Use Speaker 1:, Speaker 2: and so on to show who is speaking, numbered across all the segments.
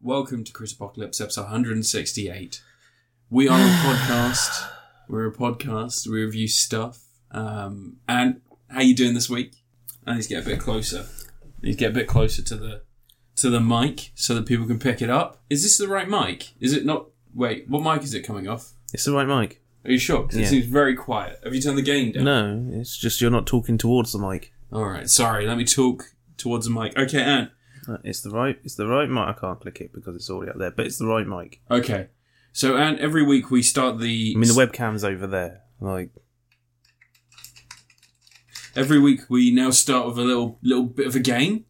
Speaker 1: welcome to Chris Apocalypse, episode 168. We are a podcast. We're a podcast. We review stuff. Um, and how you doing this week? I need to get a bit closer. I need to get a bit closer to the to the mic so that people can pick it up. Is this the right mic? Is it not? Wait, what mic is it coming off?
Speaker 2: It's the right mic.
Speaker 1: Are you sure? 'Cause It
Speaker 2: Yeah.
Speaker 1: seems very quiet. Have you turned the gain down?
Speaker 2: No, it's just you're not talking towards the mic.
Speaker 1: All right. Sorry. Let me talk towards the mic. Okay, Anne.
Speaker 2: Uh, It's the right. It's the right mic. I can't click it because it's already up there. But it's the right mic.
Speaker 1: Okay. So, Anne, every week we start the.
Speaker 2: I mean, the webcam's over there. Like,
Speaker 1: Every week we now start with a little little bit of a game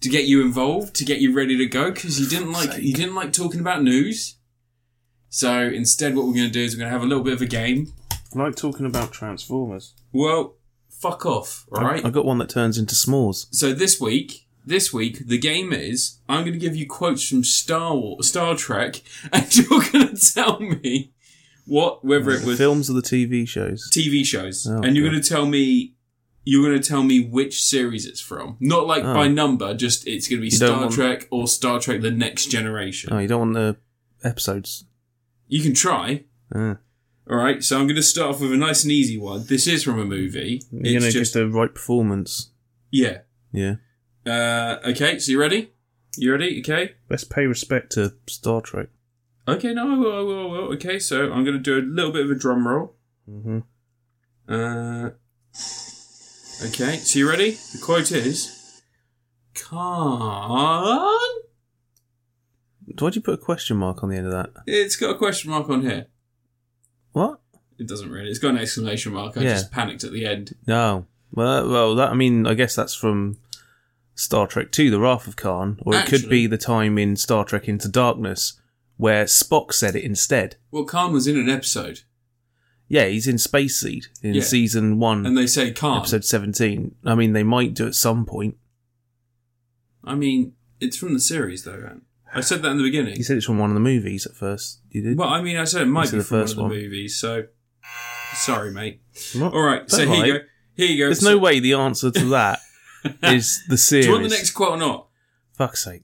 Speaker 1: to get you involved, to get you ready to go because you didn't like you didn't like talking about news. So instead, what we're going to do is we're going to have a little bit of a game.
Speaker 2: I like talking about Transformers.
Speaker 1: Well, fuck off, all right?
Speaker 2: I, I got one that turns into s'mores.
Speaker 1: So this week, this week the game is I'm going to give you quotes from Star War, Star Trek, and you're going to tell me what whether it
Speaker 2: The
Speaker 1: was
Speaker 2: films or the TV shows.
Speaker 1: TV shows,
Speaker 2: Oh,
Speaker 1: and you're
Speaker 2: God.
Speaker 1: going to tell me you're going to tell me which series it's from, not like
Speaker 2: Oh.
Speaker 1: by number, just it's going to be
Speaker 2: don't
Speaker 1: Star
Speaker 2: want-
Speaker 1: Trek or Star Trek: The Next Generation.
Speaker 2: Oh, you don't want the episodes.
Speaker 1: You can try.
Speaker 2: Uh,
Speaker 1: All right, so I'm going to start off with a nice and easy one. This is from a movie.
Speaker 2: you know,
Speaker 1: It's
Speaker 2: just uh,
Speaker 1: just
Speaker 2: the right performance.
Speaker 1: yeah.
Speaker 2: Yeah.
Speaker 1: Uh, okay, so you ready? You ready? Okay.
Speaker 2: Let's pay respect to Star Trek.
Speaker 1: Okay, no, I will, I will, I will. Okay, so I'm going to do a little bit of a drum roll.
Speaker 2: Mm-hmm.
Speaker 1: Uh, okay, so you ready? The quote is Khan.
Speaker 2: Why'd you put a question mark on the end of that?
Speaker 1: It's got a question mark on here.
Speaker 2: What?
Speaker 1: It doesn't really. It's got an exclamation mark. I
Speaker 2: Yeah.
Speaker 1: just panicked at the end.
Speaker 2: No. Well, that, well, that I mean, I guess that's from Star Trek Two: The Wrath of Khan, or it could
Speaker 1: Actually-
Speaker 2: be the time in Star Trek Into Darkness where Spock said it instead.
Speaker 1: Well, Khan was in an episode,
Speaker 2: Yeah, he's in Space Seed in
Speaker 1: Yeah.
Speaker 2: season one,
Speaker 1: and they say Khan.
Speaker 2: episode seventeen. I mean, they might do at some point.
Speaker 1: I mean, it's from the series, though. Ant. I said that in the beginning.
Speaker 2: You said it's from one of the movies at first. You did.
Speaker 1: Well, I mean, I said it might
Speaker 2: Into
Speaker 1: be
Speaker 2: the
Speaker 1: from one
Speaker 2: first
Speaker 1: of the
Speaker 2: one.
Speaker 1: movies. So, sorry, mate.
Speaker 2: What?
Speaker 1: All right. So
Speaker 2: Don't
Speaker 1: here you
Speaker 2: lie.
Speaker 1: go. Here you go.
Speaker 2: There's
Speaker 1: So-
Speaker 2: no way the answer to that is the
Speaker 1: Do
Speaker 2: series.
Speaker 1: you want the next quote or not?
Speaker 2: Fuck's sake!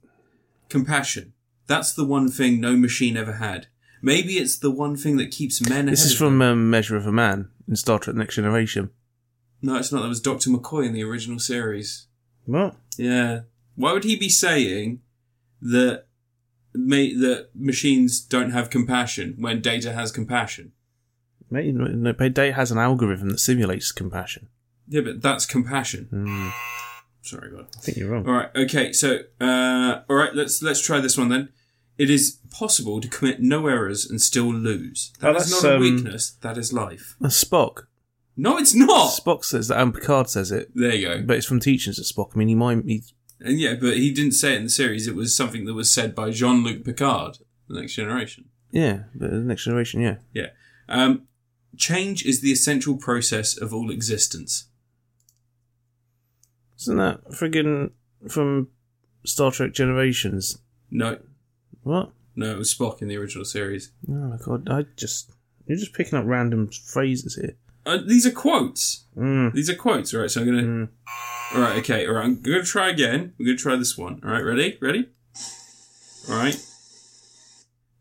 Speaker 1: Compassion. That's the one thing no machine ever had. Maybe it's the one thing that keeps men.
Speaker 2: This
Speaker 1: ahead
Speaker 2: is
Speaker 1: of
Speaker 2: from
Speaker 1: them.
Speaker 2: um, Measure of a Man in Star Trek: Next Generation.
Speaker 1: No, it's not. That was Doctor McCoy in the original series.
Speaker 2: What?
Speaker 1: Yeah. Why would he be saying that ma- that machines don't have compassion when data has compassion?
Speaker 2: Mate, no, no, Day has an algorithm that simulates compassion.
Speaker 1: Yeah, but that's compassion.
Speaker 2: Mm,
Speaker 1: Sorry, God.
Speaker 2: I think you're wrong.
Speaker 1: All right. Okay. So, uh, all right. Let's let's try this one then. It is possible to commit no errors and still lose.
Speaker 2: Oh,
Speaker 1: That is
Speaker 2: that's,
Speaker 1: not a
Speaker 2: um,
Speaker 1: weakness. That is life.
Speaker 2: Uh, Spock.
Speaker 1: No, it's not.
Speaker 2: Spock says that, and Picard says it,
Speaker 1: There you go.
Speaker 2: but it's from teachings at Spock. I mean, he might. He,
Speaker 1: And yeah, but he didn't say it in the series. It was something that was said by Jean Luc Picard, The Next Generation.
Speaker 2: yeah, but the next generation, yeah.
Speaker 1: Yeah. Um, change is the essential process of all existence.
Speaker 2: Isn't that friggin' from Star Trek Generations?
Speaker 1: No,
Speaker 2: What?
Speaker 1: no, it was Spock in the original series.
Speaker 2: Oh my god, I just. You're just picking up random phrases here.
Speaker 1: Uh, these are quotes.
Speaker 2: Mm,
Speaker 1: These are quotes. All right, so I'm gonna.
Speaker 2: mm.
Speaker 1: All right, okay, all right. I'm gonna try again. We're gonna try this one. All right, ready? Ready? All right.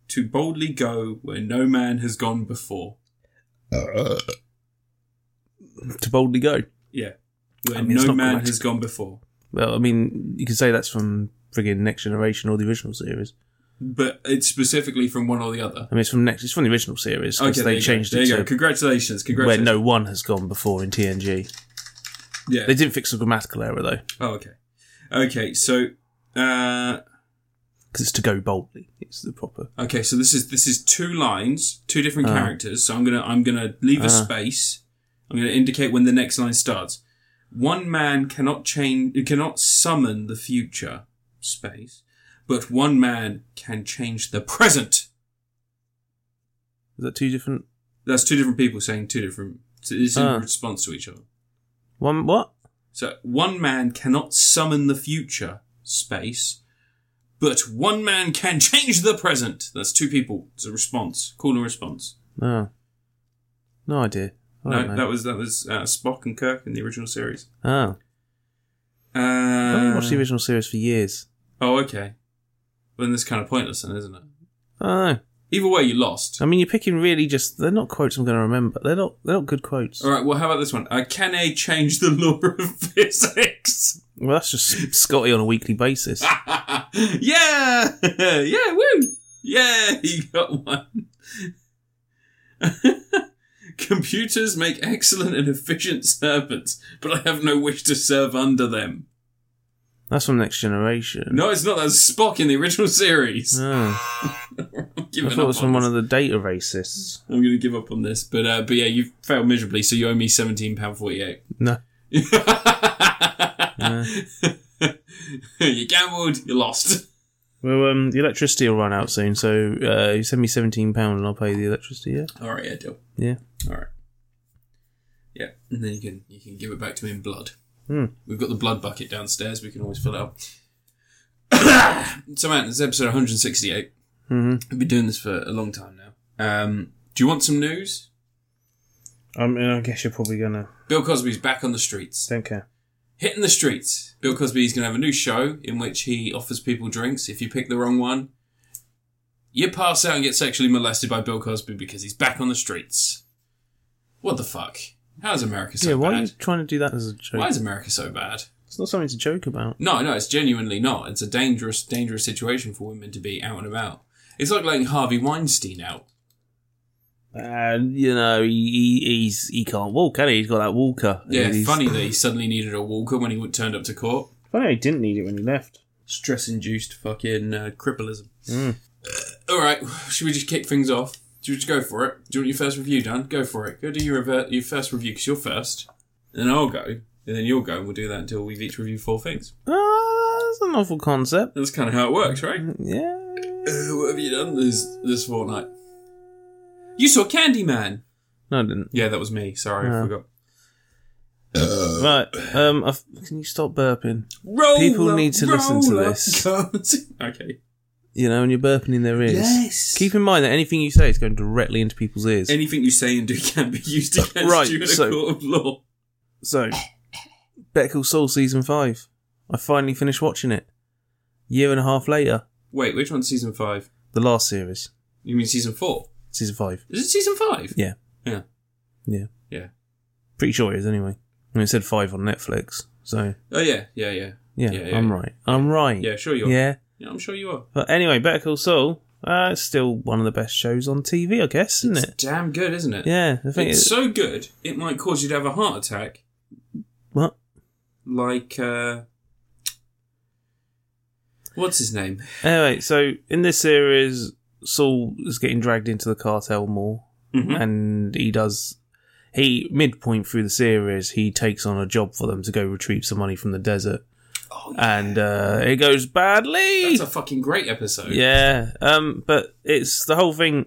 Speaker 1: To boldly go where no man has gone before.
Speaker 2: To boldly go.
Speaker 1: Yeah, where
Speaker 2: I mean, it's
Speaker 1: no
Speaker 2: not
Speaker 1: man
Speaker 2: grammatical.
Speaker 1: has gone before.
Speaker 2: Well, I mean, you could say that's from friggin' Next Generation or the original series.
Speaker 1: But it's specifically from one or the other.
Speaker 2: I mean, it's from next. It's from the original series
Speaker 1: Oh, Okay,
Speaker 2: because
Speaker 1: there
Speaker 2: they
Speaker 1: you go.
Speaker 2: changed
Speaker 1: There
Speaker 2: it
Speaker 1: you go.
Speaker 2: to
Speaker 1: Congratulations,
Speaker 2: where
Speaker 1: congratulations.
Speaker 2: no one has gone before in TNG.
Speaker 1: yeah.
Speaker 2: They didn't fix the grammatical error though,
Speaker 1: Oh, okay. Okay, so uh
Speaker 2: because it's to go boldly. It's the proper.
Speaker 1: okay, so this is this is two lines, two different
Speaker 2: Ah.
Speaker 1: characters. So I'm going to I'm going to leave a
Speaker 2: Ah.
Speaker 1: space. I'm going to indicate when the next line starts. One man cannot change cannot summon the future space, but one man can change the present.
Speaker 2: Is that two different?
Speaker 1: That's two different people saying two different so it's in
Speaker 2: Ah.
Speaker 1: response to each other.
Speaker 2: One what?
Speaker 1: So one man cannot summon the future space, but one man can change the present. That's two people. It's a response. Call and response.
Speaker 2: No, Ah. no idea. I
Speaker 1: no,
Speaker 2: don't know.
Speaker 1: that was that was uh, Spock and Kirk in the original series.
Speaker 2: oh.
Speaker 1: Uh,
Speaker 2: I haven't watched the original series for years.
Speaker 1: oh, okay. Well, then that's kind of pointless, then, isn't it?
Speaker 2: Oh,
Speaker 1: Either way, you lost.
Speaker 2: I mean, you're picking really just. They're not quotes I'm going to remember. They're not. They're not good quotes.
Speaker 1: All right. Well, how about this one? Uh, can A change the law of physics?
Speaker 2: Well, that's just Scotty on a weekly basis.
Speaker 1: yeah, yeah, woo, yeah, you got one. Computers make excellent and efficient servants, but I have no wish to serve under them.
Speaker 2: That's from Next Generation.
Speaker 1: No, it's not. That's Spock in the original series.
Speaker 2: Oh,
Speaker 1: I'm
Speaker 2: I
Speaker 1: giving
Speaker 2: thought it was
Speaker 1: up
Speaker 2: from
Speaker 1: on
Speaker 2: one
Speaker 1: this.
Speaker 2: of the data racists.
Speaker 1: I'm going to give up on this, but uh, but yeah, you failed miserably, so you owe me seventeen pound forty eight.
Speaker 2: No.
Speaker 1: you gambled, you lost.
Speaker 2: Well, um, the electricity will run out soon, so uh, you send me seventeen pound and I'll pay the electricity. Yeah,
Speaker 1: All right, yeah, deal.
Speaker 2: yeah.
Speaker 1: All right. Yeah, and then you can you can give it back to me in blood.
Speaker 2: Hmm.
Speaker 1: We've got the blood bucket downstairs. We can always fill it up. so, man, this is episode 168.
Speaker 2: Mm-hmm.
Speaker 1: We've been doing this for a long time now. Um, do you want some news?
Speaker 2: I mean, I guess you're probably gonna
Speaker 1: Bill Cosby's back on the streets.
Speaker 2: don't care.
Speaker 1: Hitting the streets. Bill Cosby's going to have a new show in which he offers people drinks. If you pick the wrong one, you pass out and get sexually molested by Bill Cosby because he's back on the streets. What the fuck? How's America so
Speaker 2: yeah, why
Speaker 1: bad?
Speaker 2: are you trying to do that as a joke?
Speaker 1: Why is America so bad?
Speaker 2: It's not something to joke about.
Speaker 1: No, no, it's genuinely not. It's a dangerous, dangerous situation for women to be out and about. It's like letting Harvey Weinstein out.
Speaker 2: And Uh, you know, he, he he's he can't walk, can he? He's got that walker.
Speaker 1: Yeah,
Speaker 2: he's,
Speaker 1: funny that he suddenly needed a walker when he w- turned up to court.
Speaker 2: Funny, he didn't need it when he left.
Speaker 1: Stress-induced fucking uh, crippleism.
Speaker 2: Mm.
Speaker 1: All right, should we just kick things off? Should we just go for it? Do you want your first review, Dan? Go for it. Go do your rever- your first review because you're first, and I'll go, and then you'll go, and we'll do that until we've each reviewed four things.
Speaker 2: Ah, that's an awful concept.
Speaker 1: That's kind of how it works, right?
Speaker 2: Mm. Yeah.
Speaker 1: Uh, what have you done this this fortnight? You saw Candyman.
Speaker 2: No, I didn't.
Speaker 1: Yeah, that was me. Sorry, I
Speaker 2: Yeah.
Speaker 1: forgot. Uh,
Speaker 2: Right. Um. I've, can you stop burping?
Speaker 1: Roll
Speaker 2: People
Speaker 1: up,
Speaker 2: need to listen to
Speaker 1: roll up,
Speaker 2: this.
Speaker 1: comes- okay.
Speaker 2: You know, when you're burping in their ears.
Speaker 1: Yes.
Speaker 2: Keep in mind that anything you say is going directly into people's ears.
Speaker 1: Anything you say and do can be used against
Speaker 2: Uh, Right,
Speaker 1: you in a
Speaker 2: so-
Speaker 1: court of law.
Speaker 2: so, Beckle Soul season five. I finally finished watching it. Year and a half later,
Speaker 1: Wait, which one's season five?
Speaker 2: the last series,
Speaker 1: You mean season four?
Speaker 2: season five.
Speaker 1: Is it season five?
Speaker 2: Yeah,
Speaker 1: Yeah.
Speaker 2: yeah.
Speaker 1: Yeah.
Speaker 2: Pretty sure it is anyway. And it said five on Netflix, so
Speaker 1: Oh yeah, yeah, yeah. Yeah,
Speaker 2: yeah,
Speaker 1: yeah,
Speaker 2: I'm
Speaker 1: yeah.
Speaker 2: right. I'm right.
Speaker 1: Yeah, sure you are. Yeah,
Speaker 2: Yeah.
Speaker 1: I'm sure you are.
Speaker 2: But anyway, Better Call Saul. Uh, it's still one of the best shows on TV, I guess, isn't
Speaker 1: It's
Speaker 2: it?
Speaker 1: damn good, isn't it?
Speaker 2: Yeah. I think
Speaker 1: It's
Speaker 2: it's
Speaker 1: so good it might cause you to have a heart attack.
Speaker 2: what?
Speaker 1: Like uh What's his name?
Speaker 2: Anyway, so in this series, Saul is getting dragged into the cartel more,
Speaker 1: Mhm.
Speaker 2: and he does. He midpoint through the series, he takes on a job for them to go retrieve some money from the desert,
Speaker 1: Oh,
Speaker 2: and uh, it goes badly.
Speaker 1: That's a fucking great episode.
Speaker 2: yeah, um, but it's the whole thing.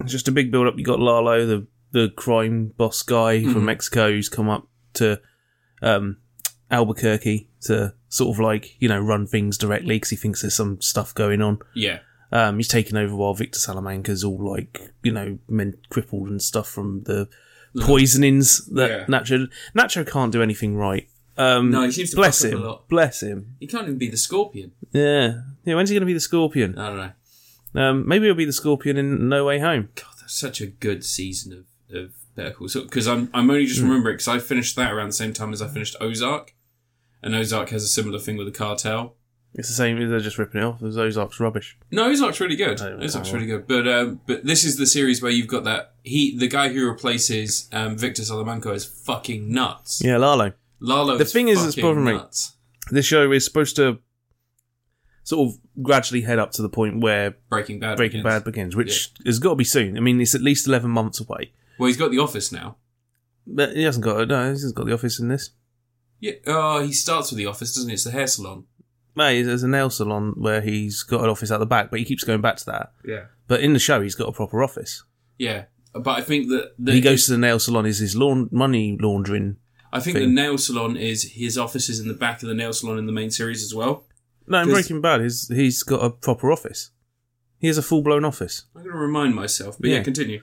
Speaker 2: It's just a big build up. You got Lalo, the the crime boss guy
Speaker 1: Mhm.
Speaker 2: from Mexico, who's come up to um, Albuquerque to sort of like you know run things directly because he thinks there's some stuff going on.
Speaker 1: Yeah.
Speaker 2: Um, he's taken over while Victor Salamanca's all like, you know, men crippled and stuff from the poisonings that
Speaker 1: Yeah.
Speaker 2: Nacho Nacho can't do anything right. Um,
Speaker 1: No, he seems to
Speaker 2: bless
Speaker 1: fuck up
Speaker 2: him,
Speaker 1: a lot.
Speaker 2: bless him.
Speaker 1: He can't even be the scorpion.
Speaker 2: Yeah, yeah. When's he going to be the Scorpion?
Speaker 1: I don't know.
Speaker 2: Um, maybe he'll be the Scorpion in No Way Home.
Speaker 1: God, that's such a good season of of Better Call Saul because I'm I'm only
Speaker 2: Hmm.
Speaker 1: just remembering because I finished that around the same time as I finished Ozark, and Ozark has a similar thing with the cartel.
Speaker 2: It's the same. They're just ripping it off. Those Ozark's rubbish.
Speaker 1: No, Ozark's really good.
Speaker 2: I don't
Speaker 1: Ozark's
Speaker 2: know.
Speaker 1: really good, but um, but this is the series where you've got that he the guy who replaces um, Victor Salamanca is fucking nuts.
Speaker 2: Yeah, Lalo.
Speaker 1: Lalo.
Speaker 2: The thing is, it's
Speaker 1: fucking
Speaker 2: bothering me.
Speaker 1: nuts.
Speaker 2: This show is supposed to sort of gradually head up to the point where
Speaker 1: Breaking Bad.
Speaker 2: Breaking
Speaker 1: begins.
Speaker 2: Bad begins, which has got to be soon. I mean, it's at least eleven months away.
Speaker 1: Well, he's got The Office now.
Speaker 2: But he hasn't got. No, he hasn't got the office in this.
Speaker 1: Yeah. Oh, he starts with The Office, doesn't he? It's the hair salon.
Speaker 2: No, he- there's a nail salon where he's got an office at the back, but he keeps going back to that.
Speaker 1: Yeah.
Speaker 2: But in the show, he's got a proper office.
Speaker 1: Yeah, but I think that the,
Speaker 2: he goes to the nail salon. Is his laun- money laundering?
Speaker 1: I think the
Speaker 2: thing.
Speaker 1: nail salon is his office is in the back of the nail salon in the main series as well.
Speaker 2: No, in
Speaker 1: Does-
Speaker 2: Breaking Bad, he's he's got a proper office. He has a full blown office.
Speaker 1: I'm going to remind myself, but yeah,
Speaker 2: Yeah.
Speaker 1: continue.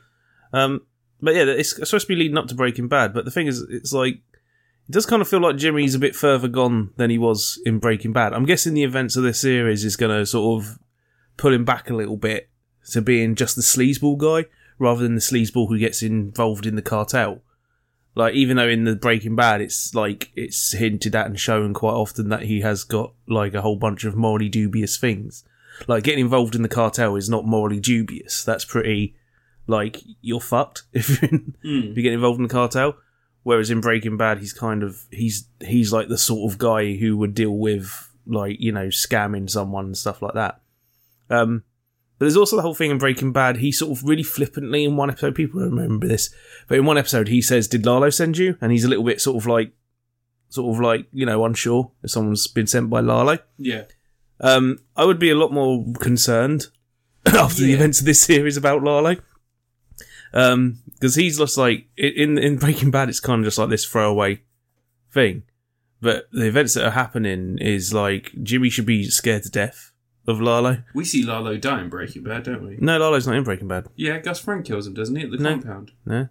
Speaker 2: Um, but yeah, it's supposed to be leading up to Breaking Bad. But the thing is, it's like it does kind of feel like Jimmy's a bit further gone than he was in Breaking Bad. I'm guessing the events of this series is going to sort of pulling back a little bit to being just the sleazeball guy rather than the sleazeball who gets involved in the cartel. Like even though in the Breaking Bad, it's like it's hinted at and shown quite often that he has got like a whole bunch of morally dubious things. Like getting involved in the cartel is not morally dubious. That's pretty like you're fucked if you're, in,
Speaker 1: Hmm,
Speaker 2: if you get involved in the cartel. Whereas in Breaking Bad, he's kind of he's he's like the sort of guy who would deal with like you know scamming someone and stuff like that. Um, but there's also the whole thing in Breaking Bad. He sort of really flippantly in one episode, people don't remember this, but in one episode he says, "Did Lalo send you?" And he's a little bit sort of like, sort of like you know unsure if someone's been sent by Lalo.
Speaker 1: Yeah.
Speaker 2: Um, I would be a lot more concerned after the
Speaker 1: Yeah.
Speaker 2: events of this series about Lalo. Um, because he's just like i- in in Breaking Bad, it's kind of just like this throwaway thing, but the events that are happening is like Jimmy should be scared to death of Lalo.
Speaker 1: We see Lalo die in Breaking Bad, don't we?
Speaker 2: No, Lalo's not in Breaking Bad.
Speaker 1: Yeah, Gus Frank kills him, doesn't he? At the
Speaker 2: No.
Speaker 1: compound.
Speaker 2: No,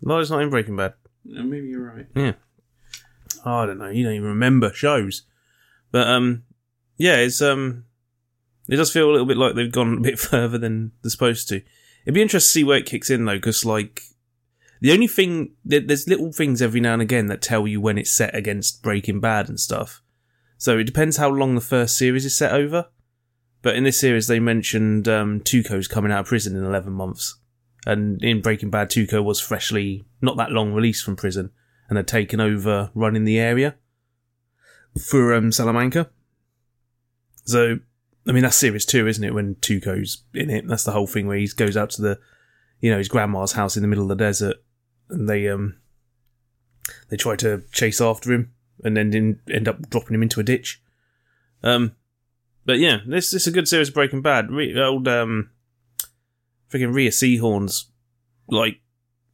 Speaker 2: Lalo's not in Breaking Bad.
Speaker 1: No, maybe you're right.
Speaker 2: Yeah. I don't know. You don't even remember shows, but um, yeah, it's um, it does feel a little bit like they've gone a bit further than they're supposed to. It'd be interesting to see where it kicks in though, because like the only thing there- there's little things every now and again that tell you when it's set against Breaking Bad and stuff. So it depends how long the first series is set over. But in this series, they mentioned um, Tuco's coming out of prison in eleven months, and in Breaking Bad, Tuco was freshly not that long released from prison and had taken over running the area for um, Salamanca. So, I mean, that's series two, isn't it? When Tuco's in it, that's the whole thing where he goes out to the, you know, his grandma's house in the middle of the desert, and they um, they try to chase after him, and then in- end up dropping him into a ditch. Um, but yeah, this this is a good series of Breaking Bad. Re- old um, freaking Rhea Seahorn's like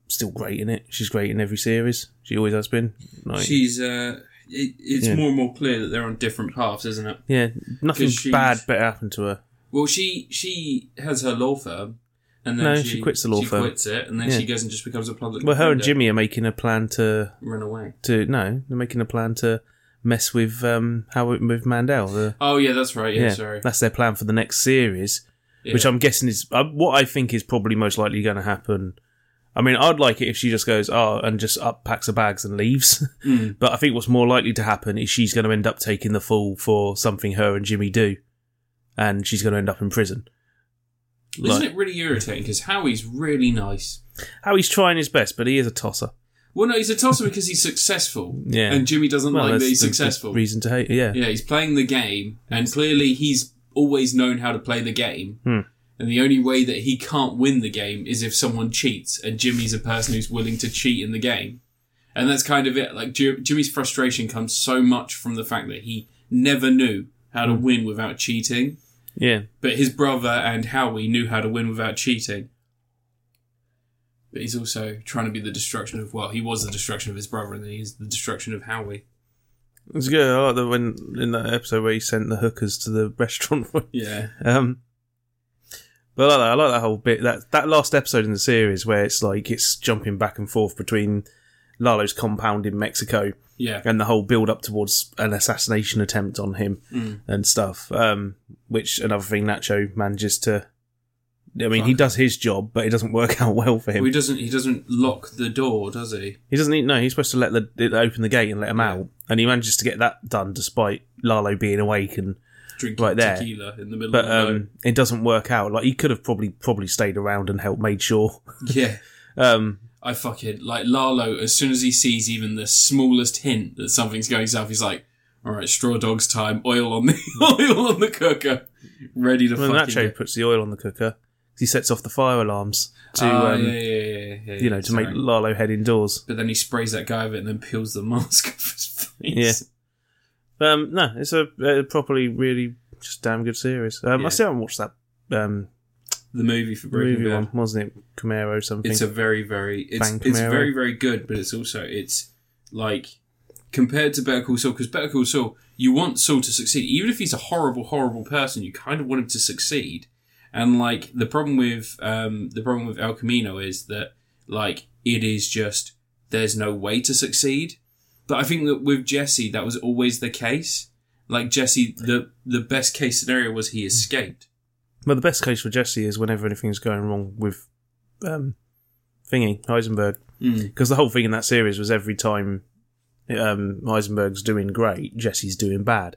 Speaker 2: still great in it. She's great in every series. She always has been. Like,
Speaker 1: She's uh, it, it's
Speaker 2: Yeah.
Speaker 1: more and more clear that they're on different paths, isn't it?
Speaker 2: yeah, nothing
Speaker 1: 'Cause she's-
Speaker 2: bad better happened to her.
Speaker 1: Well, she she has her law firm, and then
Speaker 2: No,
Speaker 1: she,
Speaker 2: she quits the law
Speaker 1: she
Speaker 2: firm.
Speaker 1: quits it, and then
Speaker 2: Yeah.
Speaker 1: she goes and just becomes a public.
Speaker 2: Well, her and
Speaker 1: defender,
Speaker 2: Jimmy are making a plan to
Speaker 1: run away.
Speaker 2: to no, they're making a plan to mess with um how it with Mandel. The,
Speaker 1: Oh yeah, that's right. Yeah, sorry.
Speaker 2: that's their plan for the next series,
Speaker 1: Yeah.
Speaker 2: which I'm guessing is uh, what I think is probably most likely going to happen. I mean, I'd like it if she just goes oh and just up packs her bags and leaves.
Speaker 1: Mm.
Speaker 2: But I think what's more likely to happen is she's going to end up taking the fall for something her and Jimmy do, and she's going to end up in prison.
Speaker 1: Isn't
Speaker 2: Like,
Speaker 1: it really irritating? Because Howie's really nice.
Speaker 2: how he's trying his best, but he is a tosser.
Speaker 1: Well, no, he's a tosser because he's successful.
Speaker 2: Yeah.
Speaker 1: And Jimmy doesn't like that
Speaker 2: that's
Speaker 1: he's
Speaker 2: the- the
Speaker 1: successful.
Speaker 2: reason to hate. Yeah,
Speaker 1: yeah, he's playing the game, and clearly he's always known how to play the game.
Speaker 2: Hmm.
Speaker 1: And the only way that he can't win the game is if someone cheats, and Jimmy's a person who's willing to cheat in the game. And that's kind of it. Like Ji- Jimmy's frustration comes so much from the fact that he never knew how
Speaker 2: Hmm.
Speaker 1: to win without cheating,
Speaker 2: yeah.
Speaker 1: but his brother and Howie knew how to win without cheating. But he's also trying to be the destruction of well, he was the destruction of his brother, and then he's the destruction of Howie.
Speaker 2: It was good. I like that when in that episode where he sent the hookers to the restaurant.
Speaker 1: Yeah,
Speaker 2: um, but I like, that. I like that whole bit. That that last episode in the series where it's like it's jumping back and forth between Lalo's compound in Mexico
Speaker 1: yeah.
Speaker 2: and the whole build up towards an assassination attempt on him and stuff. Um, which another thing Nacho manages to. I mean, he does his job, but it doesn't work out well for him.
Speaker 1: Well, he doesn't. He doesn't lock the door, does he?
Speaker 2: He doesn't need. No, he's supposed to let the it- open the gate and let him out, and he manages to get that done despite Lalo being awake. And
Speaker 1: Drinking
Speaker 2: Right there.
Speaker 1: tequila in the middle
Speaker 2: but
Speaker 1: of the night.
Speaker 2: um, it doesn't work out. Like he could have probably probably stayed around and helped, made sure.
Speaker 1: Yeah,
Speaker 2: Um,
Speaker 1: I fucking like Lalo. As soon as he sees even the smallest hint that something's going south, he's like, "All right, straw dog's time. Oil on the oil on the cooker, ready to
Speaker 2: when
Speaker 1: fucking."
Speaker 2: Nacho puts the oil on the cooker, he sets off the fire alarms to
Speaker 1: Ah,
Speaker 2: um,
Speaker 1: yeah, yeah, yeah, yeah,
Speaker 2: you know to make
Speaker 1: sorry.
Speaker 2: Lalo head indoors.
Speaker 1: But then he sprays that guy with it and then peels the mask off his face.
Speaker 2: Yeah. Um, no, it's a, a properly really just damn good series. Um,
Speaker 1: Yeah.
Speaker 2: I still haven't watched that um,
Speaker 1: The movie for Breaking
Speaker 2: movie
Speaker 1: Bad.
Speaker 2: one, wasn't it? Camaro something.
Speaker 1: It's a very, very it's
Speaker 2: Bang
Speaker 1: it's
Speaker 2: Camaro.
Speaker 1: very, very good, but it's also it's like compared to Better Call Saul because Better Call Saul, you want Saul to succeed, even if he's a horrible, horrible person, you kind of want him to succeed. And like the problem with um, the problem with El Camino is that like it is just there's no way to succeed. But I think that with Jesse, that was always the case. Like Jesse, the the best case scenario was he escaped.
Speaker 2: But the best case for Jesse is whenever anything's going wrong with um, Thingy Heisenberg,
Speaker 1: Mm.
Speaker 2: because the whole thing in that series was every time um, Heisenberg's doing great, Jesse's doing bad,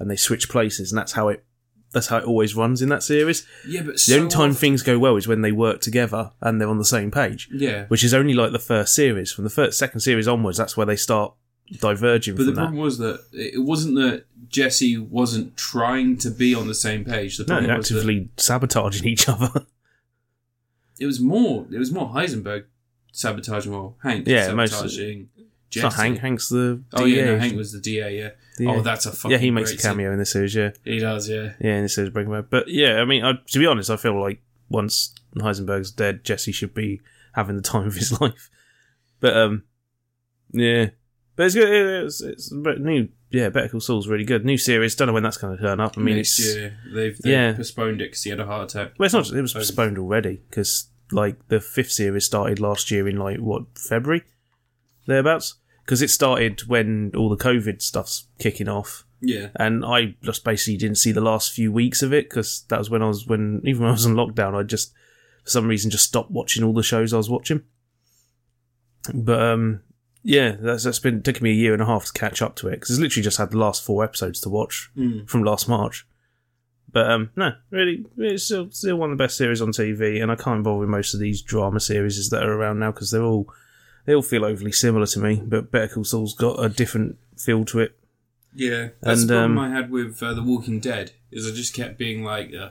Speaker 2: and they switch places, and that's how it that's how it always runs in that series.
Speaker 1: Yeah, but
Speaker 2: The
Speaker 1: so
Speaker 2: only time
Speaker 1: often-
Speaker 2: things go well is when they work together and they're on the same page,
Speaker 1: yeah,
Speaker 2: which is only like the first series. From the first second series onwards, that's where they start diverging
Speaker 1: but the
Speaker 2: from that.
Speaker 1: problem was that it wasn't that Jesse wasn't trying to be on the same page. The
Speaker 2: No,
Speaker 1: problem
Speaker 2: they're
Speaker 1: was that
Speaker 2: actively sabotaging each other.
Speaker 1: it was more it was more Heisenberg sabotaging or Hank
Speaker 2: Yeah, most-
Speaker 1: sabotaging
Speaker 2: It's
Speaker 1: Jesse.
Speaker 2: not Hank. Hank's the
Speaker 1: Oh
Speaker 2: DA.
Speaker 1: yeah, no, Hank was the DA. Yeah.
Speaker 2: DA.
Speaker 1: Oh, that's a fucking
Speaker 2: yeah, he makes a
Speaker 1: great scene.
Speaker 2: cameo in this series. Yeah,
Speaker 1: He does. Yeah.
Speaker 2: yeah, in this series of Breaking Bad. But yeah, I mean, I, to be honest, I feel like once Heisenberg's dead, Jesse should be having the time of his life. But um, yeah, but it's good. It's, it's but new. Yeah, Better Call Saul's really good. New series. Don't know when that's going to turn up. I mean,
Speaker 1: Next
Speaker 2: it's
Speaker 1: year they've, they've
Speaker 2: yeah.
Speaker 1: postponed it because he had a heart attack.
Speaker 2: well, it's not. It was
Speaker 1: Postponed.
Speaker 2: postponed already because like the fifth series started last year in like what February thereabouts because it started when all the COVID stuff's kicking off.
Speaker 1: Yeah.
Speaker 2: and I just basically didn't see the last few weeks of it because that was when I was when even when I was on lockdown, I just for some reason just stopped watching all the shows I was watching. But um, yeah, that's that's been taking me a year and a half to catch up to it because I literally just had the last four episodes to watch
Speaker 1: Mm.
Speaker 2: from last March. But um, no, really, it's still, still one of the best series on TV, and I can't bother with most of these drama series that are around now because they're all they all feel overly similar to me. But Better Call Saul's got a different feel to it.
Speaker 1: Yeah. That's
Speaker 2: And,
Speaker 1: the problem
Speaker 2: um,
Speaker 1: I had with uh, The Walking Dead is I just kept being like, uh,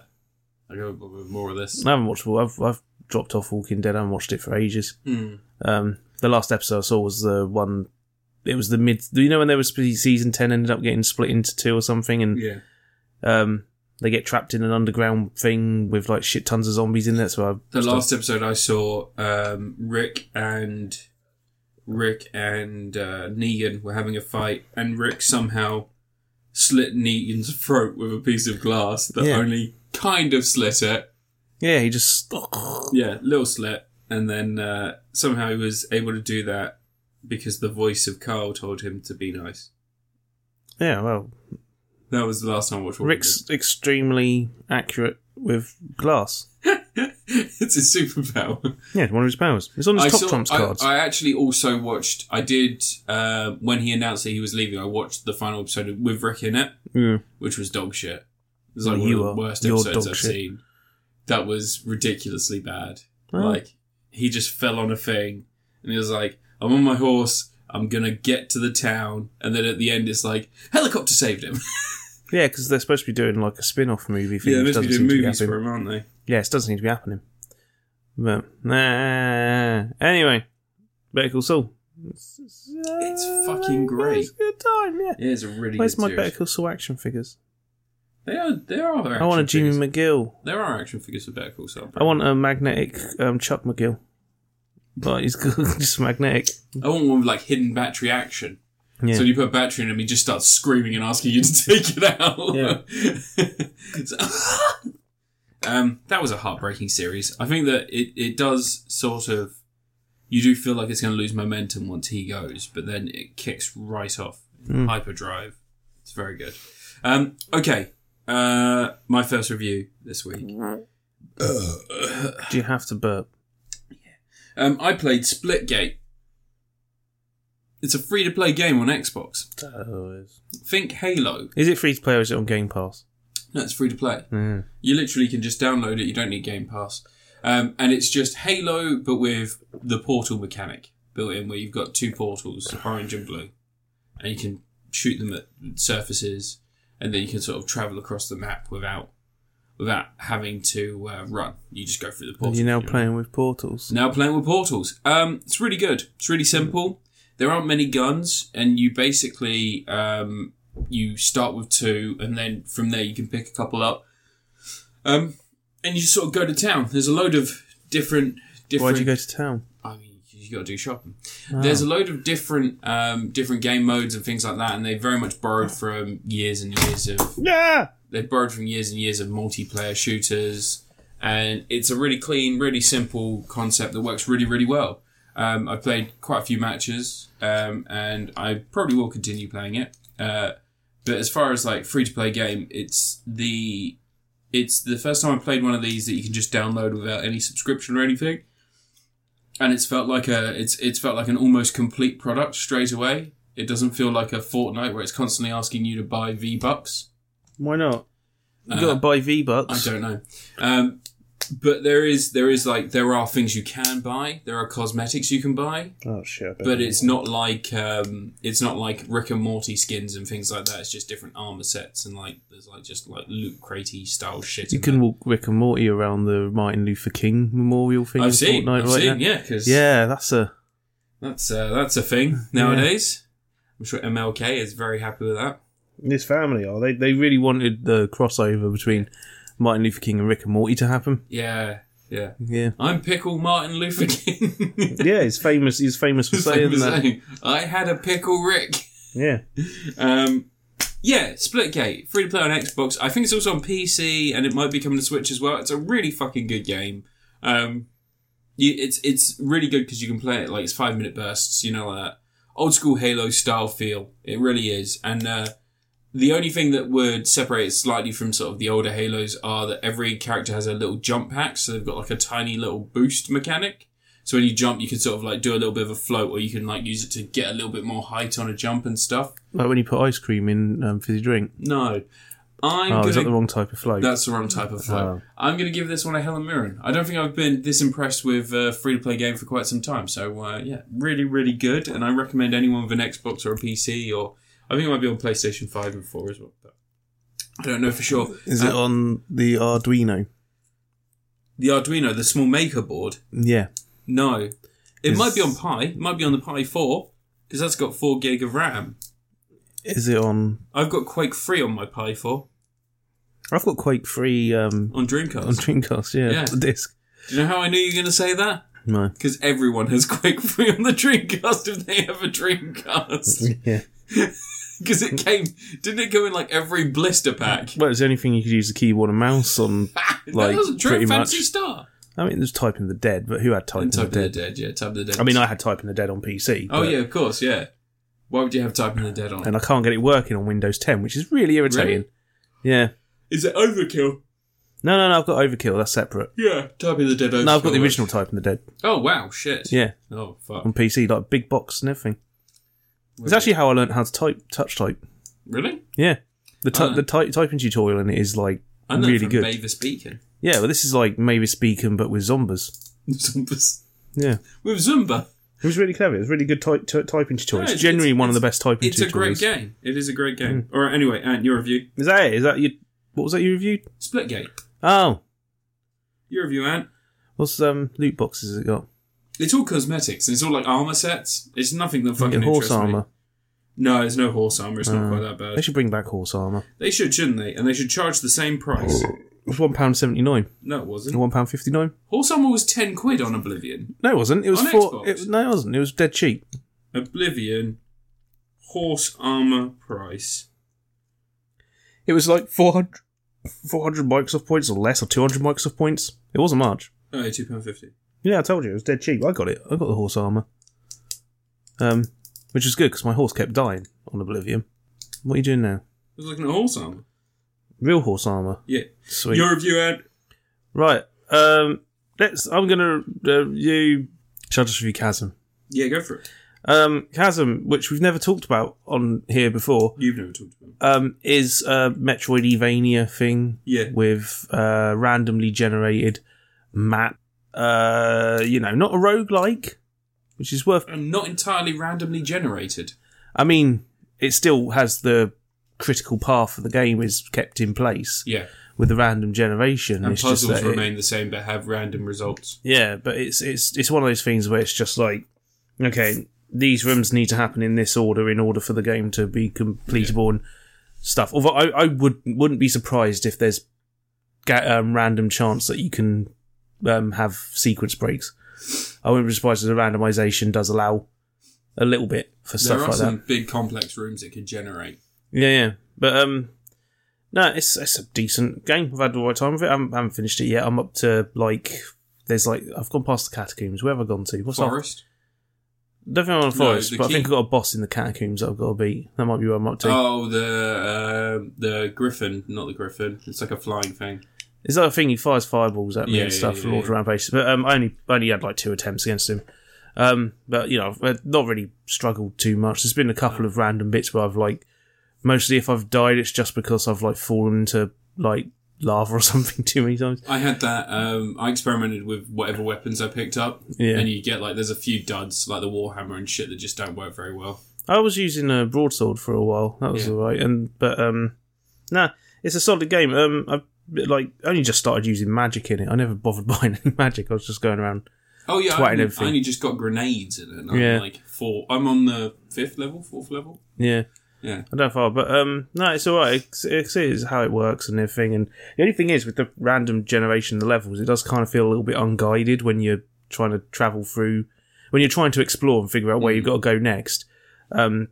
Speaker 1: I go with more of this.
Speaker 2: I haven't watched. I've I've dropped off Walking Dead. I haven't watched it for ages.
Speaker 1: Mm.
Speaker 2: Um, the last episode I saw was the one. It was the mid. Do you know when there was season ten ended up getting split into two or something, and
Speaker 1: Yeah.
Speaker 2: um, they get trapped in an underground thing with like shit tons of zombies in there. So I
Speaker 1: The last episode I saw, um, Rick and Rick and uh, Negan were having a fight, and Rick somehow slit Negan's throat with a piece of glass that
Speaker 2: Yeah.
Speaker 1: only kind of slit it.
Speaker 2: yeah, he just
Speaker 1: Yeah, little slit, and then uh, somehow he was able to do that because the voice of Carl told him to be nice.
Speaker 2: yeah. Well,
Speaker 1: That was the last time I watched Walking
Speaker 2: Rick's extremely accurate with glass.
Speaker 1: Dead. it's a superpower.
Speaker 2: Yeah, one of his powers. It's on his
Speaker 1: I
Speaker 2: top
Speaker 1: saw-
Speaker 2: trumps
Speaker 1: I-
Speaker 2: cards.
Speaker 1: I, actually also watched. I did uh, when he announced that he was leaving. I watched the final episode with Rick in it,
Speaker 2: Yeah.
Speaker 1: which was dog shit. It was like
Speaker 2: Well,
Speaker 1: one
Speaker 2: you
Speaker 1: of the
Speaker 2: are-
Speaker 1: worst
Speaker 2: you're
Speaker 1: episodes
Speaker 2: dog
Speaker 1: I've
Speaker 2: shit.
Speaker 1: seen. That was ridiculously bad.
Speaker 2: Oh.
Speaker 1: Like he just fell on a thing, and he was like, "I'm on my horse. I'm gonna get to the town." And then at the end, it's like helicopter saved him.
Speaker 2: Yeah, because they're supposed to be doing like a spin-off movie thing.
Speaker 1: yeah, they're
Speaker 2: which
Speaker 1: supposed to be doing
Speaker 2: doesn't seem to be
Speaker 1: movies
Speaker 2: happening.
Speaker 1: for him, aren't they?
Speaker 2: Yes, it doesn't seem to be happening. But nah. Anyway, Better Call Saul. It's, uh,
Speaker 1: It's fucking great.
Speaker 2: It's a good time. Yeah.
Speaker 1: Yeah, it's a really
Speaker 2: Where's
Speaker 1: good
Speaker 2: my
Speaker 1: series.
Speaker 2: Better Call Saul action figures?
Speaker 1: They are. There are.
Speaker 2: I want a
Speaker 1: action
Speaker 2: Jimmy
Speaker 1: figures.
Speaker 2: McGill.
Speaker 1: There are action figures for Better Call Saul.
Speaker 2: I want a magnetic um, Chuck McGill. But he's just magnetic.
Speaker 1: I want one with like hidden battery action.
Speaker 2: Yeah.
Speaker 1: So you put a battery in him, he just starts screaming and asking you to take it out. So- um, that was a heartbreaking series. I think that it, it does sort of. You do feel like it's going to lose momentum once he goes, but then it kicks right off. Hyperdrive. It's very good. Um, okay. Uh, my first review this week.
Speaker 2: Do you have to burp?
Speaker 1: Um, I played Splitgate. It's a free to play game on Xbox.
Speaker 2: Oh, is.
Speaker 1: Think Halo.
Speaker 2: is it free to play or is it on Game Pass?
Speaker 1: No, it's free to play.
Speaker 2: Yeah.
Speaker 1: You literally can just download it. You don't need Game Pass. Um, and it's just Halo, but with the portal mechanic built in, where you've got two portals, orange and blue, and you can shoot them at surfaces, and then you can sort of travel across the map without without having to uh, run. You just go through the
Speaker 2: Are
Speaker 1: portal.
Speaker 2: you now playing with portals?
Speaker 1: Now playing with portals. Um, it's really good. It's really
Speaker 2: Hmm.
Speaker 1: simple. There aren't many guns, and you basically um, you start with two, and then from there you can pick a couple up. Um, and you sort of go to town. There's a load of different
Speaker 2: Why'd
Speaker 1: different.
Speaker 2: you go Ah. to town?
Speaker 1: I mean, you got to do shopping. There's a load of different um, different game modes and things like that, and they very much borrowed
Speaker 2: Ah.
Speaker 1: from years and years of
Speaker 2: Yeah!
Speaker 1: they borrowed from years and years of multiplayer shooters, and it's a really clean, really simple concept that works really, really well. Um, I played quite a few matches, um, and I probably will continue playing it. Uh, But as far as like free to play game, it's the it's the first time I played one of these that you can just download without any subscription or anything. And it's felt like a it's it's felt like an almost complete product straight away. It doesn't feel like a Fortnite where it's constantly asking you to buy V Bucks.
Speaker 2: Why not? You
Speaker 1: Uh,
Speaker 2: gotta buy V
Speaker 1: I
Speaker 2: bucks.
Speaker 1: don't know. Um, but there is there is like there are things you can buy. There are cosmetics you can buy,
Speaker 2: Oh shit! I bet.
Speaker 1: but it's not like um, it's not like Rick and Morty skins and things like that. It's just different armor sets and like there's like just like loot cratey style shit.
Speaker 2: you
Speaker 1: in
Speaker 2: can
Speaker 1: there.
Speaker 2: walk Rick and Morty around the Martin Luther King Memorial thing. in
Speaker 1: I've seen
Speaker 2: Fortnite
Speaker 1: I've
Speaker 2: right
Speaker 1: seen
Speaker 2: now.
Speaker 1: yeah because
Speaker 2: Yeah, that's a
Speaker 1: that's uh, that's a thing nowadays. I'm sure MLK is very happy with that.
Speaker 2: this family are they? They really wanted the crossover between Martin Luther King and Rick and Morty to happen.
Speaker 1: Yeah, yeah.
Speaker 2: Yeah,
Speaker 1: I'm pickle Martin Luther King.
Speaker 2: yeah. He's famous. He's famous for saying
Speaker 1: Same
Speaker 2: that.
Speaker 1: saying. I had a pickle Rick.
Speaker 2: Yeah,
Speaker 1: Um, yeah, Splitgate, free to play on Xbox. I think it's also on PC, and it might be coming to Switch as well. It's a really fucking good game. Um, you, it's it's really good because you can play it like it's five minute bursts, you know, like that old school Halo style feel. It really is. And uh, the only thing that would separate it slightly from sort of the older Halos are that every character has a little jump hack, so they've got like a tiny little boost mechanic. So when you jump, you can sort of like do a little bit of a float, or you can like use it to get a little bit more height on a jump and stuff.
Speaker 2: like when you put ice cream in um, fizzy drink.
Speaker 1: No. I'm
Speaker 2: oh,
Speaker 1: gonna,
Speaker 2: is that the wrong type of float?
Speaker 1: That's the wrong type of flow.
Speaker 2: Oh.
Speaker 1: I'm going to give this one a Helen Mirren. I don't think I've been this impressed with a free to play game for quite some time. So, uh, yeah, really, really good. And I recommend anyone with an Xbox or a PC or I think it might be on PlayStation 5 and 4 as well. But I don't know for sure.
Speaker 2: Is it
Speaker 1: Uh,
Speaker 2: on the Arduino?
Speaker 1: the Arduino, the small maker board?
Speaker 2: Yeah.
Speaker 1: No. It might
Speaker 2: Is-
Speaker 1: be on Pi. It might be on the Pi 4 because that's got 4 gig of RAM.
Speaker 2: Is it on?
Speaker 1: I've got Quake 3 on my Pi 4
Speaker 2: I've got Quake Free um,
Speaker 1: on Dreamcast.
Speaker 2: on Dreamcast. Yeah,
Speaker 1: Yeah.
Speaker 2: the disc.
Speaker 1: Do you know how I knew you were going to say that?
Speaker 2: No.
Speaker 1: Because everyone has Quake Free on the Dreamcast if they have a Dreamcast.
Speaker 2: Yeah.
Speaker 1: Because it came, didn't it go in like every blister pack?
Speaker 2: Well, it's the only thing you could use the keyboard and mouse on.
Speaker 1: that
Speaker 2: Like,
Speaker 1: was a true
Speaker 2: pretty
Speaker 1: fancy
Speaker 2: much.
Speaker 1: star.
Speaker 2: I mean, there's Type in the Dead, but who had Type in
Speaker 1: And
Speaker 2: the
Speaker 1: Type of the
Speaker 2: Dead?
Speaker 1: Dead, yeah, Type of the Dead.
Speaker 2: I mean, I had Type in the Dead on PC.
Speaker 1: oh
Speaker 2: but-
Speaker 1: yeah, of course, yeah. Why would you have Type of the Dead on?
Speaker 2: And I can't get it working on Windows 10, which is really irritating. Yeah.
Speaker 1: Is it Overkill?
Speaker 2: No, no, no. I've got Overkill. That's separate.
Speaker 1: Yeah, Type of the Dead. Overkill.
Speaker 2: No, I've got the original Type in the Dead
Speaker 1: Oh wow, shit.
Speaker 2: Yeah.
Speaker 1: Oh fuck.
Speaker 2: on PC, like a big box and everything. It's actually how I learned how to type touch type.
Speaker 1: really.
Speaker 2: Yeah. The ty-
Speaker 1: Oh.
Speaker 2: the ty- typing tutorial in it is like
Speaker 1: I know
Speaker 2: really
Speaker 1: from
Speaker 2: good.
Speaker 1: Mavis Beacon.
Speaker 2: yeah, well, this is like Mavis Beacon, but with zombies.
Speaker 1: Zumbas.
Speaker 2: Yeah.
Speaker 1: With Zumba.
Speaker 2: It was really clever. It was really good ty- ty- typing
Speaker 1: No,
Speaker 2: tutorial. it's
Speaker 1: it's-
Speaker 2: generally
Speaker 1: it's-
Speaker 2: one of the best typing
Speaker 1: It's
Speaker 2: tutorials. Hmm.
Speaker 1: a great game. It is a great game. All right. Anyway, and your review.
Speaker 2: Is that it? Is that you? What was that you reviewed?
Speaker 1: Splitgate.
Speaker 2: Oh,
Speaker 1: Your review, Ant.
Speaker 2: what's um loot boxes it got?
Speaker 1: It's all cosmetics and it's all like armor sets. It's nothing that fucking
Speaker 2: Yeah, horse
Speaker 1: interests me.
Speaker 2: armor.
Speaker 1: No, there's no horse armor. It's
Speaker 2: Uh,
Speaker 1: not quite that
Speaker 2: They
Speaker 1: bad.
Speaker 2: should bring back horse armor.
Speaker 1: They should, shouldn't they? And they should charge the same price. Hmm?
Speaker 2: It was one pound seventy nine.
Speaker 1: No, it wasn't.
Speaker 2: One pound fifty nine.
Speaker 1: Horse armor was ten quid on Oblivion.
Speaker 2: No, it wasn't. It was
Speaker 1: On
Speaker 2: four.
Speaker 1: Xbox?
Speaker 2: It, no, it wasn't. It was dead cheap.
Speaker 1: Oblivion horse armor price.
Speaker 2: It was like 400, 400 Microsoft points or less, or two hundred Microsoft points. It wasn't much.
Speaker 1: Oh, two pound fifty.
Speaker 2: Yeah, I told you it was dead cheap. I got it. I got the horse armor, um, which was good because my horse kept dying on Oblivion. What are you doing now?
Speaker 1: I was looking at horse armor.
Speaker 2: Real horse armor.
Speaker 1: Yeah.
Speaker 2: Sweet.
Speaker 1: Your review, Ant.
Speaker 2: Right. Um, let's. I'm gonna uh, you. Shall I just review Chasm?
Speaker 1: Yeah, go for it.
Speaker 2: Um, Chasm, which we've never talked about on here before,
Speaker 1: You've never talked about. It.
Speaker 2: um, is a Metroidvania thing
Speaker 1: Yeah.
Speaker 2: with uh, randomly generated map. Uh, you know, not a roguelike, which is worth.
Speaker 1: And not entirely randomly generated.
Speaker 2: I mean, it still has the critical path of the game is kept in place
Speaker 1: Yeah.
Speaker 2: with the random generation.
Speaker 1: And
Speaker 2: It's just
Speaker 1: puzzles
Speaker 2: that it-
Speaker 1: remain the same but have random results.
Speaker 2: Yeah, but it's it's it's one of those things where it's just like, okay, these rooms need to happen in this order in order for the game to be completable and stuff. Although I, I would wouldn't be surprised if there's ga- um, random chance that you can um, have sequence breaks. I wouldn't be surprised if the randomization does allow a little bit for stuff
Speaker 1: there are
Speaker 2: like
Speaker 1: some
Speaker 2: that.
Speaker 1: big complex rooms it could generate.
Speaker 2: Yeah, yeah, but um. No, it's it's a decent game. I've had the right time with it. I haven't, I haven't finished it yet. I'm up to like there's like I've gone past the catacombs. Where have I gone to? What's up?
Speaker 1: Forest.
Speaker 2: Definitely on the
Speaker 1: No,
Speaker 2: forest,
Speaker 1: the
Speaker 2: but I think
Speaker 1: key-
Speaker 2: I've got a boss in the catacombs that I've got to beat. That might be where I'm up to.
Speaker 1: Oh, the uh, the griffin, not the griffin. It's like a flying thing.
Speaker 2: It's like a thing he fires fireballs at me
Speaker 1: Yeah,
Speaker 2: and
Speaker 1: yeah,
Speaker 2: stuff
Speaker 1: yeah,
Speaker 2: for Lord
Speaker 1: yeah.
Speaker 2: Rampage. But um, I only I only had like two attempts against him. Um, but you know, I've not really struggled too much. There's been a couple of random bits where I've like mostly if I've died, it's just because I've like fallen into like lava or something too many times.
Speaker 1: I had that. Um, I experimented with whatever weapons I picked up,
Speaker 2: Yeah.
Speaker 1: and you get like there's a few duds like the warhammer and shit that just don't work very well.
Speaker 2: I was using a broadsword for a while. That was
Speaker 1: Yeah.
Speaker 2: alright. And but um, nah, it's a solid game. Um, I've like only just started using magic in it. I never bothered buying any magic. I was just going around.
Speaker 1: Oh yeah,
Speaker 2: Twatting
Speaker 1: I only,
Speaker 2: everything.
Speaker 1: I only just got grenades in it. And I'm
Speaker 2: Yeah.
Speaker 1: like four. I'm on the fifth level, fourth level.
Speaker 2: Yeah.
Speaker 1: Yeah.
Speaker 2: I don't follow, but um, no, it's all right. It's, it's, it's how it works and everything. And the only thing is with the random generation of the levels, it does kind of feel a little bit unguided when you're trying to travel through, when you're trying to explore and figure out where you've got to go next. Um,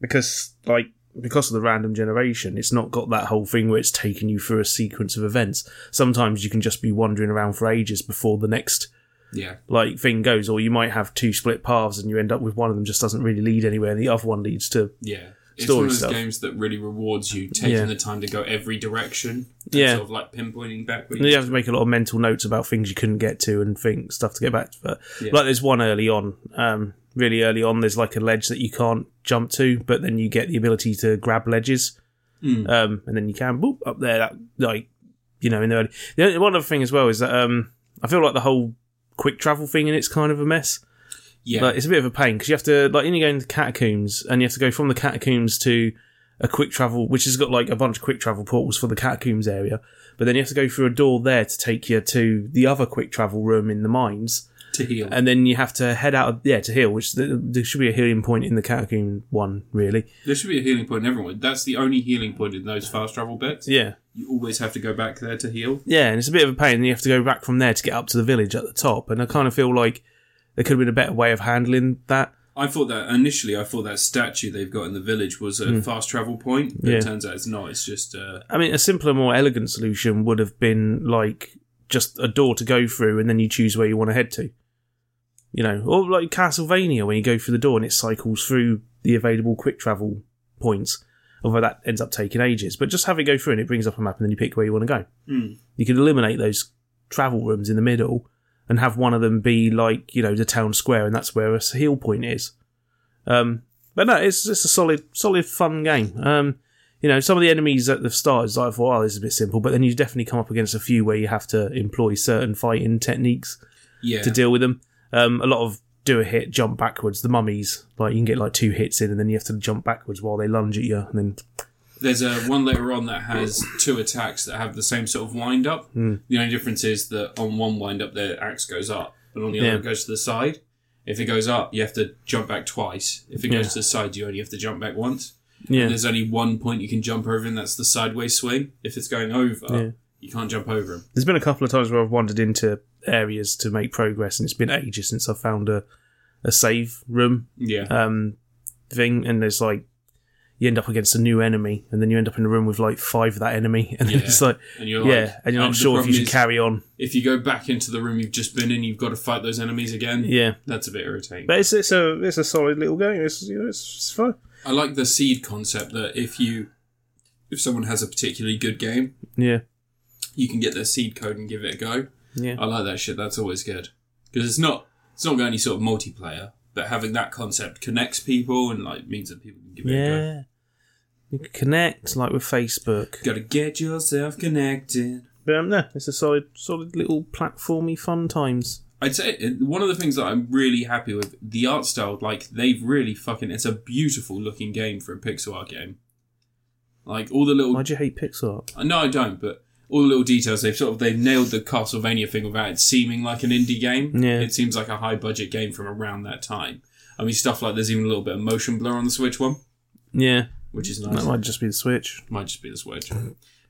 Speaker 2: because like because of the random generation, it's not got that whole thing where it's taking you through a sequence of events. Sometimes you can just be wandering around for ages before the next
Speaker 1: Yeah,
Speaker 2: like thing goes, or you might have two split paths and you end up with one of them just doesn't really lead anywhere, and the other one leads to
Speaker 1: yeah. It's
Speaker 2: Story
Speaker 1: one of those
Speaker 2: stuff.
Speaker 1: games that really rewards you taking
Speaker 2: Yeah.
Speaker 1: the time to go every direction. and
Speaker 2: Yeah.
Speaker 1: sort of like pinpointing backwards.
Speaker 2: And you have to make a lot of mental notes about things you couldn't get to and think stuff to get back to. But
Speaker 1: Yeah.
Speaker 2: like there's one early on, um, really early on. There's like a ledge that you can't jump to, but then you get the ability to grab ledges,
Speaker 1: Mm.
Speaker 2: um, and then you can boop up there. That like you know in the early. The only, one other thing as well is that um, I feel like the whole quick travel thing in it's kind of a mess.
Speaker 1: Yeah,
Speaker 2: Like it's a bit of a pain because you have to like when you go into catacombs and you have to go from the catacombs to a quick travel, which has got like a bunch of quick travel portals for the catacombs area. But then you have to go through a door there to take you to the other quick travel room in the mines,
Speaker 1: to heal.
Speaker 2: and then you have to head out of, yeah to heal, which th- there should be a healing point in the catacomb one really.
Speaker 1: There should be a healing point in everyone. That's the only healing point in those fast travel bits.
Speaker 2: Yeah,
Speaker 1: You always have to go back there to heal.
Speaker 2: yeah, and it's a bit of a pain. And you have to go back from there to get up to the village at the top, and I kind of feel like there could have been a better way of handling that.
Speaker 1: I thought that initially, I thought that statue they've got in the village was a fast travel point, but
Speaker 2: Hmm. Yeah.
Speaker 1: it turns out it's not. It's just uh,
Speaker 2: I mean, a simpler, more elegant solution would have been like just a door to go through, and then you choose where you want to head to. You know, or like Castlevania, when you go through the door and it cycles through the available quick travel points. Although that ends up taking ages, but just have it go through and it brings up a map, and then you pick where you want to go.
Speaker 1: Hmm.
Speaker 2: You could eliminate those travel rooms in the middle and have one of them be like you know the town square, and that's where a heel point is. Um, but no, it's it's a solid, solid, fun game. Um, you know, some of the enemies at the start is like, well, this is a bit simple, but then you definitely come up against a few where you have to employ certain fighting techniques
Speaker 1: yeah,
Speaker 2: to deal with them. Um, a lot of do a hit, jump backwards. The mummies, like you can get like two hits in, and then you have to jump backwards while they lunge at you, and then
Speaker 1: There's a one later on that has two attacks that have the same sort of wind up.
Speaker 2: Hmm.
Speaker 1: The only difference is that on one wind up, the axe goes up, but on the other,
Speaker 2: Yeah.
Speaker 1: it goes to the side. If it goes up, you have to jump back twice. If it goes to the side, you only have to jump back once.
Speaker 2: yeah,
Speaker 1: There's only one point you can jump over, and that's the sideways swing. If it's going over,
Speaker 2: Yeah.
Speaker 1: you can't jump over him.
Speaker 2: There's been a couple of times where I've wandered into areas to make progress, and it's been ages since I found a, a save room
Speaker 1: Yeah.
Speaker 2: um, thing. And there's like, you end up against a new enemy, and then you end up in a room with like five of that enemy, and then
Speaker 1: Yeah.
Speaker 2: it's like,
Speaker 1: and you're like,
Speaker 2: yeah, and you're not
Speaker 1: the
Speaker 2: sure if
Speaker 1: problem
Speaker 2: you should
Speaker 1: is,
Speaker 2: carry on.
Speaker 1: If you go back into the room you've just been in, you've got to fight those enemies again.
Speaker 2: Yeah,
Speaker 1: That's a bit irritating.
Speaker 2: but it's it's a it's a solid little game. It's you know, it's, it's fun.
Speaker 1: I like the seed concept that if you, if someone has a particularly good game,
Speaker 2: Yeah,
Speaker 1: you can get their seed code and give it a go.
Speaker 2: yeah,
Speaker 1: I like that shit. That's always good because it's not it's not got any sort of multiplayer, but having that concept connects people and like means that people can give it a go.
Speaker 2: yeah. You can connect like with Facebook.
Speaker 1: Got to get yourself connected.
Speaker 2: But um, no, it's a solid solid little platformy fun times.
Speaker 1: I'd say uh, one of the things that I'm really happy with the art style. Like they've really fucking. It's a beautiful looking game for a pixel art game. Like all the little. Uh,
Speaker 2: Why do you hate pixel art?
Speaker 1: No, I don't. But all the little details they've sort of they've nailed the Castlevania thing without it seeming like an indie game.
Speaker 2: Yeah.
Speaker 1: It seems like a high budget game from around that time. I mean, stuff like there's even a little bit of motion blur on the Switch one,
Speaker 2: Yeah,
Speaker 1: which is nice.
Speaker 2: that might just be the Switch.
Speaker 1: Might just be the Switch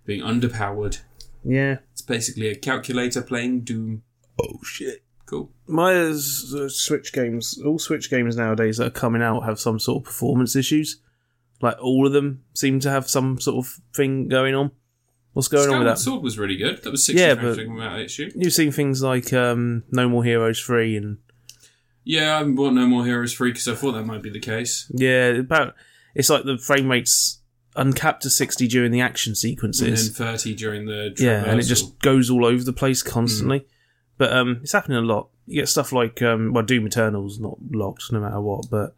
Speaker 1: being underpowered.
Speaker 2: Yeah.
Speaker 1: It's basically a calculator playing Doom.
Speaker 2: Oh shit.
Speaker 1: Cool.
Speaker 2: My uh, s- uh, Switch games, all Switch games nowadays that are coming out have some sort of performance issues. Like all of them seem to have some sort of thing going on. What's going on
Speaker 1: Skyward
Speaker 2: with that?
Speaker 1: Sword was really good. That was 60
Speaker 2: Yeah,
Speaker 1: frames
Speaker 2: but-
Speaker 1: without issue.
Speaker 2: You've seen things like um, No More Heroes Three and
Speaker 1: Yeah, I haven't bought No More Heroes 3 because I thought that might be the case.
Speaker 2: Yeah, about it's like the frame rates uncapped to sixty during the action
Speaker 1: And
Speaker 2: sequences.
Speaker 1: then 30 during the
Speaker 2: yeah, and
Speaker 1: traversal.
Speaker 2: it
Speaker 1: Mm.
Speaker 2: just goes all over the place constantly. But um, it's happening a lot. You get stuff like um, well, Doom Eternal's not locked no matter what, but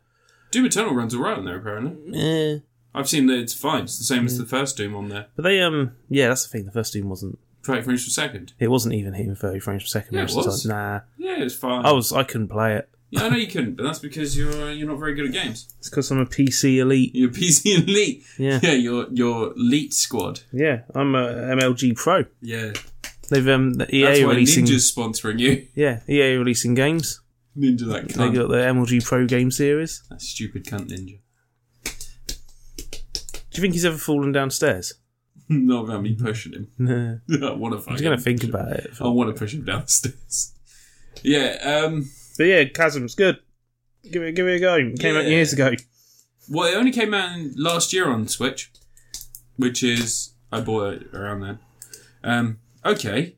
Speaker 1: Doom Eternal runs alright on there, apparently.
Speaker 2: eh.
Speaker 1: I've seen that it's fine. It's the same as the first Doom on there.
Speaker 2: But they um, yeah, that's the thing. The first Doom wasn't.
Speaker 1: 30 frames per second.
Speaker 2: It wasn't even hitting thirty frames per second
Speaker 1: Yeah, it
Speaker 2: most of
Speaker 1: was.
Speaker 2: the time.
Speaker 1: Yeah, it's fine.
Speaker 2: Nah, I was I couldn't play it.
Speaker 1: Yeah, I know you couldn't, but that's because you're you're not very good at games.
Speaker 2: It's because I'm a PC elite.
Speaker 1: You're PC elite.
Speaker 2: Yeah,
Speaker 1: Yeah, your your elite squad.
Speaker 2: yeah, I'm a MLG pro.
Speaker 1: Yeah,
Speaker 2: They've um, the EA
Speaker 1: that's why
Speaker 2: releasing
Speaker 1: Ninja's sponsoring you.
Speaker 2: yeah EA releasing games.
Speaker 1: Ninja that
Speaker 2: They
Speaker 1: cunt.
Speaker 2: got the MLG Pro game series.
Speaker 1: That stupid cunt ninja.
Speaker 2: Do you think he's ever fallen downstairs?
Speaker 1: not about me pushing him.
Speaker 2: Nah.
Speaker 1: I want to fucking.
Speaker 2: I'm going to think about it.
Speaker 1: I want to push him downstairs. yeah. Um.
Speaker 2: But yeah, Chasm's good. Give it, give it a go. It came out
Speaker 1: Yeah.
Speaker 2: years ago.
Speaker 1: Well, it only came out in- last year on Switch, which is I bought it around then. Um. Okay.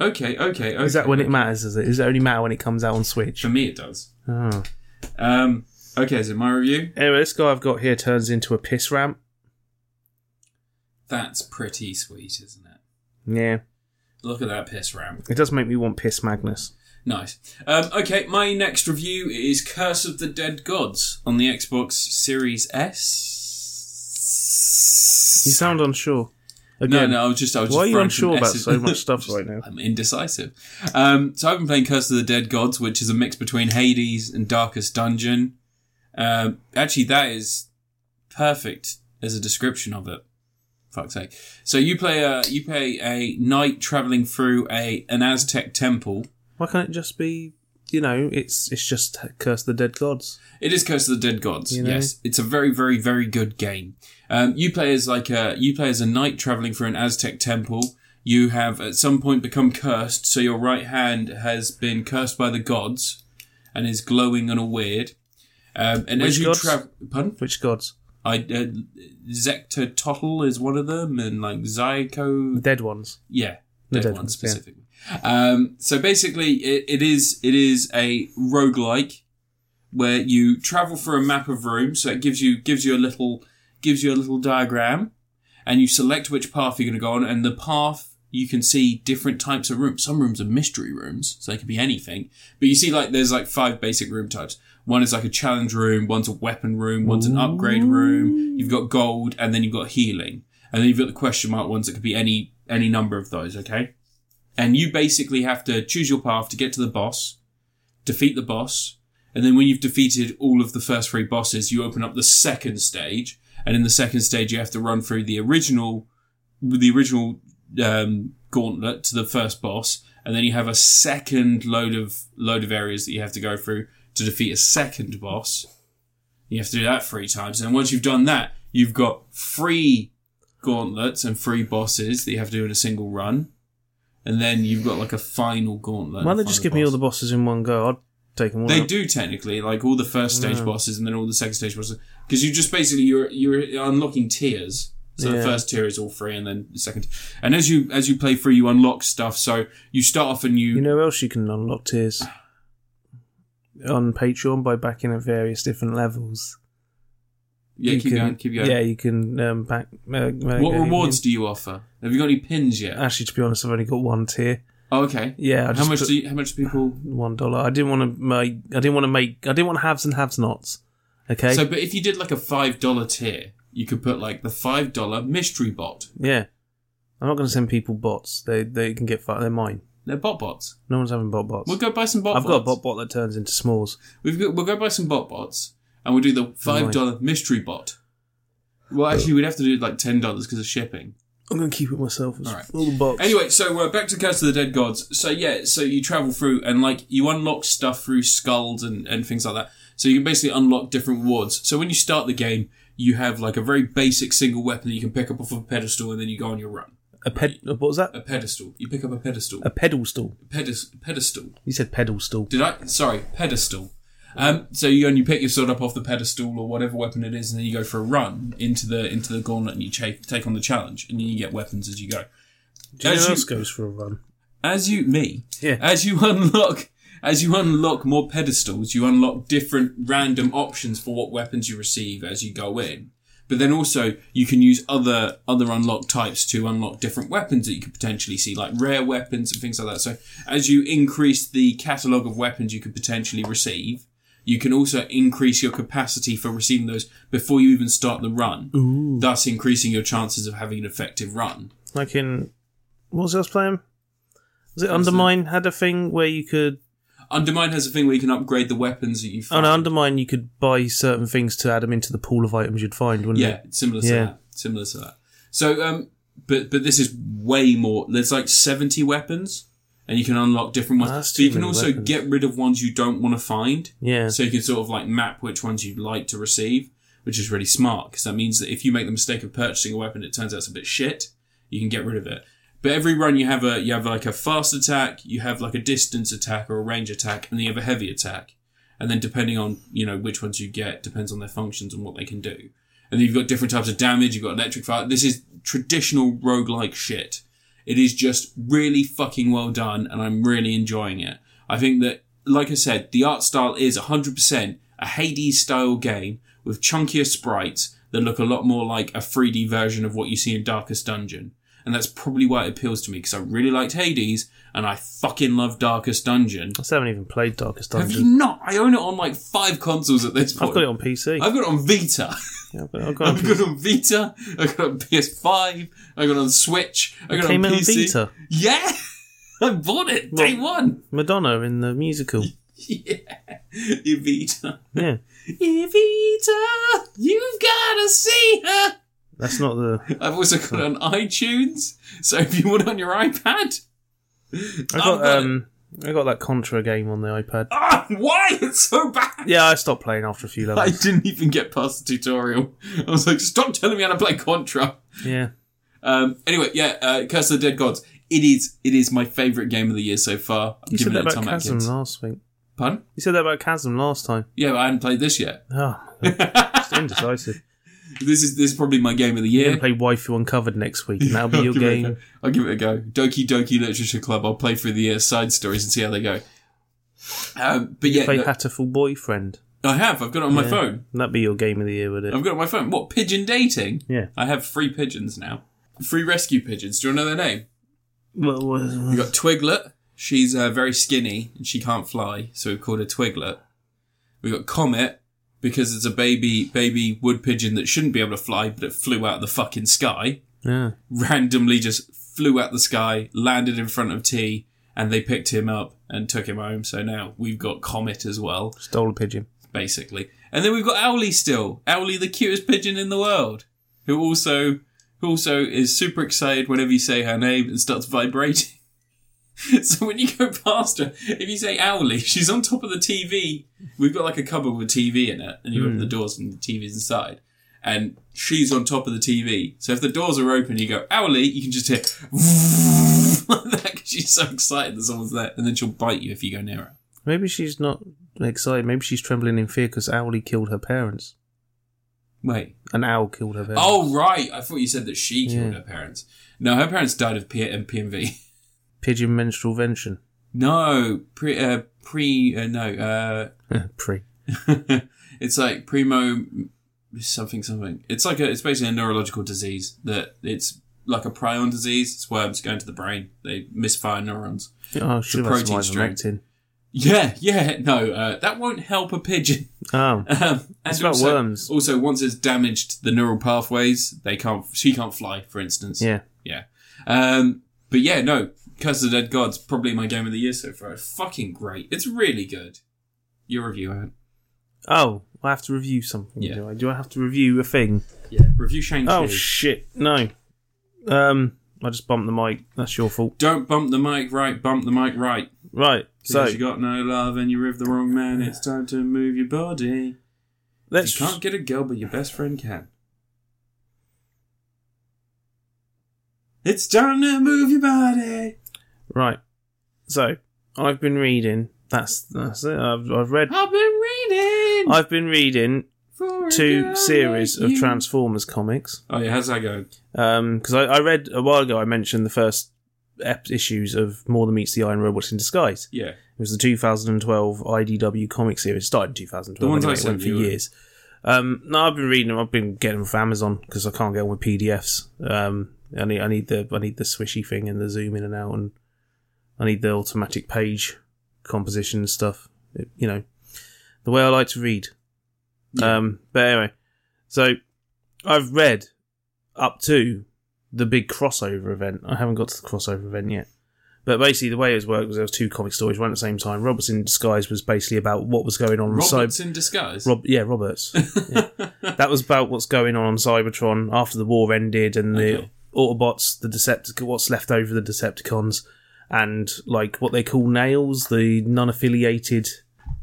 Speaker 1: Okay. Okay. Okay.
Speaker 2: Is that when it matters? Is it? Does it only matter when it comes out on Switch?
Speaker 1: For me, it does.
Speaker 2: Oh.
Speaker 1: Um. Okay. Is it my review?
Speaker 2: Anyway, this guy I've got here turns into a piss ramp.
Speaker 1: That's pretty sweet, isn't it?
Speaker 2: Yeah,
Speaker 1: Look at that piss ramp.
Speaker 2: it does make me want piss Magnus.
Speaker 1: Nice. Um, okay, my next review is Curse of the Dead Gods on the Xbox Series S.
Speaker 2: You sound unsure.
Speaker 1: no,
Speaker 2: Again,
Speaker 1: no, I was just, I was just
Speaker 2: Why are you
Speaker 1: throwing
Speaker 2: unsure
Speaker 1: some
Speaker 2: about
Speaker 1: S's.
Speaker 2: so much stuff right now?
Speaker 1: I'm indecisive. Um, so I've been playing Curse of the Dead Gods, which is a mix between Hades and Darkest Dungeon. Um, actually, that is perfect as a description of it. Fuck's sake. So you play a you play a knight traveling through a an Aztec temple.
Speaker 2: Why can't it just be? You know, it's it's just curse the dead gods.
Speaker 1: It is Curse of the Dead Gods.
Speaker 2: You know?
Speaker 1: Yes, it's a very, very, very good game. Um, you play as like a you play as a knight traveling through an Aztec temple. You have at some point become cursed, so your right hand has been cursed by the gods, and is glowing and all weird. Um, and
Speaker 2: Which
Speaker 1: as you
Speaker 2: gods?
Speaker 1: travel, pardon,
Speaker 2: Which gods?
Speaker 1: I uh, Zector Tottle is one of them, and like Zyko
Speaker 2: The dead ones.
Speaker 1: yeah, dead,
Speaker 2: dead
Speaker 1: one
Speaker 2: ones, yeah.
Speaker 1: specifically. Um, so basically, it, it is it is a roguelike where you travel through a map of rooms. So it gives you gives you a little gives you a little diagram, and you select which path you're going to go on, and the path you can see different types of rooms. Some rooms are mystery rooms, so they could be anything. But you see, like there's like five basic room types. One is like a challenge room, one's a weapon room, one's an upgrade room. You've got gold, and then you've got healing, and then you've got the question mark ones that could be any any number of those. Okay, and you basically have to choose your path to get to the boss, defeat the boss, and then when you've defeated all of the first three bosses, you open up the second stage, and in the second stage, you have to run through the original, the original um, gauntlet to the first boss, and then you have a second load of load of areas that you have to go through to defeat a second boss. You have to do that three times, and once you've done that, you've got three gauntlets and three bosses that you have to do in a single run, and then you've got like a final gauntlet.
Speaker 2: Why
Speaker 1: and
Speaker 2: don't they just
Speaker 1: final
Speaker 2: give me
Speaker 1: boss.
Speaker 2: all the bosses in one go? I'd take them all.
Speaker 1: They
Speaker 2: out.
Speaker 1: do technically, like all the first stage bosses and then all the second stage bosses, because you just basically you're you're unlocking tiers. So the
Speaker 2: Yeah.
Speaker 1: first tier is all three, and then the second. And as you as you play through, you unlock stuff. So you start off and you,
Speaker 2: You know, where else you can unlock tiers on Patreon by backing at various different levels.
Speaker 1: yeah
Speaker 2: You
Speaker 1: keep
Speaker 2: can-
Speaker 1: going, keep going.
Speaker 2: Yeah, you can um, back. Uh,
Speaker 1: what rewards do you offer? Have you got any pins yet?
Speaker 2: Actually, to be honest, I've only got one tier.
Speaker 1: oh, okay.
Speaker 2: Yeah, Uh, I
Speaker 1: how
Speaker 2: just
Speaker 1: much
Speaker 2: put
Speaker 1: do you, how much people?
Speaker 2: one dollar. I didn't want to make. I didn't want to make. I didn't want haves and haves nots. Okay.
Speaker 1: So, but if you did like a five dollar tier, you could put like the five dollar mystery bot.
Speaker 2: yeah, I'm not going to send people bots. They they can get fucked. They're mine.
Speaker 1: They're bot bots.
Speaker 2: No one's having bot bots.
Speaker 1: We'll go buy some bot.
Speaker 2: I've got a
Speaker 1: bots.
Speaker 2: bot bot that turns into s'mores.
Speaker 1: We've got, we'll go buy some bot bots and we'll do the five dollar mystery bot. Well, actually, we'd have to do like ten dollars because of shipping.
Speaker 2: I'm going to keep it myself. It's
Speaker 1: Alright.
Speaker 2: All the bots.
Speaker 1: Anyway, so uh, back to Curse of the Dead Gods. So yeah, so you travel through and like you unlock stuff through skulls and and things like that. So you can basically unlock different wards. So when you start the game, you have like a very basic single weapon that you can pick up off of a pedestal, and then you go on your run.
Speaker 2: a ped. What was that?
Speaker 1: A pedestal. You pick up a pedestal.
Speaker 2: A pedal stool.
Speaker 1: Pedes- pedestal.
Speaker 2: You said pedal stool.
Speaker 1: Did I? Sorry, pedestal. Um, so you and you pick your sword up off the pedestal or whatever weapon it is, and then you go for a run into the into the gauntlet, and you take take on the challenge, and then you get weapons as you go.
Speaker 2: Do you know
Speaker 1: As
Speaker 2: who
Speaker 1: you-
Speaker 2: else goes for a run?
Speaker 1: As you me,
Speaker 2: Yeah.
Speaker 1: as you unlock As you unlock more pedestals, you unlock different random options for what weapons you receive as you go in. But then also you can use other other unlock types to unlock different weapons that you could potentially see, like rare weapons and things like that. So as you increase the catalogue of weapons you could potentially receive, you can also increase your capacity for receiving those before you even start the run, thus increasing your chances of having an effective run.
Speaker 2: Like in what was I was playing? Was it Undermine had a thing where you could
Speaker 1: Undermine has a thing where you can upgrade the weapons that you
Speaker 2: oh
Speaker 1: find.
Speaker 2: no Undermine you could buy certain things to add them into the pool of items you'd find, wouldn't
Speaker 1: yeah,
Speaker 2: it?
Speaker 1: similar to
Speaker 2: Yeah.
Speaker 1: that. Similar to that. So, um, but but this is way more. There's like 70 weapons, and you can unlock different ones.
Speaker 2: That's
Speaker 1: so you
Speaker 2: too
Speaker 1: can
Speaker 2: many
Speaker 1: also
Speaker 2: weapons.
Speaker 1: get rid of ones you don't want to find.
Speaker 2: Yeah.
Speaker 1: So you can sort of like map which ones you'd like to receive, which is really smart because that means that if you make the mistake of purchasing a weapon, it turns out it's a bit shit. You can get rid of it. But every run you have a you have like a fast attack, you have like a distance attack or a range attack, and then you have a heavy attack. And then depending on you know which ones you get depends on their functions and what they can do. And then you've got different types of damage. You've got electric fire. This is traditional roguelike shit. It is just really fucking well done, and I'm really enjoying it. I think that, like I said, the art style is 100% a Hades style game with chunkier sprites that look a lot more like a 3D version of what you see in Darkest Dungeon. And that's probably why it appeals to me, because I really liked Hades, and I fucking love Darkest Dungeon.
Speaker 2: I still haven't even played Darkest
Speaker 1: Have you
Speaker 2: Dungeon.
Speaker 1: not? I own it on like five consoles at this point.
Speaker 2: I've got it on PC.
Speaker 1: I've got it on Vita.
Speaker 2: yeah, I've got, I've got it on
Speaker 1: I've got it on Vita. I've got it on PS5. I've got it on Switch. I got it
Speaker 2: Came
Speaker 1: on
Speaker 2: out on
Speaker 1: PC.
Speaker 2: Vita.
Speaker 1: Yeah, I bought it day one.
Speaker 2: Madonna in the musical.
Speaker 1: Yeah, Evita.
Speaker 2: Yeah.
Speaker 1: Evita, you've gotta see her.
Speaker 2: That's not the
Speaker 1: I've also got it on iTunes. So if you want it on your iPad,
Speaker 2: I
Speaker 1: I've
Speaker 2: got
Speaker 1: got it.
Speaker 2: um I got that Contra game on the iPad.
Speaker 1: ah, why it's so bad?
Speaker 2: Yeah, I stopped playing after a few
Speaker 1: I
Speaker 2: levels.
Speaker 1: didn't even get past the tutorial. I was like, stop telling me how to play Contra.
Speaker 2: Yeah.
Speaker 1: Um, anyway, yeah, uh, Curse of the Dead Gods. It is it is my favourite game of the year so far. I'm
Speaker 2: You said
Speaker 1: giving
Speaker 2: that
Speaker 1: it a
Speaker 2: about
Speaker 1: Tom
Speaker 2: Chasm
Speaker 1: Atkins.
Speaker 2: last week.
Speaker 1: Pardon?
Speaker 2: You said that about Chasm last time.
Speaker 1: Yeah, but I haven't played this yet.
Speaker 2: Oh, it's indecisive.
Speaker 1: This is this is probably my game of the
Speaker 2: We're
Speaker 1: year.
Speaker 2: going to play Waifu Uncovered next week, and that'll be
Speaker 1: I'll
Speaker 2: your
Speaker 1: give it a
Speaker 2: game.
Speaker 1: go. I'll give it a go. Doki Doki Literature Club. I'll play through the uh, side stories and see how they go. Um, but yeah,
Speaker 2: Play
Speaker 1: no-
Speaker 2: Hatterful Boyfriend.
Speaker 1: I have. I've got it on my
Speaker 2: Yeah.
Speaker 1: phone.
Speaker 2: And that'd be your game of the year, would it?
Speaker 1: I've got it on my phone. What pigeon dating?
Speaker 2: Yeah.
Speaker 1: I have free pigeons now. Free rescue pigeons. Do you want to know their name?
Speaker 2: Well,
Speaker 1: We
Speaker 2: well,
Speaker 1: got Twiglet. She's uh, very skinny and she can't fly, so we've called her Twiglet. We got Comet because it's a baby baby wood pigeon that shouldn't be able to fly, but it flew out the fucking sky.
Speaker 2: yeah.
Speaker 1: Randomly, just flew out the sky, landed in front of T, and they picked him up and took him home. So now we've got Comet as well,
Speaker 2: Stole a pigeon.
Speaker 1: basically. And then we've got Owly still. Owly, the cutest pigeon in the world, who also who also is super excited whenever you say her name and starts vibrating. so when you go past her, if you say Owly, she's on top of the TV. We've got like a cupboard with TV in it, and you open the doors and the TV's inside. And she's on top of the TV. So if the doors are open, you go, Owly, you can just hear like that 'cause she's so excited that someone's there. And then she'll bite you if you go near her.
Speaker 2: Maybe she's not excited. Maybe she's trembling in fear because Owlie killed her parents.
Speaker 1: Wait,
Speaker 2: An owl killed her parents.
Speaker 1: Oh right, I thought you said that she killed
Speaker 2: Yeah.
Speaker 1: her parents. No, her parents died of P- um, PMV.
Speaker 2: Pigeon menstrual vention.
Speaker 1: No, pre uh, pre uh, no.
Speaker 2: Pre.
Speaker 1: Uh, it's like primo something something. It's like a, it's basically a neurological disease that it's like a prion disease. It's worms going to the brain. They misfire neurons.
Speaker 2: Oh, she
Speaker 1: protein
Speaker 2: was
Speaker 1: string.
Speaker 2: ivermectin.
Speaker 1: Yeah, yeah, no, uh, that won't help a pigeon.
Speaker 2: Oh,
Speaker 1: Um, and
Speaker 2: It's about
Speaker 1: also-
Speaker 2: worms.
Speaker 1: Also, once it's damaged the neural pathways, they can't. She can't fly, for instance.
Speaker 2: yeah.
Speaker 1: Yeah. Um, but yeah, no, Curse of the Dead God's probably my game of the year so far. It's fucking great. It's really good. Your review, Ant.
Speaker 2: Oh, I have to review something.
Speaker 1: Yeah.
Speaker 2: Do I? Do I have to review a thing?
Speaker 1: Yeah. Review Shang Chi.
Speaker 2: Oh shit! No. Um, I just bumped the mic. That's your fault.
Speaker 1: Don't bump the mic right, bump the mic right.
Speaker 2: Right. So
Speaker 1: Because you got no love and you're with the wrong man, it's time to move your body.
Speaker 2: let's.
Speaker 1: you can't get a girl, but your best friend can. It's time to move your body.
Speaker 2: Right. So I've been reading. That's that's it. I've I've read.
Speaker 1: I've been reading
Speaker 2: I've been reading
Speaker 1: for a girl
Speaker 2: two
Speaker 1: like
Speaker 2: series of
Speaker 1: you.
Speaker 2: Transformers comics.
Speaker 1: Oh yeah, how's that going?
Speaker 2: Um, because I, I read a while ago. I mentioned the first ep- issues of More Than Meets the Eye and Robots in Disguise.
Speaker 1: Yeah.
Speaker 2: It was the 2012 IDW comic series. It started in 2012.
Speaker 1: The ones
Speaker 2: anyway,
Speaker 1: I
Speaker 2: it
Speaker 1: sent
Speaker 2: went for
Speaker 1: you were-
Speaker 2: years. Um, no, I've been reading them. I've been getting them from Amazon because I can't get on with PDFs. Um, I need I need the I need the swishy thing and the zoom in and out, and I need the automatic page composition and stuff. It, you know, the way I like to read.
Speaker 1: Yeah.
Speaker 2: Um, but anyway, so I've read up to the big crossover event. I haven't got to the crossover event yet. But basically, the way it was worked was there was two comic stories one at the same time. Roberts in Disguise was basically about what was going on. with
Speaker 1: Roberts in disguise.
Speaker 2: Rob, yeah, Roberts. Yeah. that was about what's going on on Cybertron after the war ended and the
Speaker 1: Okay.
Speaker 2: Autobots, the Decepticons, what's left over of the Decepticons, and like what they call nails, the non-affiliated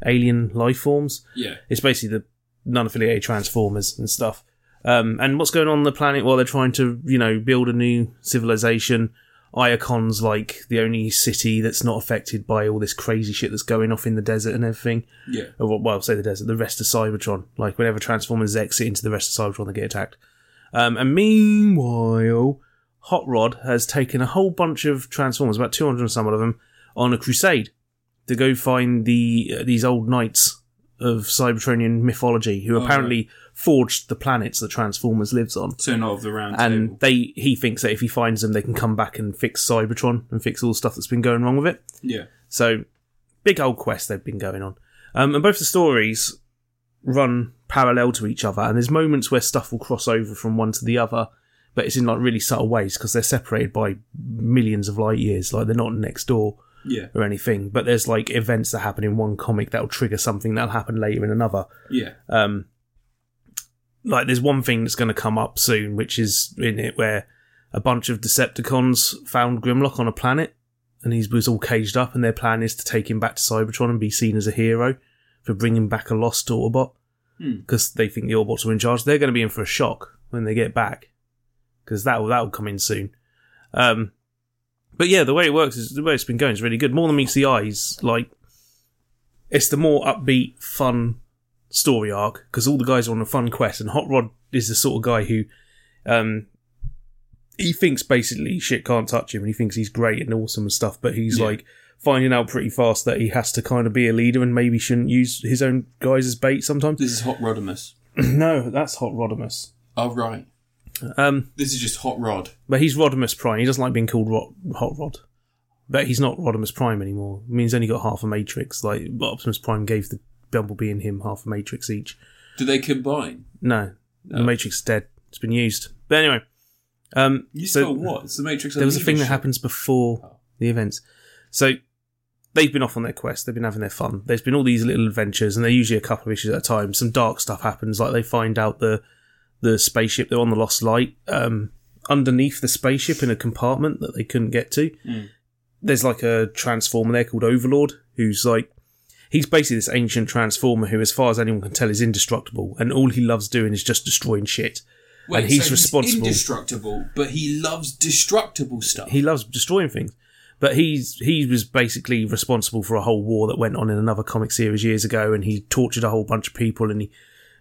Speaker 2: alien life forms.
Speaker 1: yeah.
Speaker 2: It's basically the non-affiliated Transformers and stuff. Um, and what's going on, on the planet while they're trying to, you know, build a new civilization. Iacon's like the only city that's not affected by all this crazy shit that's going off in the desert and everything
Speaker 1: Yeah.
Speaker 2: or well, well, say the desert, the rest of Cybertron. Like whenever Transformers exit into the rest of Cybertron, they get attacked. Um, and meanwhile, Hot Rod has taken a whole bunch of Transformers, about two hundred and some odd of them, on a crusade to go find the uh, these old knights of Cybertronian mythology who
Speaker 1: Oh,
Speaker 2: apparently forged the planets that Transformers lives on.
Speaker 1: So not of the round
Speaker 2: And
Speaker 1: table.
Speaker 2: they, he thinks that if he finds them, they can come back and fix Cybertron and fix all the stuff that's been going wrong with it.
Speaker 1: Yeah.
Speaker 2: So, big old quest they've been going on. Um, and both the stories run parallel to each other, and there's moments where stuff will cross over from one to the other, but it's in like really subtle ways because they're separated by millions of light years. Like they're not next door
Speaker 1: Yeah.
Speaker 2: or anything, but there's like events that happen in one comic that'll trigger something that'll happen later in another.
Speaker 1: Yeah.
Speaker 2: Um, like there's one thing that's going to come up soon, which is in it where a bunch of Decepticons found Grimlock on a planet, and he was all caged up, and their plan is to take him back to Cybertron and be seen as a hero for bringing back a lost Autobot
Speaker 1: Hmm.
Speaker 2: because they think the Autobots are in charge. They're going to be in for a shock when they get back because that will that will come in soon. Um, but yeah, the way it works is the way it's been going is really good. More than meets the eyes, like it's the more upbeat, fun story arc because all the guys are on a fun quest, and Hot Rod is the sort of guy who, um, he thinks basically shit can't touch him, and he thinks he's great and awesome and stuff, but he's
Speaker 1: Yeah.
Speaker 2: like finding out pretty fast that he has to kind of be a leader and maybe shouldn't use his own guys as bait sometimes.
Speaker 1: This is Hot Rodimus.
Speaker 2: no, that's Hot Rodimus.
Speaker 1: Oh right.
Speaker 2: Um,
Speaker 1: This is just Hot Rod.
Speaker 2: but he's Rodimus Prime. He doesn't like being called Ro- Hot Rod. But he's not Rodimus Prime anymore. I mean, he's only got half a matrix. Like Optimus Prime gave the Bumblebee and him half a matrix each.
Speaker 1: Do they combine?
Speaker 2: No, the
Speaker 1: Oh.
Speaker 2: Matrix is dead. It's been used. But anyway, um,
Speaker 1: You
Speaker 2: so
Speaker 1: spell what? It's the Matrix.
Speaker 2: there was a thing that
Speaker 1: Unleashed.
Speaker 2: happens before
Speaker 1: Oh.
Speaker 2: the events. So they've been off on their quest. They've been having their fun. There's been all these little adventures, and they're usually a couple of issues at a time. Some dark stuff happens, like they find out the the spaceship. They're on the Lost Light. Um, underneath the spaceship in a compartment that they couldn't get to.
Speaker 1: Mm.
Speaker 2: There's like a transformer there called Overlord, who's like he's basically this ancient transformer who, as far as anyone can tell, is indestructible, and all he loves doing is just destroying shit.
Speaker 1: Wait,
Speaker 2: and he's
Speaker 1: so
Speaker 2: responsible.
Speaker 1: indestructible, but he loves destructible stuff.
Speaker 2: he loves destroying things. But he's he was basically responsible for a whole war that went on in another comic series years ago, and he tortured a whole bunch of people, and he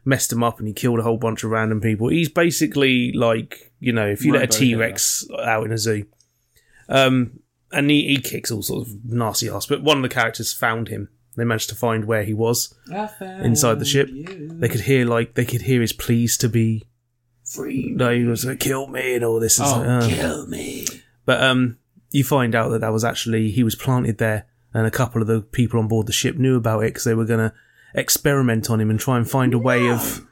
Speaker 2: messed them up, and he killed a whole bunch of random people. He's basically like you know if you let
Speaker 1: Robo
Speaker 2: a T Rex out in a zoo, um, and he, he kicks all sorts of nasty ass. But one of the characters found him. They managed to find where he was
Speaker 1: I found
Speaker 2: inside the ship.
Speaker 1: you.
Speaker 2: They could hear like they could hear his pleas to be
Speaker 1: Free.
Speaker 2: no, he was like kill me and all this. It's
Speaker 1: Oh,
Speaker 2: like, oh.
Speaker 1: kill me.
Speaker 2: But um, you find out that that was actually he was planted there, and a couple of the people on board the ship knew about it because they were going to experiment on him and try and find a way of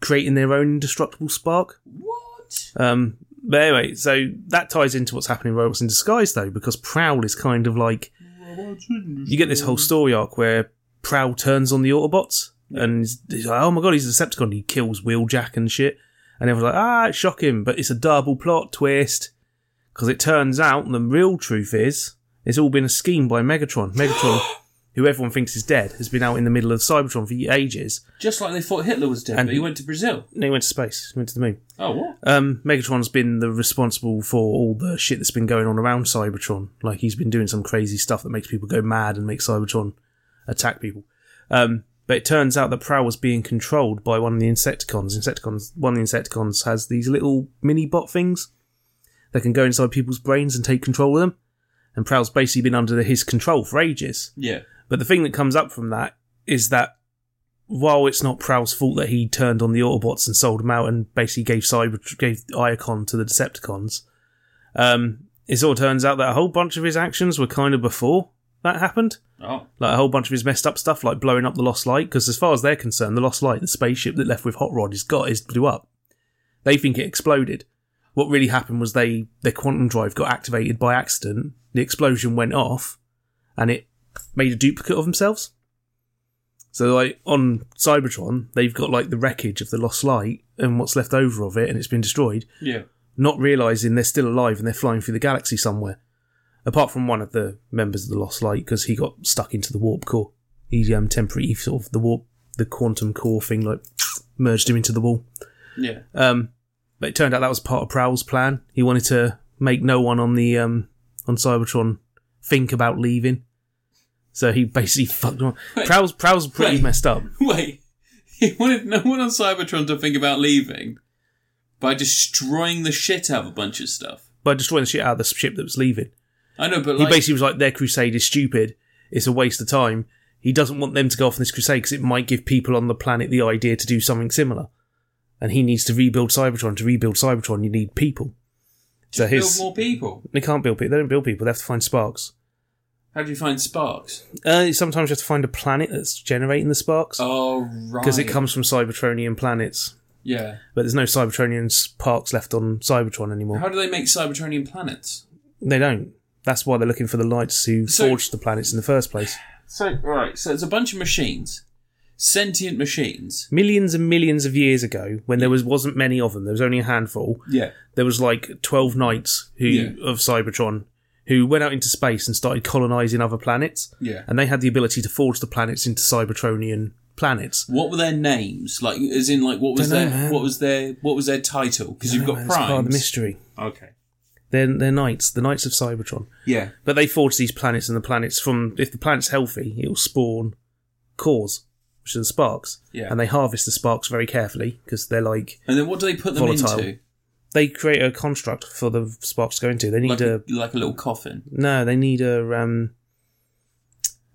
Speaker 2: creating their own indestructible spark.
Speaker 1: What?
Speaker 2: Um, but anyway, so that ties into what's happening in Robots in Disguise though, because Prowl is kind of like you get this whole story arc where Prowl turns on the Autobots and he's- he's like, oh my god, he's a Decepticon. He kills Wheeljack and shit. And everyone's like, ah, shock him. But it's a double plot twist because it turns out the real truth is it's all been a scheme by Megatron. Megatron, who everyone thinks is dead, has been out in the middle of Cybertron for ages.
Speaker 1: Just like they thought Hitler was dead,
Speaker 2: And-
Speaker 1: but he went to Brazil.
Speaker 2: And he went to space, he went to the moon.
Speaker 1: Oh, what?
Speaker 2: Um, Megatron's been the responsible for all the shit that's been going on around Cybertron. Like he's been doing some crazy stuff that makes people go mad and makes Cybertron attack people. Um, but it turns out that Prowl was being controlled by one of the Insecticons. Insecticons, one of the Insecticons has these little mini bot things that can go inside people's brains and take control of them. and Prowl's basically been under his control for ages.
Speaker 1: Yeah.
Speaker 2: But the thing that comes up from that is that while it's not Prowl's fault that he turned on the Autobots and sold them out and basically gave Cyber gave Iacon to the Decepticons, um, it sort of turns out that a whole bunch of his actions were kind of before that happened.
Speaker 1: Oh.
Speaker 2: Like a whole bunch of his messed up stuff, like blowing up the Lost Light, because as far as they're concerned, the Lost Light, the spaceship that left with Hot Rod, is got is blew up. They think it exploded. What really happened was they their quantum drive got activated by accident. The explosion went off, and it made a duplicate of themselves. So like on Cybertron, they've got like the wreckage of the Lost Light and what's left over of it, and it's been destroyed
Speaker 1: Yeah.
Speaker 2: not realizing they're still alive and they're flying through the galaxy somewhere. Apart from one of the members of the Lost Light, because he got stuck into the warp core. He um, temporarily sort of the warp, the quantum core thing, like merged him into the wall.
Speaker 1: Yeah.
Speaker 2: Um, but it turned out that was part of Prowl's plan. He wanted to make no one on the um, on Cybertron think about leaving. So he basically fucked them. up.
Speaker 1: Wait.
Speaker 2: Prowl's Prowl's pretty
Speaker 1: Wait.
Speaker 2: messed up.
Speaker 1: Wait. He wanted no one on Cybertron to think about leaving by destroying the shit out of a bunch of stuff.
Speaker 2: By destroying the shit out of the ship that was leaving.
Speaker 1: I know, but
Speaker 2: he
Speaker 1: like,
Speaker 2: basically was like, their crusade is stupid. It's a waste of time. He doesn't want them to go off on this crusade because it might give people on the planet the idea to do something similar. And he needs to rebuild Cybertron. To rebuild Cybertron, you need people. So
Speaker 1: just
Speaker 2: his,
Speaker 1: build more people.
Speaker 2: they can't build people. They don't build people. They have to find sparks.
Speaker 1: How do you find sparks?
Speaker 2: Uh, sometimes you have to find a planet that's generating the sparks
Speaker 1: Oh, right.
Speaker 2: because it comes from Cybertronian planets.
Speaker 1: Yeah.
Speaker 2: But there's no Cybertronian sparks left on Cybertron anymore.
Speaker 1: How do they make Cybertronian planets?
Speaker 2: They don't. That's why they're looking for the lights who
Speaker 1: So-
Speaker 2: forged the planets in the first place.
Speaker 1: So, right. So it's a bunch of machines, sentient machines.
Speaker 2: millions and millions of years ago when there was wasn't many of them there was only a handful
Speaker 1: Yeah.
Speaker 2: there was like 12 knights who
Speaker 1: Yeah.
Speaker 2: of cybertron who went out into space and started colonizing other planets
Speaker 1: Yeah.
Speaker 2: and they had the ability to forge the planets into cybertronian planets
Speaker 1: What were their names? Like, as in, like, what was
Speaker 2: Dunno,
Speaker 1: their
Speaker 2: man.
Speaker 1: what was their what was their title? Because you've got
Speaker 2: That's part of the
Speaker 1: primes.
Speaker 2: mystery
Speaker 1: Okay.
Speaker 2: they're, they're knights the knights of cybertron
Speaker 1: Yeah.
Speaker 2: but they forge these planets and the planets from if the planet's healthy it'll spawn cores which are the sparks
Speaker 1: Yeah.
Speaker 2: and they harvest the sparks very carefully because they're like
Speaker 1: And then what do they put them
Speaker 2: Volatile.
Speaker 1: into?
Speaker 2: they create a construct for the sparks to go into they need
Speaker 1: Like
Speaker 2: a
Speaker 1: a, like a little coffin,
Speaker 2: No, they need a um,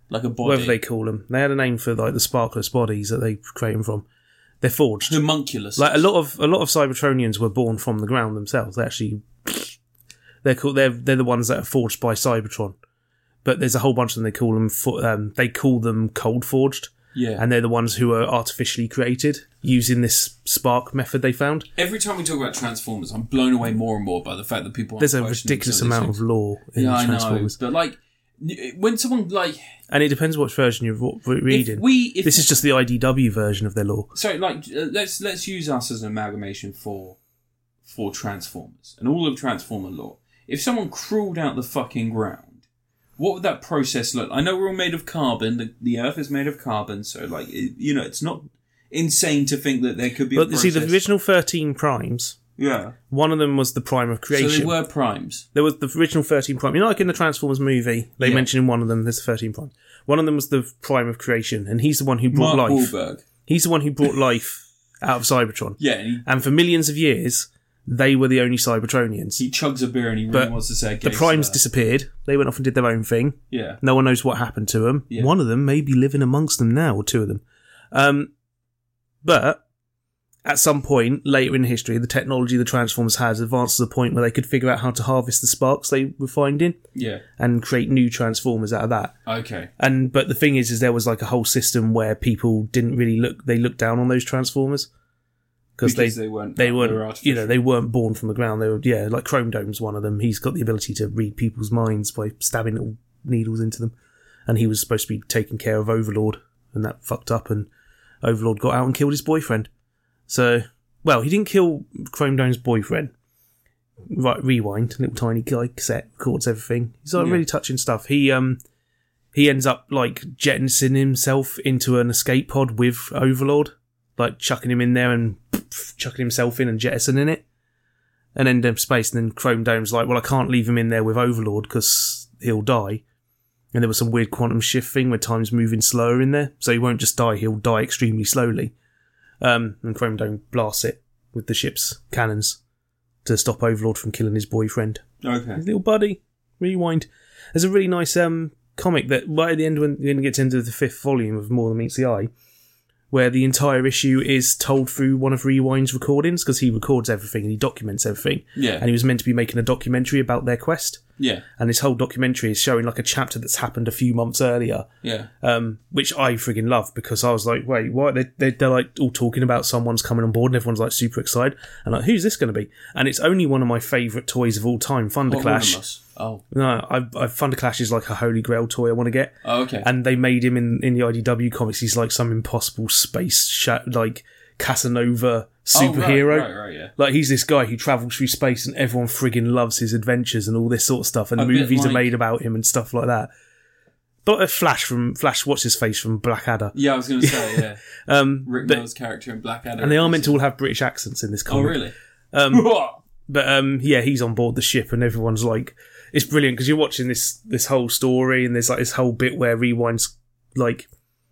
Speaker 1: like a body.
Speaker 2: whatever they call them. They had a name for like the sparkless bodies that they create them from. They're forged.
Speaker 1: homunculus.
Speaker 2: Like a lot of a lot of Cybertronians were born from the ground themselves. They actually they're called they're they're the ones that are forged by Cybertron. But there's a whole bunch of them. They call them fo- um, they call them cold forged,
Speaker 1: yeah.
Speaker 2: and they're the ones who are artificially created using this spark method they found.
Speaker 1: Every time we talk about Transformers, I'm blown away more and more by the fact that people.
Speaker 2: There's
Speaker 1: aren't
Speaker 2: a
Speaker 1: questioning
Speaker 2: ridiculous
Speaker 1: some of
Speaker 2: amount
Speaker 1: these
Speaker 2: of lore in
Speaker 1: things. Yeah, I know.
Speaker 2: Transformers,
Speaker 1: But like, y- when someone like
Speaker 2: and it depends what version you're re- reading.
Speaker 1: if we if
Speaker 2: this is just the IDW version of their lore.
Speaker 1: so like uh, let's let's use us as an amalgamation for for Transformers and all of Transformer lore. If someone crawled out the fucking ground, what would that process look? I know we're all made of carbon. The, the Earth is made of carbon, so like it, you know, it's not insane to think that there could be. a
Speaker 2: But you see, the
Speaker 1: process.
Speaker 2: original thirteen primes.
Speaker 1: yeah.
Speaker 2: One of them was the prime of
Speaker 1: So they
Speaker 2: creation.
Speaker 1: were primes.
Speaker 2: there was the original thirteen prime. You know, like in the Transformers movie, they
Speaker 1: Yeah.
Speaker 2: mention in one of them there's thirteen prime. One of them was the prime of creation, and he's the one who brought
Speaker 1: Mark
Speaker 2: life.
Speaker 1: Wahlberg.
Speaker 2: He's the one who brought life out of Cybertron.
Speaker 1: Yeah, and he
Speaker 2: And for millions of years, they were the only Cybertronians.
Speaker 1: He chugs a beer and he really
Speaker 2: But
Speaker 1: wants to say.
Speaker 2: the
Speaker 1: gay
Speaker 2: primes
Speaker 1: slur.
Speaker 2: disappeared. They went off and did their own thing.
Speaker 1: yeah,
Speaker 2: No one knows what happened to them.
Speaker 1: Yeah.
Speaker 2: One of them may be living amongst them now, or two of them. Um, but at some point later in history, the technology the Transformers had advanced to the point where they could figure out how to harvest the sparks they were finding
Speaker 1: yeah.
Speaker 2: and create new Transformers out of that.
Speaker 1: Okay.
Speaker 2: And but the thing is, is there was like a whole system where people didn't really look; they looked down on those Transformers because they.
Speaker 1: they weren't.
Speaker 2: They weren't,
Speaker 1: were
Speaker 2: you
Speaker 1: artificial.
Speaker 2: know, they weren't born from the ground. They were, yeah, like Chrome Dome's one of them. He's got the ability to read people's minds by stabbing little needles into them, and he was supposed to be taking care of Overlord, and that fucked up, and Overlord got out and killed his boyfriend. So, well, he didn't kill Chrome Dome's boyfriend. Right, rewind. Little tiny guy cassette records everything. He's like
Speaker 1: Yeah.
Speaker 2: really touching stuff. He um, he ends up like jettisoning himself into an escape pod with Overlord, like chucking him in there and chucking himself in and jettisoning it, and end up space. And then Chrome Dome's like, "Well, I can't leave him in there with Overlord because he'll die." And there was some weird quantum shift thing where time's moving slower in there, so he won't just die; he'll die extremely slowly. Um, and Chrome Dome blasts it with the ship's cannons to stop Overlord from killing his boyfriend,
Speaker 1: okay.
Speaker 2: his little buddy. Rewind. There's a really nice um, comic that by the end when when it gets into the fifth volume of More Than Meets the Eye, where the entire issue is told through one of Rewind's recordings because he records everything and he documents everything.
Speaker 1: Yeah.
Speaker 2: And he was meant to be making a documentary about their quest,
Speaker 1: Yeah.
Speaker 2: and this whole documentary is showing like a chapter that's happened a few months earlier
Speaker 1: Yeah.
Speaker 2: um, which I friggin' love because I was like, wait, why They, they, they're like all talking about someone's coming on board and everyone's like super excited. And like, who's this going to be? And it's only one of my favourite toys of all time,
Speaker 1: What,
Speaker 2: Thunderclash.
Speaker 1: Anonymous? Oh.
Speaker 2: No, I, I, Thunderclash is like a holy grail toy I want to get.
Speaker 1: oh. Okay.
Speaker 2: And they made him in, in the IDW comics. He's like some impossible space, sha- like Casanova
Speaker 1: Oh, right,
Speaker 2: superhero.
Speaker 1: Right. Right. yeah.
Speaker 2: Like he's this guy who travels through space and everyone friggin' loves his adventures and all this sort of stuff, and
Speaker 1: A bit
Speaker 2: movies are
Speaker 1: like-
Speaker 2: made about him and stuff like that. But a Flash from Flash, what's his face from Blackadder?
Speaker 1: Yeah, I was going to say, yeah.
Speaker 2: Um,
Speaker 1: Rick
Speaker 2: but-
Speaker 1: Miller's character in Blackadder.
Speaker 2: and they are meant to all have British accents in this
Speaker 1: Oh,
Speaker 2: comic.
Speaker 1: really?
Speaker 2: Um, but um, yeah, he's on board the ship, and everyone's like, it's brilliant because you're watching this this whole story, and there's like this whole bit where Rewind's like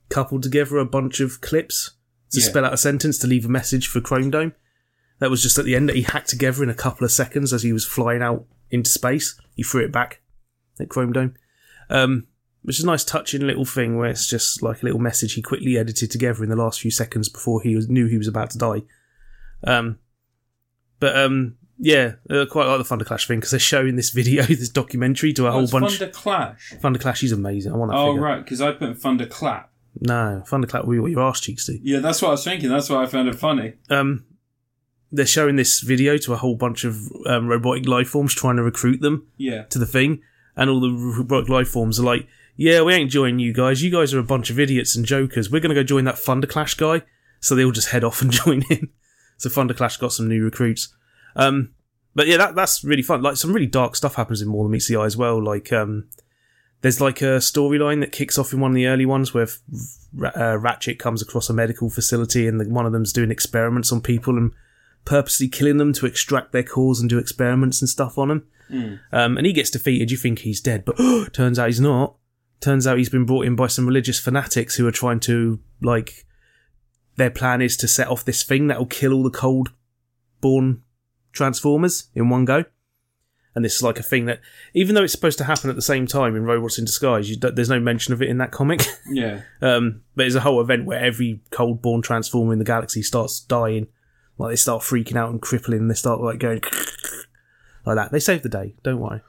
Speaker 2: coupled together a bunch of clips to
Speaker 1: Yeah.
Speaker 2: spell out a sentence to leave a message for Chrome Dome. That was just at the end that he hacked together in a couple of seconds as he was flying out into space. He threw it back at Chrome Dome, um, which is a nice touching little thing where it's just like a little message he quickly edited together in the last few seconds before he was, knew he was about to die. Um, but um, yeah, I quite like the Thunderclash thing because they're showing this video, this documentary to a
Speaker 1: Oh,
Speaker 2: whole
Speaker 1: it's
Speaker 2: bunch.
Speaker 1: Thunderclash.
Speaker 2: Thunderclash is amazing. I want that
Speaker 1: Oh,
Speaker 2: figure.
Speaker 1: right, because I put Thunderclap.
Speaker 2: No, Thunderclap will be what your arse cheeks do.
Speaker 1: Yeah, that's what I was thinking. That's why I found it funny.
Speaker 2: Um, they're showing this video to a whole bunch of um, robotic life forms trying to recruit them
Speaker 1: Yeah.
Speaker 2: to the thing, and all the robotic life forms are like, "Yeah, we ain't joining you guys. You guys are a bunch of idiots and jokers. We're gonna go join that Thunderclash guy." So they all just head off and join in. So Thunderclash got some new recruits. Um, but yeah, that that's really fun. Like some really dark stuff happens in More Than Meets the Eye as well. Like um, there's like a storyline that kicks off in one of the early ones where Ra- uh, Ratchet comes across a medical facility and the, one of them's doing experiments on people and purposely killing them to extract their cores and do experiments and stuff on them. Um, and he gets defeated. You think he's dead, but turns out he's not. Turns out he's been brought in by some religious fanatics who are trying to like. Their plan is to set off this thing that will kill all the cold born transformers in one go. And this is like a thing that, even though it's supposed to happen at the same time in Robots in Disguise, you, don't- there's no mention of it in that comic.
Speaker 1: Yeah.
Speaker 2: Um, but it's a whole event where every cold born transformer in the galaxy starts dying. Like they start freaking out and crippling. They start like going like that. They save the day. Don't worry.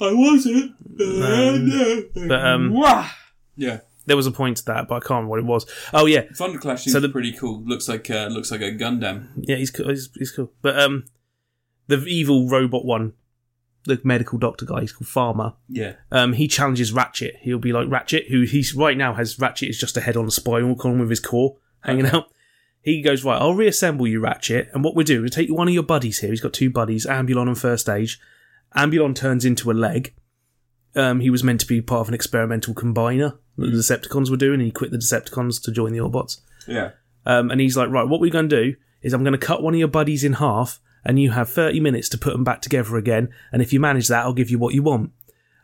Speaker 1: I wasn't.
Speaker 2: Um, But
Speaker 1: Mm-hmm.
Speaker 2: um,
Speaker 1: yeah.
Speaker 2: there was a point to that, but I can't remember what it was. Oh yeah,
Speaker 1: Thunderclash seems
Speaker 2: So the-
Speaker 1: pretty cool. Looks like uh, looks like a Gundam.
Speaker 2: yeah, he's cool. He's, he's cool. But um, the evil robot one, the medical doctor guy, he's called Farmer.
Speaker 1: Yeah.
Speaker 2: Um, he challenges Ratchet. He'll be like Ratchet, who he's right now has Ratchet is just a head on a spinal column with his core hanging out. He goes right. I'll reassemble you, Ratchet, and what we do, we take one of your buddies here. He's got two buddies, Ambulon and First Age. Ambulon turns into a leg. Um, he was meant to be part of an experimental combiner that the Decepticons were doing, and he quit the Decepticons to join the Autobots.
Speaker 1: Yeah.
Speaker 2: Um, and he's like, right, what we're going to do is I'm going to cut one of your buddies in half, and you have 30 minutes to put them back together again. And if you manage that, I'll give you what you want.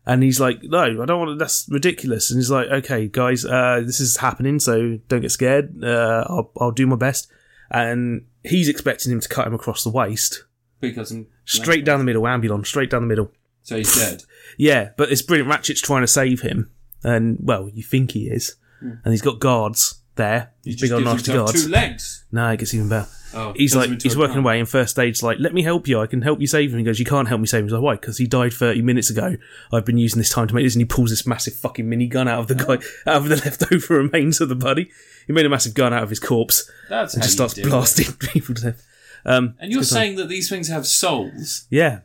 Speaker 2: And he's like, no, I don't want to. That's ridiculous. And he's like, okay, guys, uh, this is happening, so don't get scared. Uh, I'll, I'll do my best. And he's expecting him to cut him across the waist,
Speaker 1: Because I'm
Speaker 2: straight down the middle, ambulon, straight down the middle.
Speaker 1: So he's dead.
Speaker 2: Yeah, but it's brilliant. Ratchet's trying to save him, and well, you think he is, and he's got guards there,
Speaker 1: Hmm. He
Speaker 2: these
Speaker 1: just
Speaker 2: big old
Speaker 1: gives
Speaker 2: nasty
Speaker 1: himself
Speaker 2: guards.
Speaker 1: two legs.
Speaker 2: No, it gets even better
Speaker 1: Oh, turns
Speaker 2: he's
Speaker 1: him
Speaker 2: like
Speaker 1: into
Speaker 2: he's
Speaker 1: a
Speaker 2: working
Speaker 1: gun.
Speaker 2: away and first aid's like let me help you i can help you save him he goes you can't help me save him he's like why because he died 30 minutes ago i've been using this time to make this and he pulls this massive fucking minigun out of the guy out of the leftover remains of the buddy he made a massive gun out of his corpse
Speaker 1: That's
Speaker 2: and
Speaker 1: how
Speaker 2: just
Speaker 1: you
Speaker 2: starts
Speaker 1: do it.
Speaker 2: blasting people to death um
Speaker 1: And you're saying that these things have souls?
Speaker 2: yeah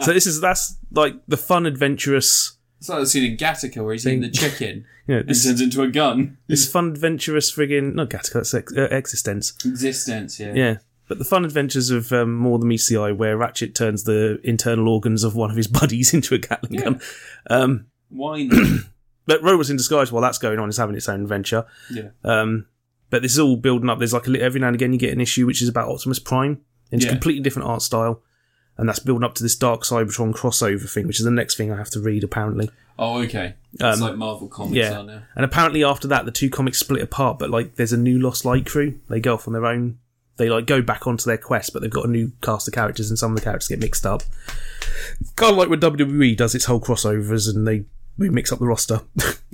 Speaker 2: so this is that's like the fun adventurous
Speaker 1: It's like the scene in Gattaca where he's eating the chicken
Speaker 2: you know
Speaker 1: and
Speaker 2: this,
Speaker 1: turns into a gun.
Speaker 2: this fun adventurous friggin not Gattaca that's ex- uh, existence
Speaker 1: Existence. Yeah.
Speaker 2: Yeah. But the fun adventures of um, more than meets the eye, where Ratchet turns the internal organs of one of his buddies into a Gatling
Speaker 1: Yeah.
Speaker 2: gun. Um,
Speaker 1: Why not?
Speaker 2: but Robots in Disguise, while that's going on, is having its own adventure.
Speaker 1: yeah.
Speaker 2: Um, but this is all building up. There's like a, li- every now and again you get an issue which is about Optimus Prime. It's
Speaker 1: Yeah.
Speaker 2: a completely different art style, and that's building up to this Dark Cybertron crossover thing, which is the next thing I have to read apparently.
Speaker 1: Oh, okay. it's like Marvel comics
Speaker 2: Um, yeah.
Speaker 1: are now.
Speaker 2: And apparently after that, the two comics split apart. But like, there's a new Lost Light crew. They go off on their own. They like go back onto their quest, but they've got a new cast of characters, and some of the characters get mixed up. kind of like when WWE does its whole crossovers and they we mix up the roster.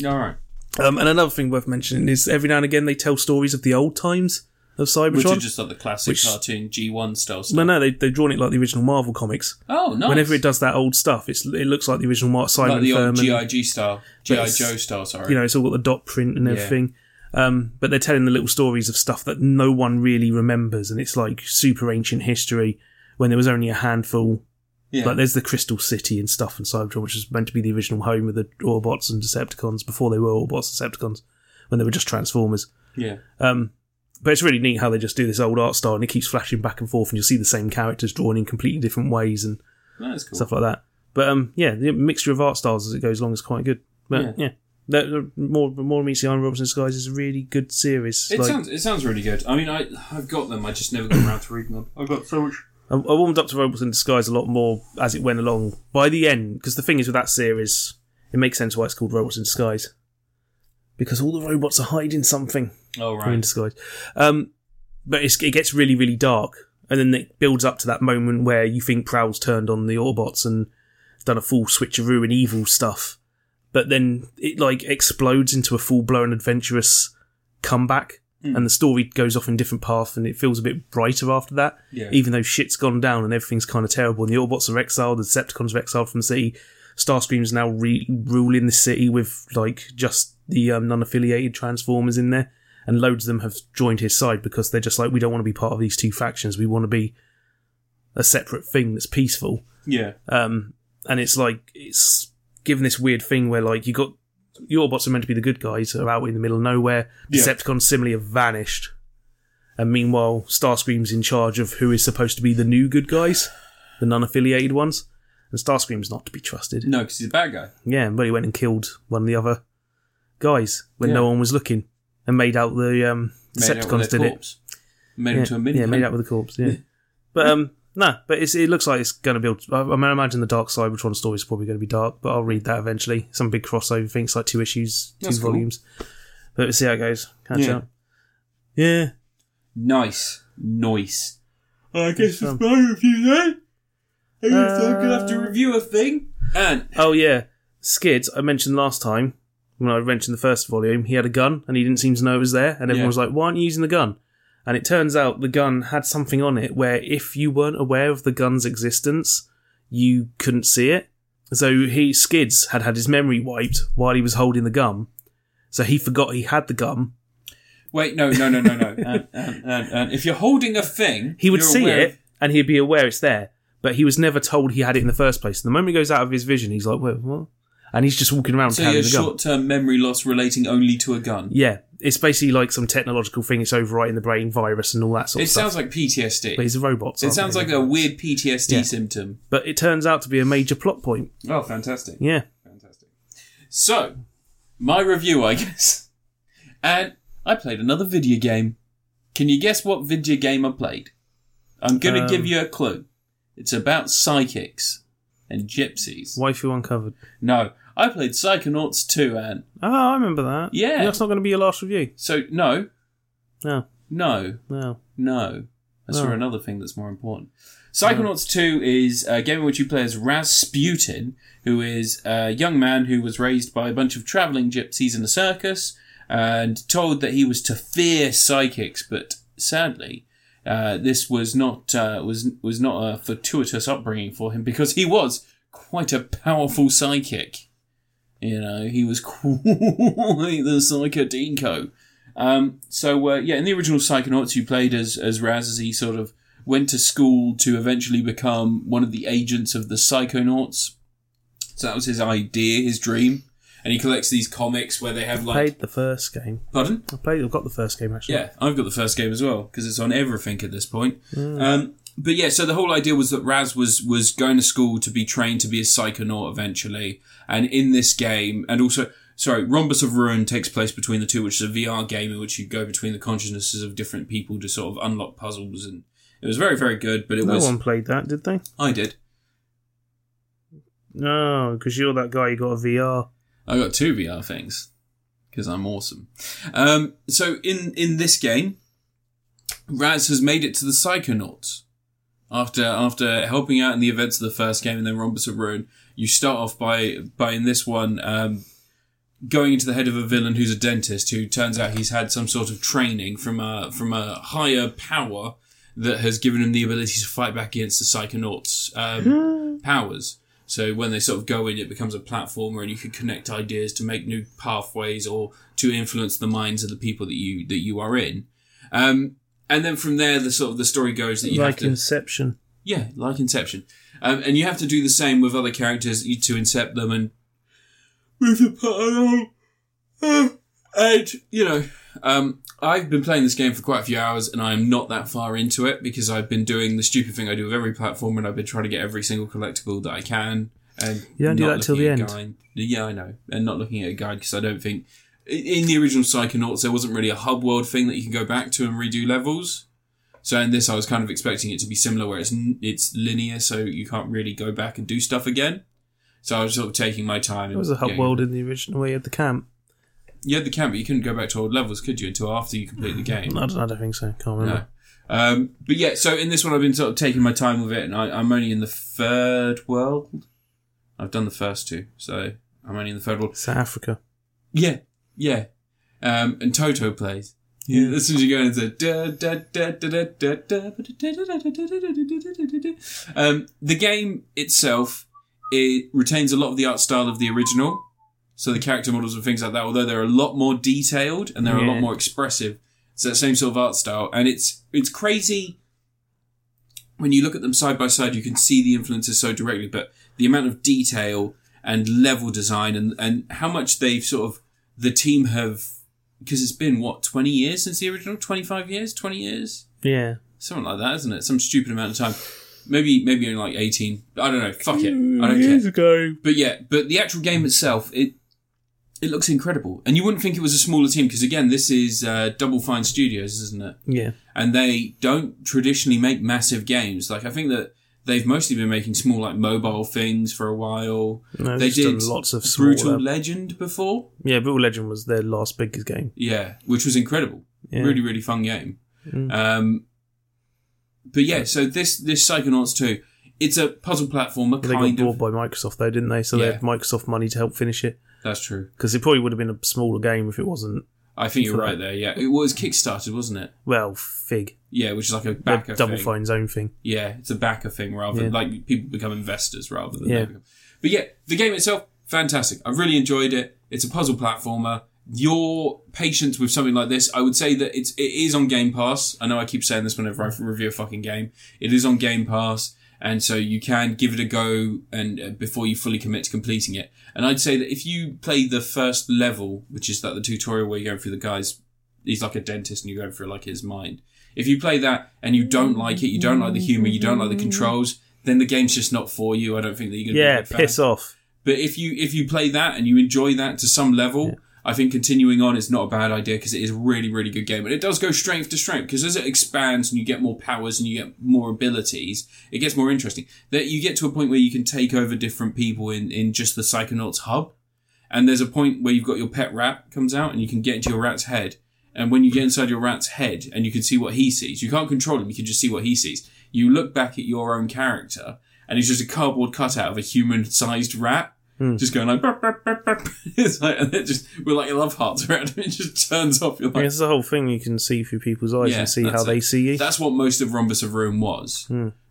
Speaker 1: All right.
Speaker 2: um, and another thing worth mentioning is every now and again they tell stories of the old times of
Speaker 1: Which
Speaker 2: Cybertron.
Speaker 1: is just like the classic
Speaker 2: Which-
Speaker 1: cartoon G1 style stuff.
Speaker 2: no, no, they they've drawn it like the original Marvel comics.
Speaker 1: oh, nice.
Speaker 2: Whenever it does that old stuff, it's it looks like the original Mark Simon
Speaker 1: like the old
Speaker 2: Thurman.
Speaker 1: GIG style, GI
Speaker 2: it's-
Speaker 1: Joe style. Sorry.
Speaker 2: you know, it's all got the dot print and everything. Um, but they're telling the little stories of stuff that no one really remembers, and it's like super ancient history when there was only a handful.
Speaker 1: yeah.
Speaker 2: Like there's the Crystal City and stuff and Cybertron, which was meant to be the original home of the Autobots and Decepticons before they were Autobots and Decepticons, when they were just Transformers.
Speaker 1: yeah.
Speaker 2: Um, but it's really neat how they just do this old art style, and it keeps flashing back and forth, and you'll see the same characters drawn in completely different ways and
Speaker 1: That's cool.
Speaker 2: stuff like that. But um, yeah, the mixture of art styles as it goes along is quite good. But
Speaker 1: Yeah.
Speaker 2: yeah, That- that- more more meets the Iron Robinson's guys is a really good series.
Speaker 1: It
Speaker 2: like,
Speaker 1: sounds it sounds really good. I mean, I I've got them. I just never got around to reading them. I've got so much.
Speaker 2: I, I warmed up to Robinson Disguise a lot more as it went along. By the end, because the thing is with that series, it makes sense why it's called Robots in Disguise, because all the robots are hiding something.
Speaker 1: Oh
Speaker 2: They're in
Speaker 1: right.
Speaker 2: disguise. Um, but it's, it gets really, really dark, and then it builds up to that moment where you think Prowl's turned on the Autobots and done a full switcheroo and evil stuff. But then it like explodes into a full blown adventurous comeback, and the story goes off in different path, and it feels a bit brighter after that.
Speaker 1: Yeah.
Speaker 2: Even though shit's gone down and everything's kind of terrible, and the Autobots are exiled, the Decepticons are exiled from the city. Starscream's now re- ruling the city with like just the um, non-affiliated Transformers in there and loads of them have joined his side because they're just like we don't want to be part of these two factions we want to be a separate thing that's peaceful
Speaker 1: Yeah.
Speaker 2: um, and it's like it's given this weird thing where like you got your bots are meant to be the good guys are out in the middle of nowhere
Speaker 1: Yeah.
Speaker 2: decepticons similarly have vanished and meanwhile starscream's in charge of who is supposed to be the new good guys the non-affiliated ones and starscream's not to be trusted
Speaker 1: No, because he's a bad guy.
Speaker 2: yeah, but he went and killed one of the other guys when no
Speaker 1: Yeah.
Speaker 2: one was looking and made out the um,
Speaker 1: Made out with
Speaker 2: Decepticons
Speaker 1: their
Speaker 2: did it.
Speaker 1: corpse. Made
Speaker 2: yeah,
Speaker 1: him to a minion.
Speaker 2: yeah, made out with the corpse. Yeah, but um, nah, but it's, it looks like it's going to build. I, I mean, I imagine the Dark Cybertron story is probably going to be dark, but I'll read that eventually. Some big crossover thing, it's like two issues, two
Speaker 1: That's cool.
Speaker 2: volumes. But we'll see how it goes. Catch
Speaker 1: Yeah.
Speaker 2: up. Yeah,
Speaker 1: Nice, nice. I guess
Speaker 2: Um,
Speaker 1: it's my review then. I guess I'm gonna have to
Speaker 2: Uh,
Speaker 1: review a thing. And
Speaker 2: Oh yeah, Skid. I mentioned last time when I mentioned the first volume, he had a gun and he didn't seem to know it was there, and everyone
Speaker 1: Yeah.
Speaker 2: was like, "Why aren't you using the gun?" And it turns out the gun had something on it where if you weren't aware of the gun's existence, you couldn't see it. So he Skids had had his memory wiped while he was holding the gum, so he forgot he had the gum.
Speaker 1: wait, no, no, no, no, no. and, and, and, and if you're holding a thing,
Speaker 2: He would
Speaker 1: you're
Speaker 2: see
Speaker 1: aware
Speaker 2: it
Speaker 1: of-
Speaker 2: and he'd be aware it's there, but he was never told he had it in the first place. And the moment he goes out of his vision, he's like, "Wait, what?" And he's just walking around
Speaker 1: So
Speaker 2: carrying
Speaker 1: your
Speaker 2: the gun.
Speaker 1: short-term memory loss relating only to a gun.
Speaker 2: Yeah, it's basically like some technological thing. It's overwriting the brain, virus, and all that sort
Speaker 1: It
Speaker 2: of stuff.
Speaker 1: sounds like
Speaker 2: but
Speaker 1: PTSD.
Speaker 2: he's a robot.
Speaker 1: It sounds like a weird PTSD
Speaker 2: Yeah.
Speaker 1: symptom.
Speaker 2: But it turns out to be a major plot point.
Speaker 1: Oh, fantastic.
Speaker 2: Yeah,
Speaker 1: Fantastic. So, my review, I guess. And I played another video game. Can you guess what video game I played? I'm going to
Speaker 2: Um,
Speaker 1: give you a clue. It's about psychics and gypsies.
Speaker 2: waifu uncovered.
Speaker 1: No, I played Psychonauts 2, and
Speaker 2: Oh, I remember that.
Speaker 1: Yeah.
Speaker 2: that's not going to be your last review.
Speaker 1: so no,
Speaker 2: No,
Speaker 1: no,
Speaker 2: no.
Speaker 1: no. That's for
Speaker 2: No.
Speaker 1: another thing that's more important. Psychonauts 2 is a game in which you play as Rasputin, who is a young man who was raised by a bunch of traveling gypsies in a circus and told that he was to fear psychics, but sadly, uh, this was not uh, was was not a fortuitous upbringing for him because he was quite a powerful psychic. You know, he was quite the psychodinko. Um, so uh, yeah, in the original Psychonauts, you played as as Raz as he sort of went to school to eventually become one of the agents of the Psychonauts. So that was his idea, his dream, and he collects these comics where they have like
Speaker 2: played the first game.
Speaker 1: pardon.
Speaker 2: I played. I've got the first game actually.
Speaker 1: Yeah, I've got the first game as well because it's on everything at this point.
Speaker 2: Hmm.
Speaker 1: Um, but yeah, so the whole idea was that Raz was was going to school to be trained to be a psychonaut eventually, and in this game, and also sorry, Rhombus of Ruin takes place between the two, which is a VR game in which you go between the consciousnesses of different people to sort of unlock puzzles, and it was very very good. But it
Speaker 2: no
Speaker 1: was
Speaker 2: one played that, did they?
Speaker 1: I did
Speaker 2: No, because you're that guy who got a VR.
Speaker 1: I got two VR things because I'm awesome. Um, so in in this game, Raz has made it to the Psychonauts, After after helping out in the events of the first game and then Rhombus of Ruin, you start off by by in this one um, going into the head of a villain who's a dentist who turns out he's had some sort of training from a from a higher power that has given him the ability to fight back against the psychonauts um, powers. So when they sort of go in, it becomes a platformer, and you can connect ideas to make new pathways or to influence the minds of the people that you that you are in. Um, and then from there, the sort of the story goes that you have
Speaker 2: like
Speaker 1: to
Speaker 2: Inception.
Speaker 1: yeah, like Inception. Um, and you have to do the same with other characters you- to incept them and move your part along. Uh, And, you know, um, I've been playing this game for quite a few hours and I'm not that far into it because I've been doing the stupid thing I do with every platform and I've been trying to get every single collectible that I can. And
Speaker 2: You don't do
Speaker 1: not
Speaker 2: that till
Speaker 1: looking
Speaker 2: the
Speaker 1: at a Guide. Yeah, I know. And not looking at a guide because I don't think. i- In the original Psychonauts, there wasn't really a hub world thing that you can go back to and redo levels. So in this, I was kind of expecting it to be similar, where it's n- it's linear, so you can't really go back and do stuff again. So I was sort of taking my time.
Speaker 2: It was a hub world in the original where you had the camp.
Speaker 1: You had the camp, but you couldn't go back to old levels, could you? Until after you complete the game.
Speaker 2: I don't, I don't think so. Can't
Speaker 1: No.
Speaker 2: remember.
Speaker 1: Um, but yeah, so in this one, I've been sort of taking my time with it, and I, I'm only in the third world. I've done the first two, so I'm only in the third world.
Speaker 2: South Africa.
Speaker 1: Yeah, yeah. Um, and Toto plays. Yeah. As soon as you go into um, the game itself, it retains a lot of the art style of the original. So the character models and things like that, although they're a lot more detailed and they're a lot
Speaker 2: Yeah.
Speaker 1: more expressive. It's that same sort of art style, and it's it's crazy when you look at them side by side, you can see the influences so directly, but the amount of detail and level design and, and how much they've sort of, the team have, because it's been what, 20 years since the original? 25 years? 20 years?
Speaker 2: Yeah.
Speaker 1: Something like that, isn't it? Some stupid amount of time. Maybe, maybe only like 18. I don't know. Fuck it. I don't care.
Speaker 2: Years ago.
Speaker 1: But yeah, but the actual game itself, it, it looks incredible. And you wouldn't think it was a smaller team, because again, this is uh, Double Fine Studios, isn't it?
Speaker 2: Yeah.
Speaker 1: and they don't traditionally make massive games. Like I think that they've mostly been making small like mobile things for a while.
Speaker 2: No,
Speaker 1: they
Speaker 2: they've done
Speaker 1: did
Speaker 2: lots of small uh,
Speaker 1: Brutal
Speaker 2: level-
Speaker 1: Legend before,
Speaker 2: Yeah, Brutal Legend was their last big game.
Speaker 1: yeah, which was incredible.
Speaker 2: Yeah. Mm.
Speaker 1: Really, really fun game. Um, but yeah, so this this Psychonauts two, it's a puzzle platformer
Speaker 2: They
Speaker 1: kind
Speaker 2: got
Speaker 1: of.
Speaker 2: bought by Microsoft though, didn't they? So they
Speaker 1: Yeah.
Speaker 2: had Microsoft money to help finish it
Speaker 1: That's true.
Speaker 2: because it probably would have been a smaller game if it wasn't.
Speaker 1: I think you're
Speaker 2: For that.
Speaker 1: right there. Yeah, it was kickstarted, wasn't it?
Speaker 2: Well, fig.
Speaker 1: Yeah, which is like a
Speaker 2: They're
Speaker 1: backer
Speaker 2: Double
Speaker 1: thing.
Speaker 2: Fine's own thing.
Speaker 1: Yeah, it's a backer thing rather than
Speaker 2: Yeah.
Speaker 1: like people become investors rather than
Speaker 2: Yeah.
Speaker 1: they become- But yeah, the game itself, fantastic. I've really enjoyed it. It's a puzzle platformer. Your patience with something like this, I would say that it's it is on Game Pass. I know I keep saying this whenever I review a fucking game. It is on Game Pass, and so you can give it a go and uh, before you fully commit to completing it. And I'd say that if you play the first level, which is that the tutorial where you're going through the guy's he's like a dentist and you go through like his mind. If you play that and you don't like it, you don't like the humor, you don't like the controls, then the game's just not for you. I don't think that you're gonna
Speaker 2: Yeah,
Speaker 1: be a big fan.
Speaker 2: piss off.
Speaker 1: But if you if you play that and you enjoy that to some level, I think continuing on is not a bad idea because it is a really really good game and it does go strength to strength because as it expands and you get more powers and you get more abilities, it gets more interesting. That you get to a point where you can take over different people in in just the Psychonauts hub, and there's a point where you've got your pet rat comes out and you can get into your rat's head. And when you get inside your rat's head and you can see what he sees, you can't control him, you can just see what he sees. You look back at your own character and he's just a cardboard cutout of a human sized rat just going like, "Burp, burp, burp, burp." it's like, and it just, we're like love hearts around him. It just turns off. You're
Speaker 2: I
Speaker 1: like,
Speaker 2: guess the whole thing you can see through people's eyes
Speaker 1: Yeah,
Speaker 2: and see
Speaker 1: that's
Speaker 2: how they
Speaker 1: it.
Speaker 2: see you.
Speaker 1: that's what most of Rhombus of Ruin was.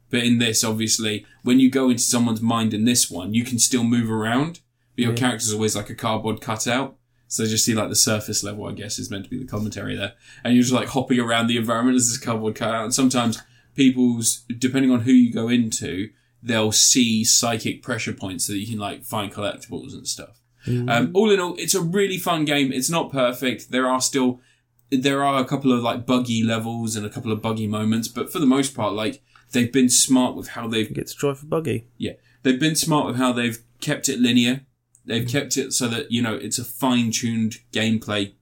Speaker 1: But in this, obviously, when you go into someone's mind in this one, you can still move around, but your character's always like a cardboard cutout. So you just see like the surface level, I guess, is meant to be the commentary there. And you're just like hopping around the environment as this cardboard cutout. And sometimes people's, depending on who you go into, they'll see psychic pressure points so that you can like find collectibles and stuff. Um, all in all, it's a really fun game. It's not perfect. There are still there are a couple of like buggy levels and a couple of buggy moments, but for the most part, like they've been smart with how they've
Speaker 2: You get to drive a buggy.
Speaker 1: yeah they've been smart with how they've kept it linear. They've kept it so that you know it's a fine-tuned gameplay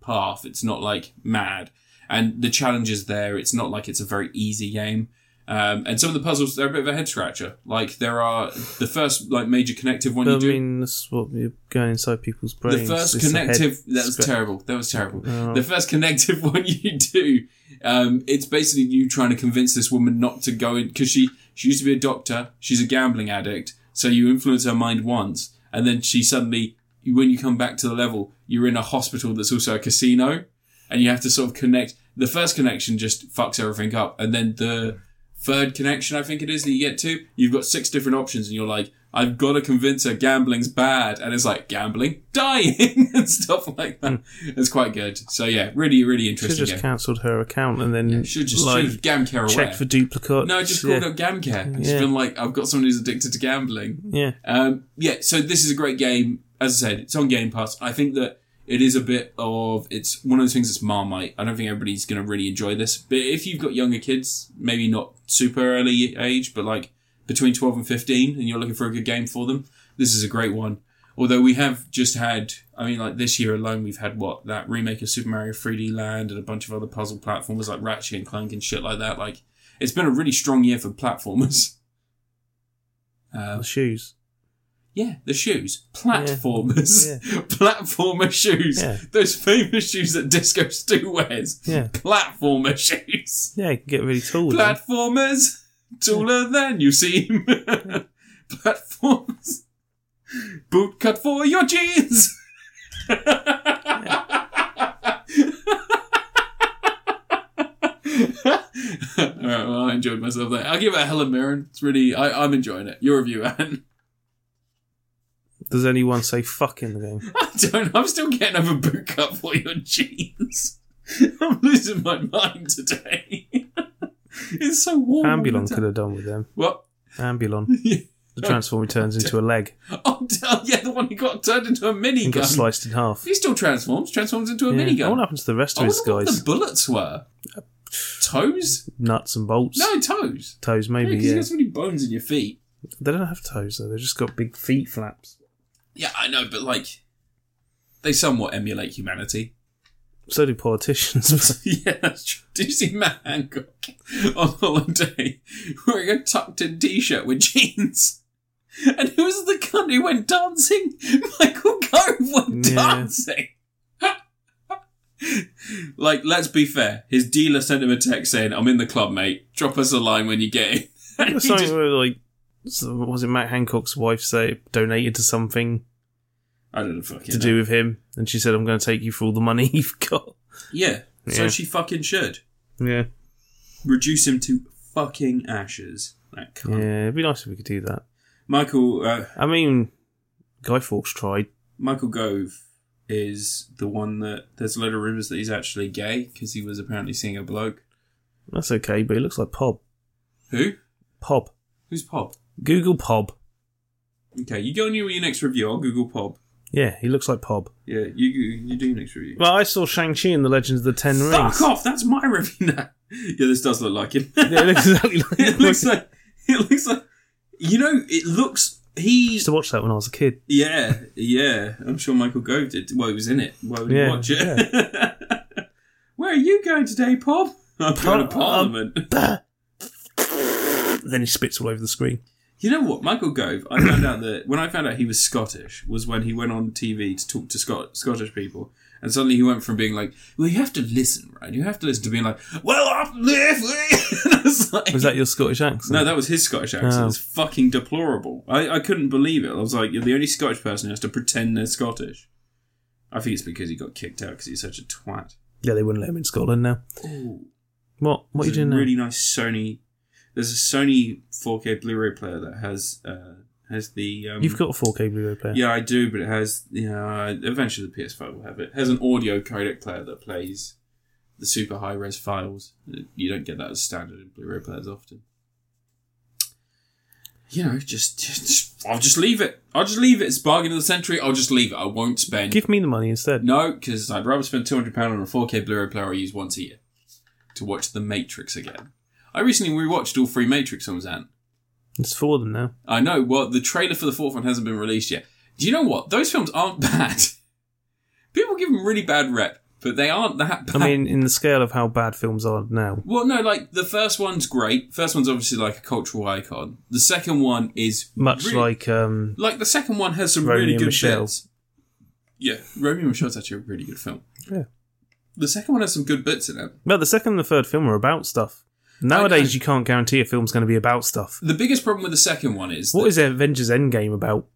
Speaker 1: path. It's not like mad, and the challenge is there. It's not like it's a very easy game. Um, and some of the puzzles they're a bit of a head scratcher. Like there are the first like major connective one
Speaker 2: But I
Speaker 1: you do.
Speaker 2: mean, that's what you're going inside people's
Speaker 1: the
Speaker 2: brains.
Speaker 1: first
Speaker 2: It's a
Speaker 1: connective
Speaker 2: head
Speaker 1: that was
Speaker 2: scratch.
Speaker 1: terrible. That was terrible.
Speaker 2: Oh.
Speaker 1: The first connective one you do, um, it's basically you trying to convince this woman not to go in because she she used to be a doctor. She's a gambling addict. So you influence her mind once, and then she suddenly, when you come back to the level, you're in a hospital that's also a casino, and you have to sort of connect. The first connection just fucks everything up, and then the third connection, I think it is that you get to, you've got six different options, and you're like, I've got to convince her gambling's bad, and it's like gambling, dying, and stuff like that. It's quite good. So yeah, really, really
Speaker 2: Should
Speaker 1: interesting
Speaker 2: have just
Speaker 1: game.
Speaker 2: cancelled her account and then
Speaker 1: Should just
Speaker 2: like,
Speaker 1: should Gamcare away.
Speaker 2: checked for duplicates.
Speaker 1: no, I just
Speaker 2: yeah.
Speaker 1: called up Gamcare. It's
Speaker 2: Yeah.
Speaker 1: been like, I've got someone who's addicted to gambling.
Speaker 2: Yeah,
Speaker 1: Um, yeah, so this is a great game. As I said, it's on Game Pass. I think that it is a bit of it's one of those things that's marmite. I don't think everybody's going to really enjoy this. But if you've got younger kids, maybe not super early age, but like between twelve and fifteen, and you're looking for a good game for them, this is a great one. Although we have just had, I mean, like this year alone, we've had what that remake of Super Mario 3D Land and a bunch of other puzzle platformers like Ratchet and Clank and shit like that. Like, it's been a really strong year for platformers. Uh,
Speaker 2: the shoes.
Speaker 1: yeah, the shoes. Platformers.
Speaker 2: Yeah.
Speaker 1: Platformer shoes.
Speaker 2: Yeah.
Speaker 1: Those famous shoes that Disco Stu wears.
Speaker 2: Yeah.
Speaker 1: Platformer shoes.
Speaker 2: Yeah, you can get really tall. then.
Speaker 1: Platformers. Taller than you seem. Platforms. Boot cut for your jeans. All right, well, I enjoyed myself there. I'll give it a Helen Mirren. It's really, I, I'm enjoying it. Your review, Anne.
Speaker 2: Does anyone say fuck in the game?
Speaker 1: I don't. I'm still getting over boot cut for your jeans. I'm losing my mind today. it's so warm. all the
Speaker 2: Ambulon
Speaker 1: time.
Speaker 2: could have done with them.
Speaker 1: What?
Speaker 2: Ambulon.
Speaker 1: Yeah.
Speaker 2: The transformer turns into a leg
Speaker 1: Oh, d- yeah, the one who got turned into a
Speaker 2: and got
Speaker 1: minigun.
Speaker 2: sliced in half.
Speaker 1: He still transforms. Transforms into a
Speaker 2: Yeah.
Speaker 1: minigun.
Speaker 2: What happened to the rest
Speaker 1: I
Speaker 2: of his
Speaker 1: wonder what
Speaker 2: guys?
Speaker 1: the bullets were. Toes?
Speaker 2: Nuts and bolts.
Speaker 1: No, toes.
Speaker 2: Toes,
Speaker 1: Yeah,
Speaker 2: maybe.
Speaker 1: 'cause you
Speaker 2: Yeah,
Speaker 1: got so many bones in your feet.
Speaker 2: they don't have toes though. They've just got big feet flaps.
Speaker 1: Yeah, I know, but like, they somewhat emulate humanity.
Speaker 2: So do politicians.
Speaker 1: yeah, that's true. Did you see Matt Hancock on holiday wearing a tucked in t shirt with jeans? And who was the cunt who went dancing? Michael Gove went
Speaker 2: Yeah.
Speaker 1: dancing. like, let's be fair. His dealer sent him a text saying, I'm in the club, mate. Drop us a line when you get in. And he
Speaker 2: Something
Speaker 1: just-
Speaker 2: where like so- what was it Matt Hancock's wife say donated to something
Speaker 1: I don't know, fucking
Speaker 2: to
Speaker 1: know.
Speaker 2: do with him, and she said, "I'm going to take you for all the money you've got."
Speaker 1: Yeah. So
Speaker 2: Yeah.
Speaker 1: she fucking should.
Speaker 2: Yeah,
Speaker 1: Reduce him to fucking ashes. That cunt.
Speaker 2: yeah. It'd be nice if we could do that.
Speaker 1: Michael, uh,
Speaker 2: I mean, Guy Fawkes tried.
Speaker 1: Michael Gove is the one that there's a lot of rumors that he's actually gay because he was apparently seeing a bloke.
Speaker 2: That's okay, but he looks like Pob.
Speaker 1: Who?
Speaker 2: Pob.
Speaker 1: Who's Pop?
Speaker 2: Google Pob.
Speaker 1: Okay, you go and do your next review. I'll Google Pop.
Speaker 2: Yeah, he looks like Pob.
Speaker 1: Yeah, you you you do your next review.
Speaker 2: Well, I saw Shang Chi in the Legends of the Ten Rings.
Speaker 1: Fuck off! That's my review now. yeah, this does look like him.
Speaker 2: Yeah, it looks exactly like.
Speaker 1: it looks like it looks like you know it looks
Speaker 2: I
Speaker 1: he
Speaker 2: used to watch that when I was a kid.
Speaker 1: yeah yeah I'm sure Michael Gove did. Well, he was in it. Why would
Speaker 2: Yeah,
Speaker 1: you watch it? Where are you going today, Pop? I'm going to
Speaker 2: Pop, um,
Speaker 1: Parliament.
Speaker 2: Then he spits all over the screen.
Speaker 1: You know what, Michael Gove? I found out that when I found out he was Scottish was when he went on TV to talk to Scot- Scottish people, and suddenly he went from being like, "Well, you have to listen, right? You have to listen," to being like, "Well, I'm and I was like,
Speaker 2: Was that your Scottish accent?
Speaker 1: no, that was his Scottish accent.
Speaker 2: Oh.
Speaker 1: It's fucking deplorable. I, I couldn't believe it. I was like, "You're the only Scottish person who has to pretend they're Scottish." I think it's because he got kicked out because he's such a twat.
Speaker 2: Yeah, they wouldn't let him in Scotland now.
Speaker 1: Ooh.
Speaker 2: What? What are
Speaker 1: There's
Speaker 2: you doing
Speaker 1: a
Speaker 2: now?
Speaker 1: really nice Sony. There's a Sony 4K Blu-ray player that has uh, has the um,
Speaker 2: You've got a 4K Blu-ray player.
Speaker 1: Yeah, I do, but it has. You know, uh, eventually the PS5 will have it. It has an audio codec player that plays the super high res files. You don't get that as standard in Blu-ray players often. You know, just, just I'll just leave it. I'll just leave it. It's bargain of the century. I'll just leave it. I won't spend
Speaker 2: Give me the money instead.
Speaker 1: no, because I'd rather spend two hundred pound on a four K Blu-ray player I use once a year to watch The Matrix again. I recently rewatched all three Matrix films, Ant.
Speaker 2: It's for them now.
Speaker 1: I know. Well, the trailer for the fourth one hasn't been released yet. Do you know what? Those films aren't bad. People give them really bad rep. but they aren't that bad.
Speaker 2: I mean, in the scale of how bad films are now.
Speaker 1: well, no, like the first one's great. First one's obviously like a cultural icon. The second one is
Speaker 2: Much
Speaker 1: really-
Speaker 2: like um,
Speaker 1: like the second one has some
Speaker 2: Romeo
Speaker 1: really
Speaker 2: and
Speaker 1: good
Speaker 2: Michelle.
Speaker 1: bits. Yeah, Romeo and Michelle's actually a really good film.
Speaker 2: Yeah.
Speaker 1: The second one has some good bits in it.
Speaker 2: Well, the second and the third film are about stuff. Nowadays,
Speaker 1: know.
Speaker 2: you can't guarantee a film's going to be about stuff.
Speaker 1: The biggest problem with the second one is
Speaker 2: What is Avengers Endgame about?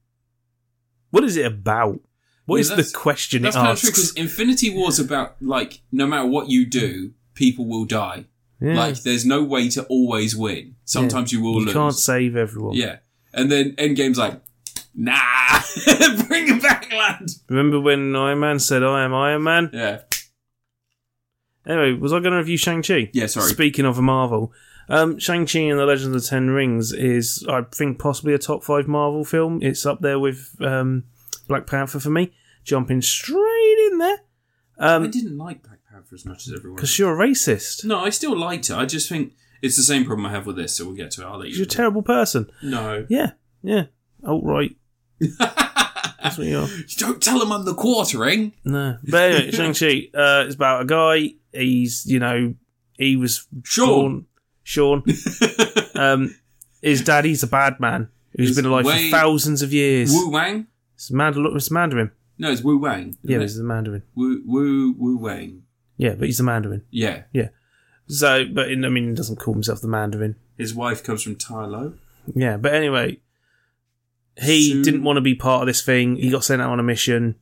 Speaker 2: What is it about? What
Speaker 1: Yeah,
Speaker 2: is
Speaker 1: that's-
Speaker 2: the question
Speaker 1: that's
Speaker 2: it Oh,
Speaker 1: kind of true because
Speaker 2: asks?
Speaker 1: Infinity War's about like no matter what you do, people will die.
Speaker 2: Yeah.
Speaker 1: Like there's no way to always win. Sometimes you will
Speaker 2: you
Speaker 1: lose.
Speaker 2: can't save everyone.
Speaker 1: Yeah, and then Endgame's like, nah, bring it back, lad.
Speaker 2: Remember when Iron Man said, "I am Iron Man"?
Speaker 1: Yeah,
Speaker 2: Anyway, was I going to review Shang Chi?
Speaker 1: Yeah, sorry.
Speaker 2: Speaking of Marvel, um, Shang Chi and the Legend of the Ten Rings is, I think, possibly a top five Marvel film. It's up there with um, Black Panther for me, jumping straight in there.
Speaker 1: I
Speaker 2: Um
Speaker 1: didn't like Black Panther as much as everyone. else.
Speaker 2: because you're a racist.
Speaker 1: No, I still liked it. I just think it's the same problem I have with this. So we'll get to it. I'll let
Speaker 2: You're
Speaker 1: you.
Speaker 2: a terrible person.
Speaker 1: no,
Speaker 2: Yeah, yeah. Alt right. That's what you are.
Speaker 1: don't tell him I'm the quartering.
Speaker 2: No. But anyway, Shang-Chi uh, is about a guy. He's, you know, he was
Speaker 1: Sean.
Speaker 2: born. Sean. um, his daddy's a bad man who's
Speaker 1: It's
Speaker 2: been alive
Speaker 1: way-
Speaker 2: for thousands of years.
Speaker 1: Wu Wang?
Speaker 2: It's, Mandal- it's Mandarin.
Speaker 1: No, it's Wu Wang.
Speaker 2: Yeah, he's the Mandarin.
Speaker 1: Wu Wu Wu Wang.
Speaker 2: Yeah, but he's the Mandarin.
Speaker 1: Yeah,
Speaker 2: So, but in, I mean, he doesn't call himself the Mandarin.
Speaker 1: his wife comes from Tylo.
Speaker 2: Yeah, but anyway, he
Speaker 1: So-
Speaker 2: didn't want to be part of this thing. He got sent out on a mission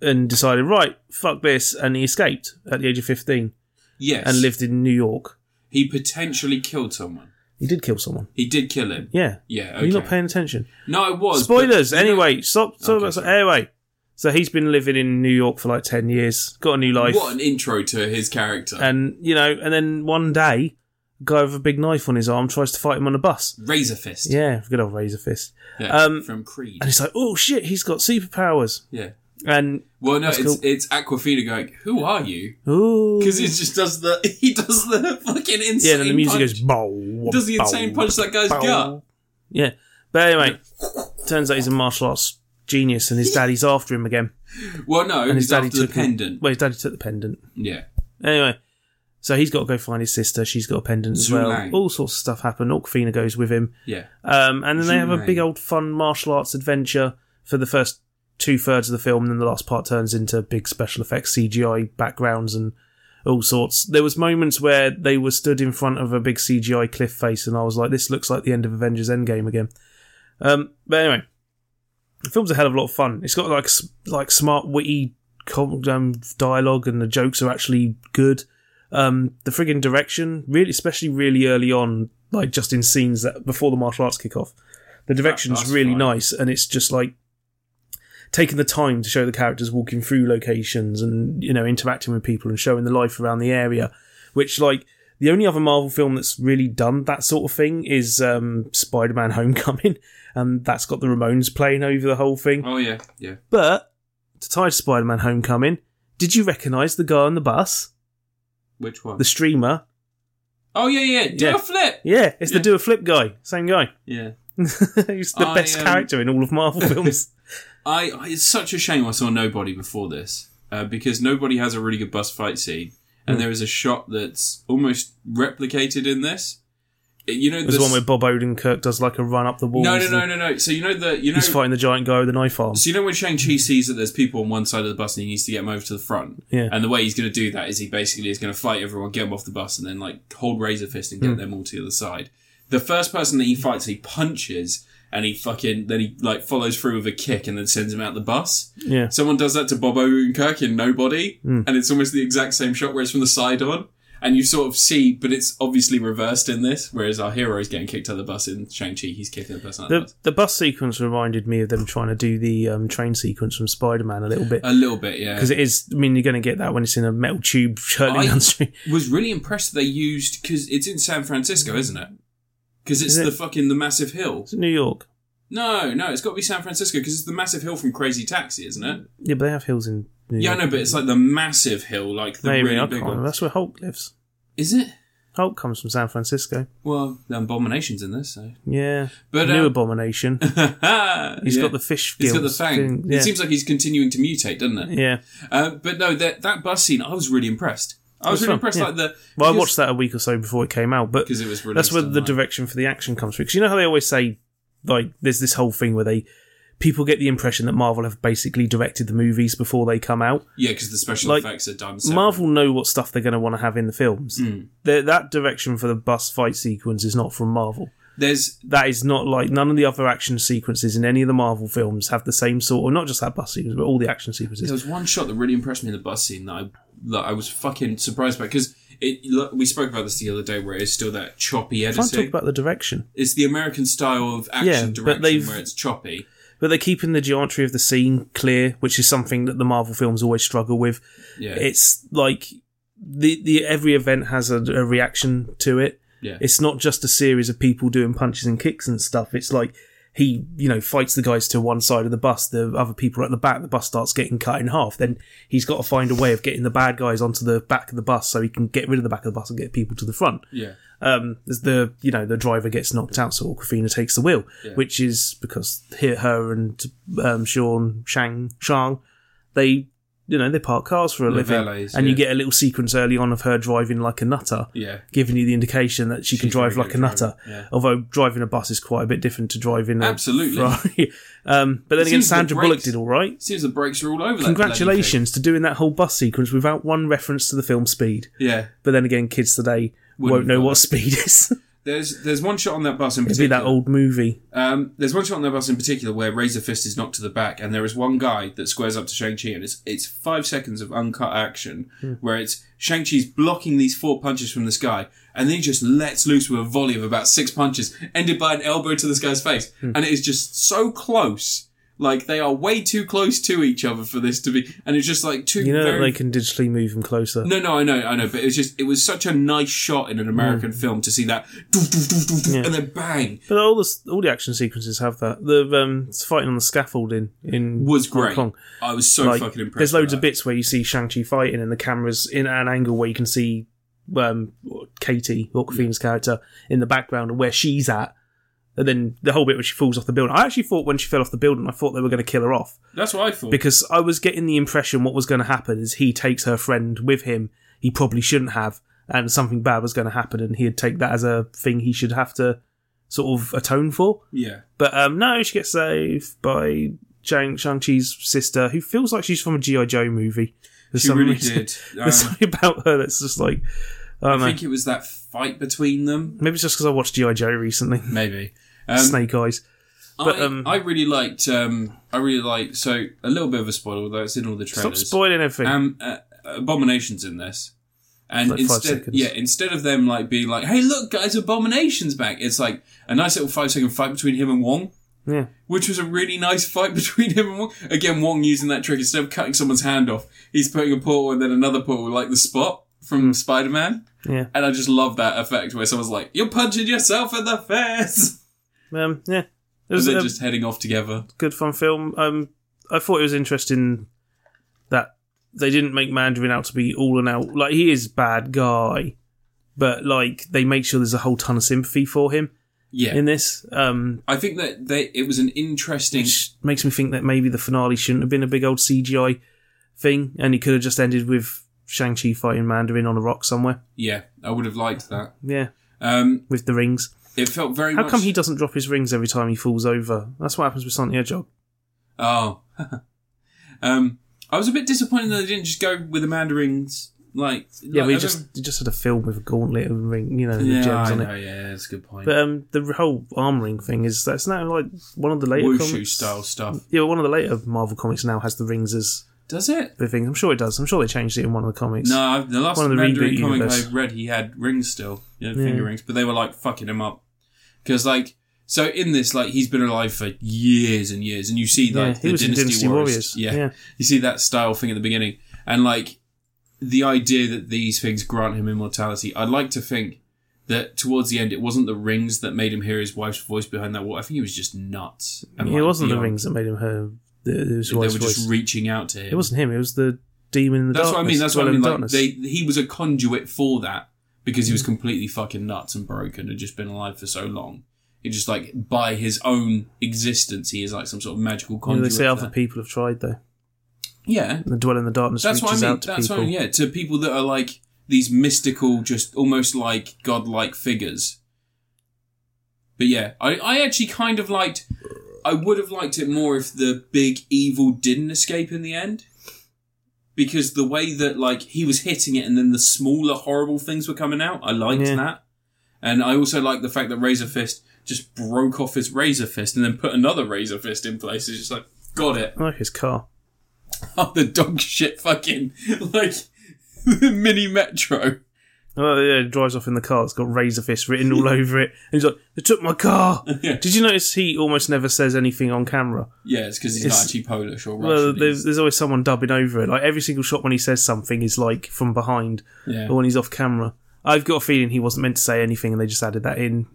Speaker 2: and decided, right, fuck this, and he escaped at the age of fifteen
Speaker 1: Yes,
Speaker 2: and lived in New York.
Speaker 1: He potentially killed someone.
Speaker 2: He did kill someone.
Speaker 1: He did kill him.
Speaker 2: Yeah,
Speaker 1: Yeah.
Speaker 2: are
Speaker 1: Okay.
Speaker 2: you not paying attention?
Speaker 1: no, it was but-
Speaker 2: Spoilers. Anyway, stop.
Speaker 1: Okay,
Speaker 2: Talking about,
Speaker 1: sorry.
Speaker 2: anyway, so he's been living in New York for like ten years. Got a new life.
Speaker 1: What an intro to his character.
Speaker 2: and you know, and then one day, a guy with a big knife on his arm tries to fight him on a bus.
Speaker 1: Razor Fist.
Speaker 2: Yeah, good old Razor Fist.
Speaker 1: Yeah,
Speaker 2: um,
Speaker 1: from Creed.
Speaker 2: And it's like, oh shit, he's got superpowers.
Speaker 1: Yeah.
Speaker 2: And
Speaker 1: Well, no,
Speaker 2: That's
Speaker 1: it's
Speaker 2: cool.
Speaker 1: it's Aquafina going. Who are you?
Speaker 2: ooh,
Speaker 1: Because he just does the he does the fucking insane.
Speaker 2: yeah, then the music
Speaker 1: punch.
Speaker 2: goes bow.
Speaker 1: Does the
Speaker 2: bow,
Speaker 1: insane punch that guy's
Speaker 2: bow.
Speaker 1: gut?
Speaker 2: Yeah, but anyway, turns out he's a martial arts genius, and his daddy's after him again.
Speaker 1: Well, no,
Speaker 2: And his
Speaker 1: he's
Speaker 2: daddy
Speaker 1: after the
Speaker 2: took the-
Speaker 1: pendant.
Speaker 2: Well, his daddy took the pendant.
Speaker 1: Yeah,
Speaker 2: Anyway, so he's got to go find his sister. She's got a pendant as
Speaker 1: Zhu
Speaker 2: well.
Speaker 1: Lang.
Speaker 2: All sorts of stuff happen. Orkfina goes with him.
Speaker 1: yeah.
Speaker 2: Um, and then they
Speaker 1: Zhu
Speaker 2: have a
Speaker 1: Lang.
Speaker 2: big old fun martial arts adventure for the first two thirds of the film. And then the last part turns into big special effects, CGI backgrounds, and all sorts. There was moments where they were stood in front of a big CGI cliff face, and I was like, "This looks like the end of Avengers Endgame again." Um, but anyway, the film's a hell of a lot of fun. It's got like s- like smart, witty com- um, dialogue, and the jokes are actually good. Um, the friggin' direction, really, especially really early on, like just in scenes that before the martial arts kick off, the direction's
Speaker 1: that's
Speaker 2: really
Speaker 1: fine.
Speaker 2: nice, and it's just like taking the time to show the characters walking through locations and you know interacting with people and showing the life around the area, which like. The only other Marvel film that's really done that sort of thing is um, Spider-Man: Homecoming, and that's got the Ramones playing over the whole thing.
Speaker 1: Oh yeah, yeah.
Speaker 2: But to tie to Spider Man Homecoming, did you recognise the guy on the bus?
Speaker 1: Which one?
Speaker 2: The streamer?
Speaker 1: oh yeah, yeah. Do
Speaker 2: Yeah.
Speaker 1: a flip.
Speaker 2: Yeah, it's
Speaker 1: Yeah.
Speaker 2: the do a flip guy. Same guy.
Speaker 1: Yeah.
Speaker 2: He's the
Speaker 1: I,
Speaker 2: best
Speaker 1: um,
Speaker 2: character in all of Marvel films.
Speaker 1: I, I it's such a shame I saw nobody before this uh, because nobody has a really good bus fight scene, and
Speaker 2: Hmm.
Speaker 1: there is a shot that's almost replicated in this. Uh, You know,
Speaker 2: There's
Speaker 1: the
Speaker 2: one where Bob Odenkirk does like a run up the walls.
Speaker 1: no, no,
Speaker 2: and
Speaker 1: no, no, no. So you know the you know
Speaker 2: He's fighting the giant guy with the knife arm.
Speaker 1: so you know when Shang Chi sees that there's people on one side of the bus and he needs to get them over to the front,
Speaker 2: Yeah.
Speaker 1: and the way he's going to do that is he basically is going to fight everyone, get them off the bus, and then like hold Razor Fist
Speaker 2: Hmm.
Speaker 1: and get them all to the other side. The first person that he fights, he punches. And he fucking then he like follows through with a kick and then sends him out the bus.
Speaker 2: Yeah. Hmm.
Speaker 1: Someone does that to Bob Odenkirk in Nobody, and it's almost the exact same shot where it's from the side on, and you sort of see, but it's obviously reversed in this. Whereas our hero is getting kicked out of the bus in Shang Chi, he's kicking the person out of the
Speaker 2: The,
Speaker 1: bus
Speaker 2: the bus sequence reminded me of them trying to do the um, train sequence from Spider Man a little bit.
Speaker 1: a little bit, yeah.
Speaker 2: Because it is, I mean, you're going to get that when it's in a metal tube
Speaker 1: I-
Speaker 2: hurtling down the street.
Speaker 1: Was really impressed they used because it's in San Francisco, isn't it? Because it's
Speaker 2: Mm. Is it-
Speaker 1: the fucking the massive hill.
Speaker 2: It's in New York.
Speaker 1: No, no, it's got to be San Francisco because it's the massive hill from Crazy Taxi, isn't it?
Speaker 2: Yeah, but they have hills in New
Speaker 1: Uh, Yeah, I
Speaker 2: York.
Speaker 1: know, but it's like the massive hill, like the
Speaker 2: Maybe,
Speaker 1: really
Speaker 2: I
Speaker 1: big
Speaker 2: can't
Speaker 1: one.
Speaker 2: remember. That's where Hulk lives.
Speaker 1: Is it?
Speaker 2: Hulk comes from San Francisco.
Speaker 1: Well, the abomination's in this, so.
Speaker 2: Yeah,
Speaker 1: But,
Speaker 2: new
Speaker 1: uh,
Speaker 2: abomination.
Speaker 1: he's
Speaker 2: He's got the fish.
Speaker 1: He's got the
Speaker 2: gills
Speaker 1: fang.
Speaker 2: thing. Yeah.
Speaker 1: It seems like he's continuing to mutate, doesn't it?
Speaker 2: yeah.
Speaker 1: Uh, but no, that that bus scene, I was really impressed. I was
Speaker 2: was
Speaker 1: really
Speaker 2: fun,
Speaker 1: impressed.
Speaker 2: yeah.
Speaker 1: Like the
Speaker 2: Well, I
Speaker 1: because-
Speaker 2: watched that a week or so before it came out, but
Speaker 1: 'Cause it was
Speaker 2: that's
Speaker 1: released
Speaker 2: where the
Speaker 1: online.
Speaker 2: direction for the action comes from. Because you know how they always say, like, there's this whole thing where they people get the impression that Marvel have basically directed the movies before they come out.
Speaker 1: yeah, because the special
Speaker 2: like,
Speaker 1: effects are done. Separate.
Speaker 2: Marvel know what stuff they're going to want to have in the films. Th- That direction for the bus fight sequence is not from Marvel.
Speaker 1: There's
Speaker 2: That is not like none of the other action sequences in any of the Marvel films have the same sort, or not just that bus sequence, but all the action sequences.
Speaker 1: there was one shot that really impressed me in the bus scene that I that I was fucking surprised by because it. Look, we spoke about this the other day, where it's still that choppy
Speaker 2: I can't talk
Speaker 1: editing.
Speaker 2: about the direction,
Speaker 1: it's the American style of action
Speaker 2: Yeah, but
Speaker 1: direction
Speaker 2: they've-
Speaker 1: where it's choppy.
Speaker 2: but they're keeping the geometry of the scene clear, which is something that the Marvel films always struggle with.
Speaker 1: Yeah,
Speaker 2: It's like the the every event has a, a reaction to it.
Speaker 1: yeah,
Speaker 2: It's not just a series of people doing punches and kicks and stuff. It's like he, you know, fights the guys to one side of the bus, the other people are at the back, the bus starts getting cut in half. Then he's got to find a way of getting the bad guys onto the back of the bus so he can get rid of the back of the bus and get people to the front.
Speaker 1: yeah.
Speaker 2: Um, there's the, you know, the driver gets knocked out, so Aquafina takes the wheel, which is because here, her and um, Sean, Shang, Shang, they, you know, they park cars for a living.
Speaker 1: valets,
Speaker 2: and you
Speaker 1: yeah.
Speaker 2: get a little sequence early on of her driving like a nutter
Speaker 1: Yeah.
Speaker 2: giving you the indication that she can
Speaker 1: She's
Speaker 2: drive
Speaker 1: very
Speaker 2: like a
Speaker 1: good at
Speaker 2: nutter.
Speaker 1: driving, yeah.
Speaker 2: Although driving a bus is quite a bit different to driving a
Speaker 1: Absolutely.
Speaker 2: Ferrari. um, but then again,
Speaker 1: seems the
Speaker 2: Sandra Bullock
Speaker 1: brakes-
Speaker 2: did all right.
Speaker 1: Seems the brakes are all over. that bloody thing.
Speaker 2: Congratulations to doing that whole bus sequence without one reference to the film Speed.
Speaker 1: Yeah.
Speaker 2: But then again, kids today
Speaker 1: Wouldn't
Speaker 2: won't know
Speaker 1: know
Speaker 2: what Speed is.
Speaker 1: There's there's one shot on that bus in
Speaker 2: It'd be
Speaker 1: particular.
Speaker 2: that old movie.
Speaker 1: Um, there's one shot on that bus in particular where Razor Fist is knocked to the back, and there is one guy that squares up to Shang Chi, and it's it's five seconds of uncut action
Speaker 2: Hmm.
Speaker 1: where it's Shang Chi's blocking these four punches from this guy, and then he just lets loose with a volley of about six punches, ended by an elbow to this guy's face,
Speaker 2: Hmm.
Speaker 1: and it is just so close. Like they are way too close to each other for this to be, and it's just like two.
Speaker 2: You know that
Speaker 1: very
Speaker 2: they can digitally move them closer.
Speaker 1: no, no, I know, I know, but it was just, it was such a nice shot in an
Speaker 2: Hmm.
Speaker 1: American film to see that, doof, doof, doof, doof, doof, and then bang,
Speaker 2: But all the all the action sequences have that. The um, fighting on the scaffolding in
Speaker 1: was
Speaker 2: Hong
Speaker 1: great.
Speaker 2: Kong.
Speaker 1: I was so
Speaker 2: like,
Speaker 1: fucking impressed.
Speaker 2: There's
Speaker 1: with
Speaker 2: loads
Speaker 1: that.
Speaker 2: of bits where you see Shang Chi fighting, and the camera's in an angle where you can see um, Katie Aquafina's character in the background and where she's at. And then the whole bit where she falls off the building. I actually thought when she fell off the building, I thought they were going to kill her off
Speaker 1: That's what I thought.
Speaker 2: because I was getting the impression what was going to happen is he takes her friend with him. He probably shouldn't have, and something bad was going to happen, and he'd take that as a thing he should have to sort of atone for.
Speaker 1: yeah,
Speaker 2: But um, no, she gets saved by Shang Shang-Chi's sister, who feels like she's from a G.I. Joe movie. There's
Speaker 1: she really
Speaker 2: reason-
Speaker 1: did. Um,
Speaker 2: There's something about her that's just like, I don't
Speaker 1: I
Speaker 2: know.
Speaker 1: think it was that fight between them.
Speaker 2: Maybe it's just because I watched G.I. Joe recently.
Speaker 1: Maybe. Um,
Speaker 2: Snake Eyes. But,
Speaker 1: I,
Speaker 2: um,
Speaker 1: I really liked. Um, I really liked. So a little bit of a spoiler, although it's in all the
Speaker 2: Stop
Speaker 1: trailers.
Speaker 2: spoiling everything.
Speaker 1: um, uh, abominations in this. And
Speaker 2: Like five
Speaker 1: instead,
Speaker 2: seconds.
Speaker 1: yeah, instead of them like being like, "Hey, look, guys, abominations back," it's like a nice little five-second fight between him and Wong,
Speaker 2: yeah.
Speaker 1: which was a really nice fight between him and Wong. Again, Wong using that trick instead of cutting someone's hand off, he's putting a portal and then another portal, like the spot from Spider-Man.
Speaker 2: Hmm. Yeah.
Speaker 1: And I just love that effect where someone's like, "You're punching yourself in the face,"
Speaker 2: Um, yeah. It
Speaker 1: and
Speaker 2: was
Speaker 1: they're
Speaker 2: a
Speaker 1: just heading off together.
Speaker 2: good fun film. Um, I thought it was interesting that they didn't make Mandarin out to be all and out. Like, he is bad guy. But, like, they make sure there's a whole ton of sympathy for him
Speaker 1: Yeah,
Speaker 2: in this. Um,
Speaker 1: I think that they it was an interesting.
Speaker 2: which makes me think that maybe the finale shouldn't have been a big old CGI thing, and it could have just ended with Shang Chi fighting Mandarin on a rock somewhere.
Speaker 1: Yeah, I would have liked that.
Speaker 2: Yeah,
Speaker 1: Um,
Speaker 2: with the rings.
Speaker 1: it felt very.
Speaker 2: How
Speaker 1: much,
Speaker 2: come he doesn't drop his rings every time he falls over? That's what happens with Sonic the Hedgehog.
Speaker 1: Oh. um, I was a bit disappointed that they didn't just go with the mandarins. Like,
Speaker 2: Yeah,
Speaker 1: like,
Speaker 2: we
Speaker 1: I
Speaker 2: just
Speaker 1: don't-
Speaker 2: he just had a film with a gauntlet and ring, you know, the
Speaker 1: Yeah,
Speaker 2: gems
Speaker 1: I
Speaker 2: on
Speaker 1: know.
Speaker 2: it.
Speaker 1: Yeah, that's a good point.
Speaker 2: But um, the whole arm ring thing is that's now like one of the later
Speaker 1: Wushu
Speaker 2: comics.
Speaker 1: style stuff.
Speaker 2: Yeah, one of the later Marvel comics now has the rings as
Speaker 1: Does it?
Speaker 2: the things. I'm sure it does. I'm sure they changed it in one of the comics.
Speaker 1: No, I've- the last
Speaker 2: One of the
Speaker 1: Mandarin
Speaker 2: reboot
Speaker 1: comic
Speaker 2: universe.
Speaker 1: I read, he had rings still, you know, finger rings, but they were like fucking him up because, like, so in this, like, he's been alive for years and years, and you see
Speaker 2: yeah,
Speaker 1: like
Speaker 2: he
Speaker 1: the
Speaker 2: was in
Speaker 1: Dynasty,
Speaker 2: Dynasty Warriors.
Speaker 1: yeah, you see that style thing at the beginning, and like the idea that these things grant him immortality. I'd like to think that towards the end, it wasn't the rings that made him hear his wife's voice behind that wall. I think he was just nuts. and,
Speaker 2: It
Speaker 1: like,
Speaker 2: wasn't the
Speaker 1: beyond-
Speaker 2: rings that made him her. It was
Speaker 1: They were
Speaker 2: his
Speaker 1: just
Speaker 2: voice.
Speaker 1: reaching out to him.
Speaker 2: it wasn't him. It was the demon in the
Speaker 1: That's
Speaker 2: darkness. Mm.
Speaker 1: what I mean. That's what I
Speaker 2: dwelling
Speaker 1: mean.
Speaker 2: in
Speaker 1: Like
Speaker 2: darkness.
Speaker 1: they, he was a conduit for that, because he was completely fucking nuts and broken and just been alive for so long. It just like by his own existence, he is like some sort of magical
Speaker 2: You know,
Speaker 1: conduit.
Speaker 2: they say
Speaker 1: for
Speaker 2: other
Speaker 1: that.
Speaker 2: people have tried though.
Speaker 1: yeah,
Speaker 2: The dwell in the darkness
Speaker 1: that's what I
Speaker 2: reaches
Speaker 1: mean.
Speaker 2: out to
Speaker 1: That's
Speaker 2: people.
Speaker 1: what I mean. Yeah, to people that are like these mystical, just almost like godlike figures. But yeah, I, I actually kind of liked. I would have liked it more if the big evil didn't escape in the end, because the way that like he was hitting it and then the smaller horrible things were coming out, I liked
Speaker 2: Yeah.
Speaker 1: that. And I also like the fact that Razor Fist just broke off his Razor Fist and then put another Razor Fist in place. It's just like, got it
Speaker 2: I like his car.
Speaker 1: oh, the dog shit fucking like mini metro.
Speaker 2: Oh, yeah, he drives off in the car. It's got Razor Fist written all over it. And he's like, they took my car.
Speaker 1: Yeah.
Speaker 2: Did you notice he almost never says anything on camera?
Speaker 1: Yeah, it's because he's
Speaker 2: It's-
Speaker 1: not actually Polish or
Speaker 2: Well,
Speaker 1: Russian.
Speaker 2: there's, there's always someone dubbing over it. Like every single shot when he says something is like from behind
Speaker 1: yeah,
Speaker 2: or when he's off camera. I've got a feeling he wasn't meant to say anything and they just added that in.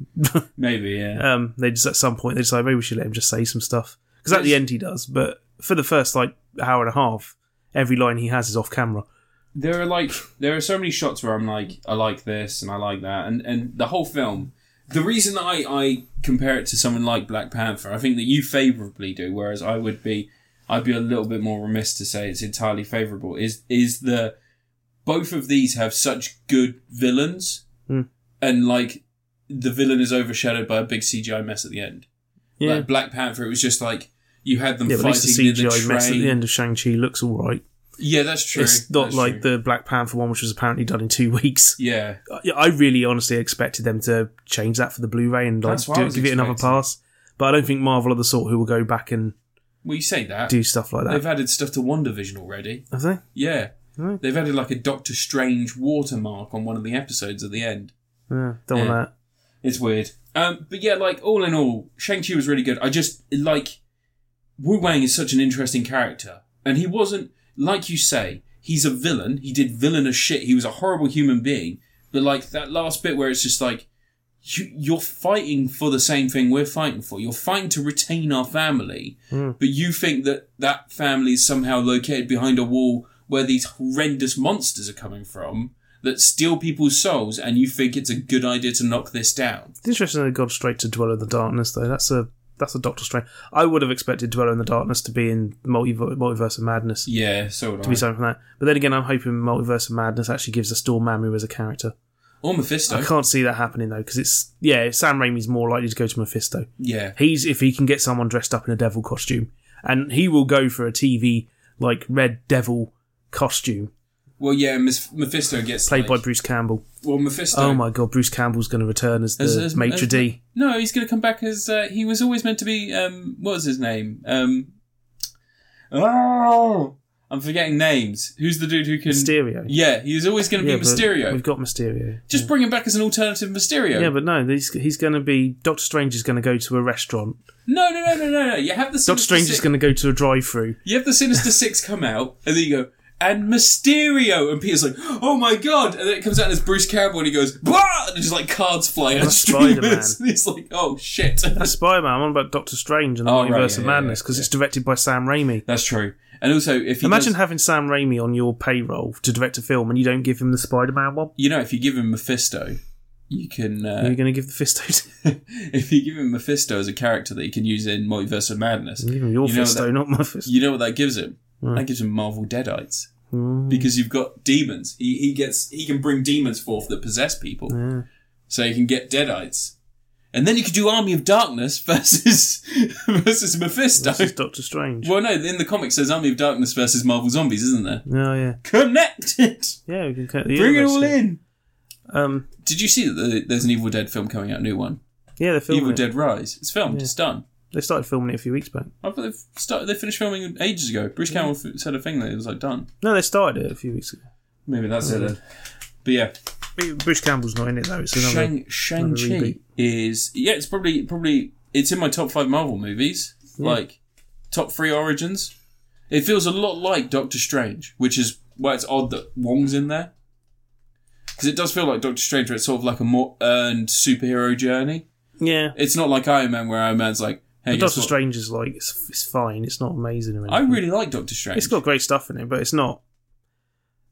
Speaker 1: maybe yeah.
Speaker 2: um, they just at some point they decided maybe we should let him just say some stuff because at the
Speaker 1: Yes.
Speaker 2: end he does, but for the first like hour and a half, every line he has is off camera.
Speaker 1: There are like there are so many shots where I'm like, I like this and I like that, and and the whole film. The reason I I compare it to someone like Black Panther, I think that you favourably do, whereas I would be, I'd be a little bit more remiss to say it's entirely favourable. Is is the both of these have such good villains,
Speaker 2: Hmm.
Speaker 1: and like the villain is overshadowed by a big CGI mess at the end.
Speaker 2: Yeah,
Speaker 1: Like Black Panther, it was just like you had them
Speaker 2: yeah, but at
Speaker 1: fighting
Speaker 2: least the
Speaker 1: in the
Speaker 2: CGI
Speaker 1: train.
Speaker 2: mess at the end of Shang Chi looks all right.
Speaker 1: Yeah, that's true.
Speaker 2: It's not
Speaker 1: That's
Speaker 2: like
Speaker 1: true.
Speaker 2: the Black Panther one, which was apparently done in two weeks.
Speaker 1: yeah,
Speaker 2: I- yeah, I really honestly expected them to change that for the Blu-ray and like
Speaker 1: That's what I
Speaker 2: do,
Speaker 1: was
Speaker 2: give it another
Speaker 1: expecting.
Speaker 2: pass. But I don't think Marvel are the sort who will go back and
Speaker 1: well, you say that
Speaker 2: do stuff like that.
Speaker 1: they've added stuff to One Division already.
Speaker 2: Have they?
Speaker 1: Yeah,
Speaker 2: Right.
Speaker 1: they've added like a Doctor Strange watermark on one of the episodes at the end.
Speaker 2: Yeah, don't
Speaker 1: Yeah.
Speaker 2: want
Speaker 1: It's weird. Um, but yeah, like all in all, Shang Chi was really good. I just like Wu Wang is such an interesting character, and he wasn't like you say. He's a villain. He did villainous shit. He was a horrible human being. But like that last bit where it's just like you, you're fighting for the same thing we're fighting for. You're fighting to retain our family, but you think that that family is somehow located behind a wall where these horrendous monsters are coming from that steal people's souls, and you think it's a good idea to knock this down.
Speaker 2: that. It's interesting they gone straight to Dwell in the Darkness though. That's a that's a Doctor Strange. I would have expected Dwell in the Darkness to be in Multiver- Multiverse of Madness
Speaker 1: Yeah, so would
Speaker 2: to be something from that. But then again, I'm hoping Multiverse of Madness actually gives us Dormammu as a character.
Speaker 1: Or Mephisto.
Speaker 2: I can't see that happening though because it's yeah, Sam Raimi's more likely to go to Mephisto.
Speaker 1: Yeah.
Speaker 2: He's if he can get someone dressed up in a devil costume, and he will go for a TV like red devil costume
Speaker 1: Well, yeah, Mis- Mephisto gets
Speaker 2: played by
Speaker 1: like-
Speaker 2: Bruce Campbell.
Speaker 1: Well, Mephisto.
Speaker 2: Oh my god, Bruce Campbell's going to return as the
Speaker 1: As- as-
Speaker 2: maitre
Speaker 1: as-
Speaker 2: d.
Speaker 1: No, he's going to come back as uh, he was always meant to be. Um, what was his name? Um, oh, I'm forgetting names. Who's the dude who can?
Speaker 2: Mysterio.
Speaker 1: Yeah, he's always going to
Speaker 2: Yeah,
Speaker 1: be
Speaker 2: but
Speaker 1: Mysterio.
Speaker 2: We've got Mysterio.
Speaker 1: Just bring him back as an alternative Mysterio.
Speaker 2: Yeah, but no, he's, he's going to be Doctor Strange is going to go to a restaurant.
Speaker 1: no, no, no, no, no, no. You have the
Speaker 2: Doctor
Speaker 1: Sinister
Speaker 2: Strange
Speaker 1: Six-
Speaker 2: is going to go to a drive-through.
Speaker 1: You have the Sinister Six come out, and then you go, and Mysterio, and Peter's like, oh my god, and then it comes out as Bruce Campbell, and he goes, bah! and just like cards fly out.
Speaker 2: That's Spider-Man.
Speaker 1: streamers. And he's like, oh shit.
Speaker 2: That's Spider-Man. I'm on about Doctor Strange and the
Speaker 1: Oh, right,
Speaker 2: Multiverse
Speaker 1: yeah, yeah,
Speaker 2: of Madness
Speaker 1: yeah,
Speaker 2: because
Speaker 1: yeah.
Speaker 2: it's directed by Sam Raimi.
Speaker 1: That's true. And also, if he
Speaker 2: Imagine
Speaker 1: does-
Speaker 2: having Sam Raimi on your payroll to direct a film and you don't give him the Spider-Man one.
Speaker 1: you know, if you give him Mephisto, you can.
Speaker 2: You're
Speaker 1: Uh,
Speaker 2: going to give the Fisto
Speaker 1: if you give him Mephisto as a character that he can use in Multiverse of Madness,
Speaker 2: to give him your
Speaker 1: you know
Speaker 2: Fisto,
Speaker 1: that-
Speaker 2: not my Fisto.
Speaker 1: you know what that gives him? That gives him Marvel Deadites.
Speaker 2: Mm,
Speaker 1: Because you've got demons. He, he gets he can bring demons forth that possess people.
Speaker 2: Yeah.
Speaker 1: So you can get Deadites. And then you could do Army of Darkness versus versus Mephisto.
Speaker 2: This is Doctor Strange.
Speaker 1: Well no, in the comics there's Army of Darkness versus Marvel Zombies, isn't there?
Speaker 2: Oh yeah,
Speaker 1: Connected!
Speaker 2: yeah. We can cut the
Speaker 1: Bring it
Speaker 2: universe
Speaker 1: all in.
Speaker 2: Um,
Speaker 1: Did you see that the, there's an Evil Dead film coming out, a new one?
Speaker 2: yeah, they're filming.
Speaker 1: Evil
Speaker 2: it.
Speaker 1: Dead Rise. It's filmed. It's done.
Speaker 2: They started filming it a few weeks back.
Speaker 1: I thought they've started. They finished filming ages ago. Bruce Campbell f- said a thing that it was like done.
Speaker 2: No, they started it a few weeks ago.
Speaker 1: Maybe that's it. Then. But yeah,
Speaker 2: But Bruce Campbell's not in it though. It's another.
Speaker 1: Shang Shang Chi
Speaker 2: reboot.
Speaker 1: is yeah. It's probably probably it's in my top five Marvel movies. Like top three origins. It feels a lot like Doctor Strange, which is why it's odd that Wong's in there. Because it does feel like Doctor Strange, where it's sort of like a more earned superhero journey.
Speaker 2: Yeah,
Speaker 1: It's not like Iron Man, where Iron Man's like, "Hey,
Speaker 2: But
Speaker 1: guess
Speaker 2: Doctor
Speaker 1: what?
Speaker 2: Strange is like it's, it's fine. It's not amazing or
Speaker 1: I
Speaker 2: anything.
Speaker 1: really like Doctor Strange."
Speaker 2: it's got great stuff in it, but it's not.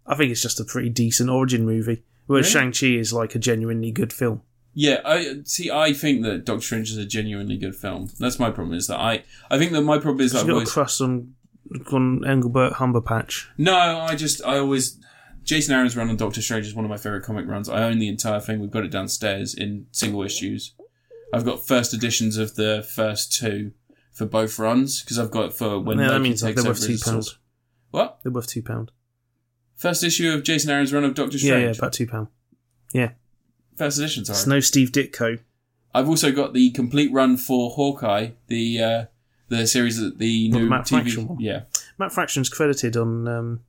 Speaker 2: I think it's just a pretty decent origin movie. Whereas
Speaker 1: Really?
Speaker 2: Shang-Chi is like a genuinely good film.
Speaker 1: Yeah, I see. I think that Doctor Strange is a genuinely good film. That's my problem. Is that I? I think that my problem is that
Speaker 2: She's
Speaker 1: I've
Speaker 2: got a
Speaker 1: always,
Speaker 2: crust on, on Engelbert Humberpatch.
Speaker 1: no. I just I always Jason Aaron's run on Doctor Strange is one of my favorite comic runs. I own the entire thing. We've got it downstairs in single issues. I've got first editions of the first two for both runs because I've got it for when
Speaker 2: yeah, that
Speaker 1: Loki
Speaker 2: means like
Speaker 1: takes
Speaker 2: they're
Speaker 1: over
Speaker 2: worth
Speaker 1: as
Speaker 2: two
Speaker 1: a source.
Speaker 2: pounds.
Speaker 1: What
Speaker 2: They're worth two pound.
Speaker 1: first issue of Jason Aaron's run of Doctor
Speaker 2: Yeah, yeah,
Speaker 1: Strange?
Speaker 2: about two pound. Yeah,
Speaker 1: first edition. Sorry,
Speaker 2: it's no Steve Ditko.
Speaker 1: I've also got the complete run for Hawkeye, the uh, the series that the
Speaker 2: Well,
Speaker 1: new
Speaker 2: the Matt
Speaker 1: TV.
Speaker 2: Fraction one.
Speaker 1: Yeah,
Speaker 2: Matt Fraction's credited on um,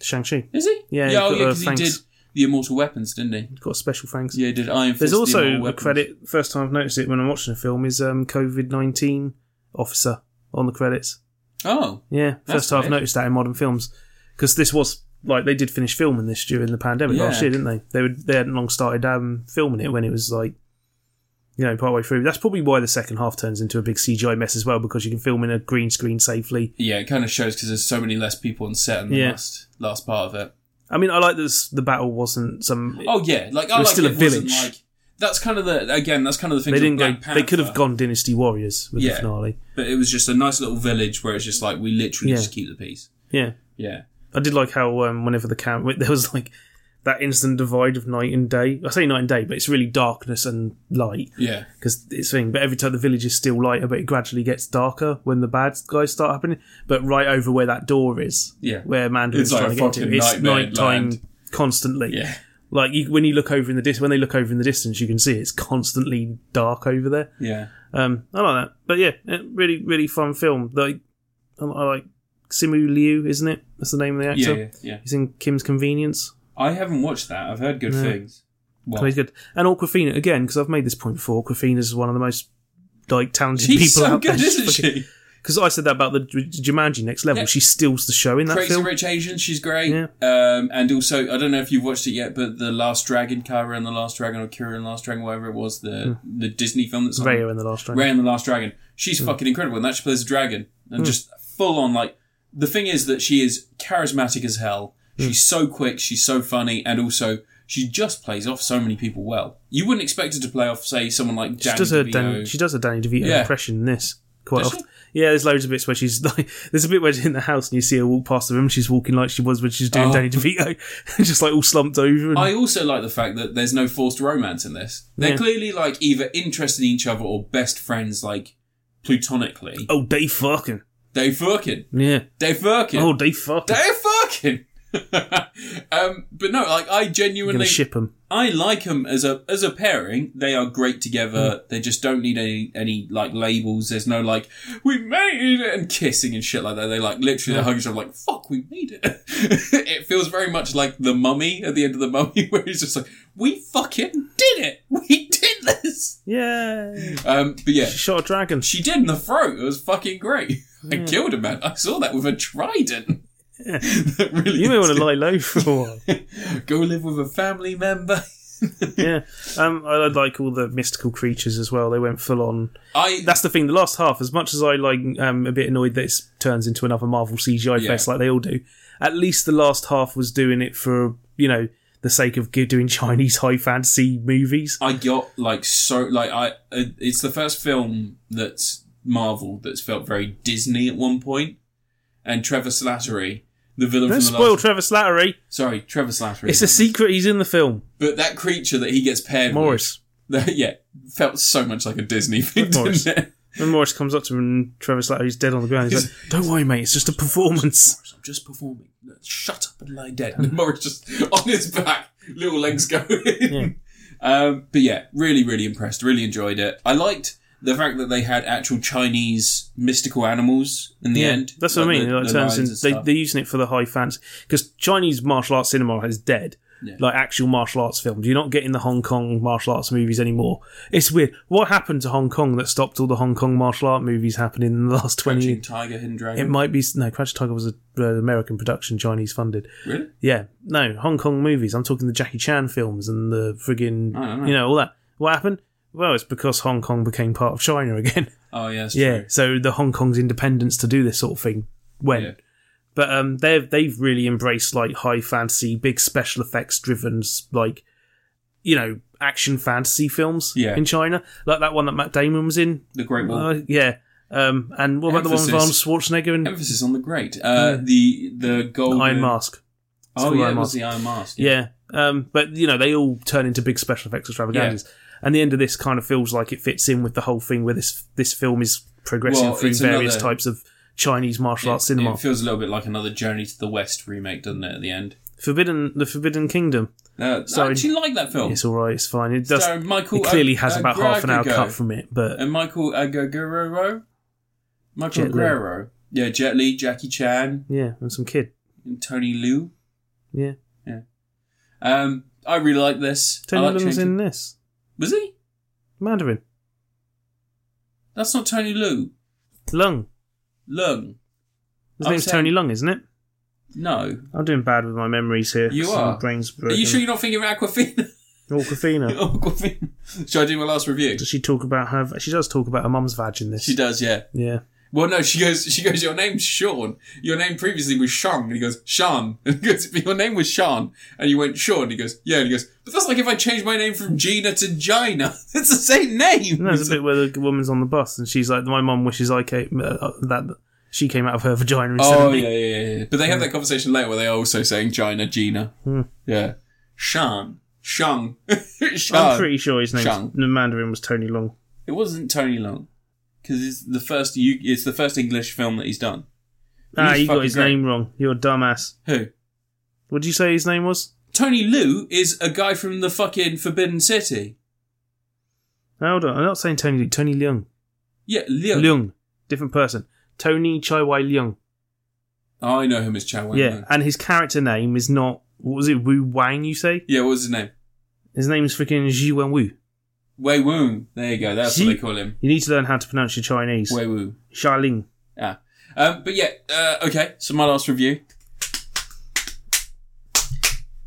Speaker 2: Shang-Chi.
Speaker 1: is he?
Speaker 2: Yeah,
Speaker 1: yeah,
Speaker 2: he's
Speaker 1: oh,
Speaker 2: got,
Speaker 1: yeah,
Speaker 2: uh,
Speaker 1: because he
Speaker 2: thanks.
Speaker 1: did the Immortal Weapons, didn't he?
Speaker 2: He's got a special thanks.
Speaker 1: Yeah, he did Iron Fist.
Speaker 2: There's
Speaker 1: the
Speaker 2: also
Speaker 1: Immortal
Speaker 2: a
Speaker 1: Weapons.
Speaker 2: credit. First time I've noticed it when I'm watching a film is um, COVID nineteen officer on the credits.
Speaker 1: Oh,
Speaker 2: Yeah,
Speaker 1: That's
Speaker 2: first time I've
Speaker 1: weird.
Speaker 2: noticed that in modern films because this was like they did finish filming this during the pandemic last
Speaker 1: Yeah.
Speaker 2: year, didn't they? They would they hadn't long started um, filming it when it was like you know partway through. That's probably why the second half turns into a big CGI mess as well because you can film in a green screen safely.
Speaker 1: yeah, it kind of shows because there's so many less people on set in the
Speaker 2: Yeah.
Speaker 1: last last part of it.
Speaker 2: I mean, I like this. The battle wasn't some.
Speaker 1: Oh yeah, like I
Speaker 2: was
Speaker 1: like
Speaker 2: still
Speaker 1: it
Speaker 2: a
Speaker 1: wasn't
Speaker 2: village.
Speaker 1: like that's kind of the again that's kind of the thing.
Speaker 2: they didn't go.
Speaker 1: Black Panther,
Speaker 2: They could have gone Dynasty Warriors with the
Speaker 1: Yeah.
Speaker 2: finale.
Speaker 1: but it was just a nice little village where it's just like we literally
Speaker 2: Yeah.
Speaker 1: just keep the peace.
Speaker 2: Yeah.
Speaker 1: Yeah,
Speaker 2: I did like how um, whenever the cam there was like that instant divide of night and day. I say night and day, but it's really darkness and light
Speaker 1: yeah,
Speaker 2: because it's thing. But every time the village is still lighter, but it gradually gets darker when the bad guys start happening. But right over where that door is,
Speaker 1: Yeah.
Speaker 2: where
Speaker 1: It's
Speaker 2: Mandarin's
Speaker 1: like
Speaker 2: trying to get
Speaker 1: fucking
Speaker 2: to, it's
Speaker 1: nightmare
Speaker 2: nighttime
Speaker 1: land.
Speaker 2: constantly.
Speaker 1: yeah,
Speaker 2: Like you, when you look over in the dis- when they look over in the distance, you can see it's constantly dark over there.
Speaker 1: yeah.
Speaker 2: Um, I like that. But yeah, eh, really, really fun film. Like, I I like Simu Liu, isn't it? That's the name of the actor.
Speaker 1: Yeah, yeah, yeah.
Speaker 2: He's in Kim's Convenience.
Speaker 1: I haven't watched that. I've heard good
Speaker 2: No.
Speaker 1: things. Well,
Speaker 2: Plays good. And Aquafina again, because I've made this point before. Aquafina is one of the most like talented
Speaker 1: she's
Speaker 2: people
Speaker 1: so
Speaker 2: out
Speaker 1: good,
Speaker 2: there.
Speaker 1: isn't she?
Speaker 2: Because I said that about the J- J- Jumanji Next Level.
Speaker 1: Yeah.
Speaker 2: She steals the show in that
Speaker 1: Crazy
Speaker 2: film.
Speaker 1: Rich Asians, she's great.
Speaker 2: Yeah.
Speaker 1: Um, and also, I don't know if you've watched it yet, but the Last Dragon, Kara and the Last Dragon, or Kira and the Last Dragon, whatever it was, the
Speaker 2: Hmm.
Speaker 1: the Disney film that's on.
Speaker 2: Raya in the last round.
Speaker 1: Raya and the Last Dragon. She's
Speaker 2: Hmm.
Speaker 1: fucking incredible, and that she plays a dragon and just full on like. The thing is that she is charismatic as hell.
Speaker 2: Hmm.
Speaker 1: She's so quick, she's so funny, and also she just plays off so many people well. You wouldn't expect her to play off, say, someone like
Speaker 2: she
Speaker 1: Danny
Speaker 2: does her
Speaker 1: DeVito.
Speaker 2: Dan- she does a Danny DeVito
Speaker 1: Yeah.
Speaker 2: impression in this quite
Speaker 1: Does she?
Speaker 2: often. Yeah, there's loads of bits where she's like, there's a bit where she's in the house and you see her walk past the room. She's walking like she was when she's doing
Speaker 1: Oh.
Speaker 2: Danny DeVito, just like all slumped over. And,
Speaker 1: I also like the fact that there's no forced romance in this. They're
Speaker 2: Yeah.
Speaker 1: clearly like either interested in each other or best friends, like platonically.
Speaker 2: oh, they fucking
Speaker 1: They fucking,
Speaker 2: yeah.
Speaker 1: they fucking,
Speaker 2: Oh, they fucking.
Speaker 1: they fucking. um, but no, like I
Speaker 2: gonna
Speaker 1: genuinely,
Speaker 2: ship them.
Speaker 1: I like them as a as a pairing. They are great together. They just don't need any any like labels. There's no like we made it and kissing and shit like that. They like literally they hug each other like fuck we made it. it feels very much like the mummy at the end of the mummy where he's just like we fucking did it. We did this.
Speaker 2: Yeah.
Speaker 1: Um, but yeah,
Speaker 2: She shot a dragon.
Speaker 1: she did in the throat. It was fucking great. I killed a man. I saw that with a trident. That really
Speaker 2: You may want to lie low for a while.
Speaker 1: go live with a family member.
Speaker 2: yeah. Um, I like all the mystical creatures as well. They went full on.
Speaker 1: I
Speaker 2: That's the thing. The last half, as much as I like, um, a bit annoyed that it turns into another Marvel CGI
Speaker 1: Yeah.
Speaker 2: fest like they all do. At least the last half was doing it for you know the sake of gi- doing Chinese high fantasy movies.
Speaker 1: I got like so like I uh, it's the first film that's Marvel that's felt very Disney at one point, and Trevor Slattery, the villain
Speaker 2: Don't
Speaker 1: from the
Speaker 2: spoil
Speaker 1: last
Speaker 2: Trevor Slattery.
Speaker 1: sorry Trevor Slattery,
Speaker 2: It's a secret. He's in the film.
Speaker 1: but that creature that he gets paired
Speaker 2: Morris.
Speaker 1: with, that, yeah, felt so much like a Disney thing.
Speaker 2: Morris.
Speaker 1: Didn't it?
Speaker 2: When Morris comes up to him, and Trevor Slattery's dead on the ground. He's like, "Don't worry, mate. It's just a performance."
Speaker 1: I'm just performing. Shut up and lie dead. And Morris just on his back, little legs going. Um, but yeah, really, really impressed. Really enjoyed it. I liked the fact that they had actual Chinese mystical animals in the end.
Speaker 2: That's what I
Speaker 1: Like
Speaker 2: mean.
Speaker 1: the-
Speaker 2: like,
Speaker 1: the
Speaker 2: turns
Speaker 1: lions
Speaker 2: in,
Speaker 1: and
Speaker 2: they,
Speaker 1: stuff.
Speaker 2: they're using it for the high fans because Chinese martial arts cinema is dead.
Speaker 1: Yeah.
Speaker 2: Like actual martial arts films, you're not getting the Hong Kong martial arts movies anymore. It's weird. What happened to Hong Kong that stopped all the Hong Kong martial art movies happening in the last twenty?
Speaker 1: Crouching
Speaker 2: years?
Speaker 1: tiger, hidden
Speaker 2: It
Speaker 1: dragon.
Speaker 2: might be no. Crash Tiger was an uh, American production, Chinese funded.
Speaker 1: really?
Speaker 2: Yeah, no Hong Kong movies. I'm talking the Jackie Chan films and the friggin'
Speaker 1: I don't know.
Speaker 2: you know all that. What happened? Well, it's because Hong Kong became part of China again.
Speaker 1: Oh yeah, that's
Speaker 2: Yeah,
Speaker 1: true.
Speaker 2: so the Hong Kong's independence to do this sort of thing went.
Speaker 1: Yeah.
Speaker 2: But um, they've they've really embraced like high fantasy, big special effects driven, like you know, action fantasy films
Speaker 1: Yeah.
Speaker 2: in China, like that one that Matt Damon was in.
Speaker 1: The Great Wall.
Speaker 2: Uh, yeah. Um, and what about the one with
Speaker 1: Emphasis.
Speaker 2: Arnold Schwarzenegger and
Speaker 1: Emphasis on the great. Uh, the the golden
Speaker 2: Iron Mask? It's
Speaker 1: Oh
Speaker 2: called
Speaker 1: yeah,
Speaker 2: Iron
Speaker 1: it
Speaker 2: Mask.
Speaker 1: was the Iron Mask.
Speaker 2: Yeah. Um, but, you know, they all turn into big special effects extravaganzas. And the end of this kind of feels like it fits in with the whole thing where this this film is progressing
Speaker 1: Well,
Speaker 2: through
Speaker 1: it's
Speaker 2: various
Speaker 1: another-
Speaker 2: types of Chinese martial
Speaker 1: It,
Speaker 2: arts cinema.
Speaker 1: it feels a little bit like another Journey to the West remake, doesn't it? At the end,
Speaker 2: Forbidden, The Forbidden Kingdom.
Speaker 1: uh, I
Speaker 2: Starring-
Speaker 1: actually like that film.
Speaker 2: It's all right. It's fine. It does.
Speaker 1: So Michael
Speaker 2: it clearly
Speaker 1: O-
Speaker 2: has about half an hour
Speaker 1: Ogrago
Speaker 2: cut from it, but
Speaker 1: and Michael Aguero, Michael
Speaker 2: Jet Li.
Speaker 1: Aguero, yeah, Jet Li, Jackie Chan,
Speaker 2: yeah, and some kid.
Speaker 1: and Tony Liu.
Speaker 2: Yeah,
Speaker 1: Um, I really like this. I
Speaker 2: Tony
Speaker 1: like
Speaker 2: Leung's
Speaker 1: changing-
Speaker 2: in this
Speaker 1: Was he?
Speaker 2: Mandarin
Speaker 1: That's not Tony Liu.
Speaker 2: Lung.
Speaker 1: Lung.
Speaker 2: His
Speaker 1: I'm
Speaker 2: name's
Speaker 1: saying-
Speaker 2: Tony Lung, isn't it?
Speaker 1: No.
Speaker 2: I'm doing bad with my memories here.
Speaker 1: You
Speaker 2: 'cause my
Speaker 1: are.
Speaker 2: brain's
Speaker 1: Are
Speaker 2: broken.
Speaker 1: you sure you're not thinking of Aquafina?
Speaker 2: Awkwafina.
Speaker 1: Aquafina. Should I do my last review?
Speaker 2: Does she talk about her? She does talk about her mum's vag in this.
Speaker 1: She does, yeah.
Speaker 2: Yeah.
Speaker 1: Well, no, she goes. She goes. Your name's Sean. Your name previously was Sean. And he goes Sean. And he goes, but your name was Sean, and you went Sean. He goes, yeah. And he goes, but that's like if I changed my name from Gina to Gina. It's the same name.
Speaker 2: No, there's a bit where the woman's on the bus and she's like, "My mum wishes I came uh, that she came out of her vagina instead
Speaker 1: oh
Speaker 2: of me."
Speaker 1: yeah, yeah, yeah, yeah. But they have that conversation later where they are also saying Gina, Gina.
Speaker 2: Hmm.
Speaker 1: Yeah, Sean, Sean,
Speaker 2: I'm
Speaker 1: Sean.
Speaker 2: pretty sure his name
Speaker 1: Shang.
Speaker 2: the Mandarin was Tony Long.
Speaker 1: It wasn't Tony Long because it's the first. You, it's the first English film that he's done.
Speaker 2: Ah,
Speaker 1: He's
Speaker 2: you got
Speaker 1: fucking
Speaker 2: his
Speaker 1: great.
Speaker 2: name wrong. You're a dumbass.
Speaker 1: Who?
Speaker 2: What did you say his name was?
Speaker 1: Tony Liu is a guy from the fucking Forbidden City.
Speaker 2: Hold on, I'm not saying Tony. Lee, Tony Leung.
Speaker 1: Yeah, Liu.
Speaker 2: Leung, different person. Tony Chai Wai Leung.
Speaker 1: Oh, I know him as Chow Wang.
Speaker 2: yeah,
Speaker 1: Wang.
Speaker 2: and his character name is not. What was it? Wu Wang? You say
Speaker 1: Yeah, what was his name?
Speaker 2: his name is freaking Zhi Wen Wu.
Speaker 1: Wei Wu. There you go. That's
Speaker 2: Zhi-
Speaker 1: what they call him.
Speaker 2: You need to learn how to pronounce your Chinese.
Speaker 1: Wei Wu.
Speaker 2: Xia Ling.
Speaker 1: Ah. Um, but yeah, uh, okay. So my last review.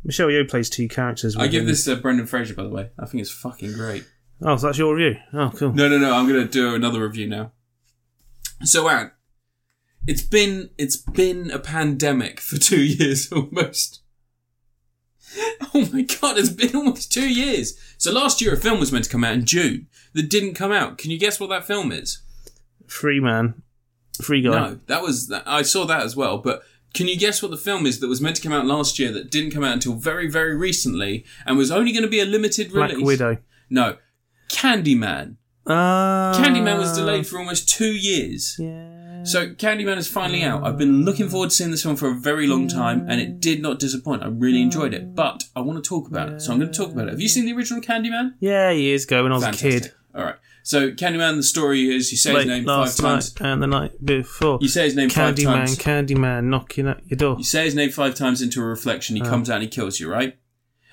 Speaker 2: Michelle Yeoh plays two characters.
Speaker 1: I give
Speaker 2: within-
Speaker 1: this uh, Brendan Fraser, by the way. I think it's fucking great.
Speaker 2: Oh, so that's your review. Oh, cool.
Speaker 1: No, no, no. I'm gonna do another review now. So Ant, it's been it's been a pandemic for two years almost. Oh my god, it's been almost two years. So last year a film was meant to come out in June that didn't come out. Can you guess what that film is?
Speaker 2: Free man. Free guy.
Speaker 1: No, that was I saw that as well. But can you guess what the film is that was meant to come out last year that didn't come out until very, very recently and was only going to be a limited
Speaker 2: Black
Speaker 1: release?
Speaker 2: Widow.
Speaker 1: No, Candyman.
Speaker 2: Uh,
Speaker 1: Candyman was delayed for almost two years.
Speaker 2: Yeah.
Speaker 1: So Candyman is finally out. I've been looking forward to seeing this film for a very long time, and it did not disappoint. I really enjoyed it, but I want to talk about it, so I'm going to talk about it. Have you seen the original Candyman?
Speaker 2: Yeah, years ago when I was a kid.
Speaker 1: All right. So Candyman, the story is you say his
Speaker 2: Late
Speaker 1: name five
Speaker 2: last
Speaker 1: times.
Speaker 2: night and the night before.
Speaker 1: You say his name five
Speaker 2: Candyman,
Speaker 1: times.
Speaker 2: Candyman knocking at your door.
Speaker 1: You say his name five times into a reflection, he comes out and he kills you, right?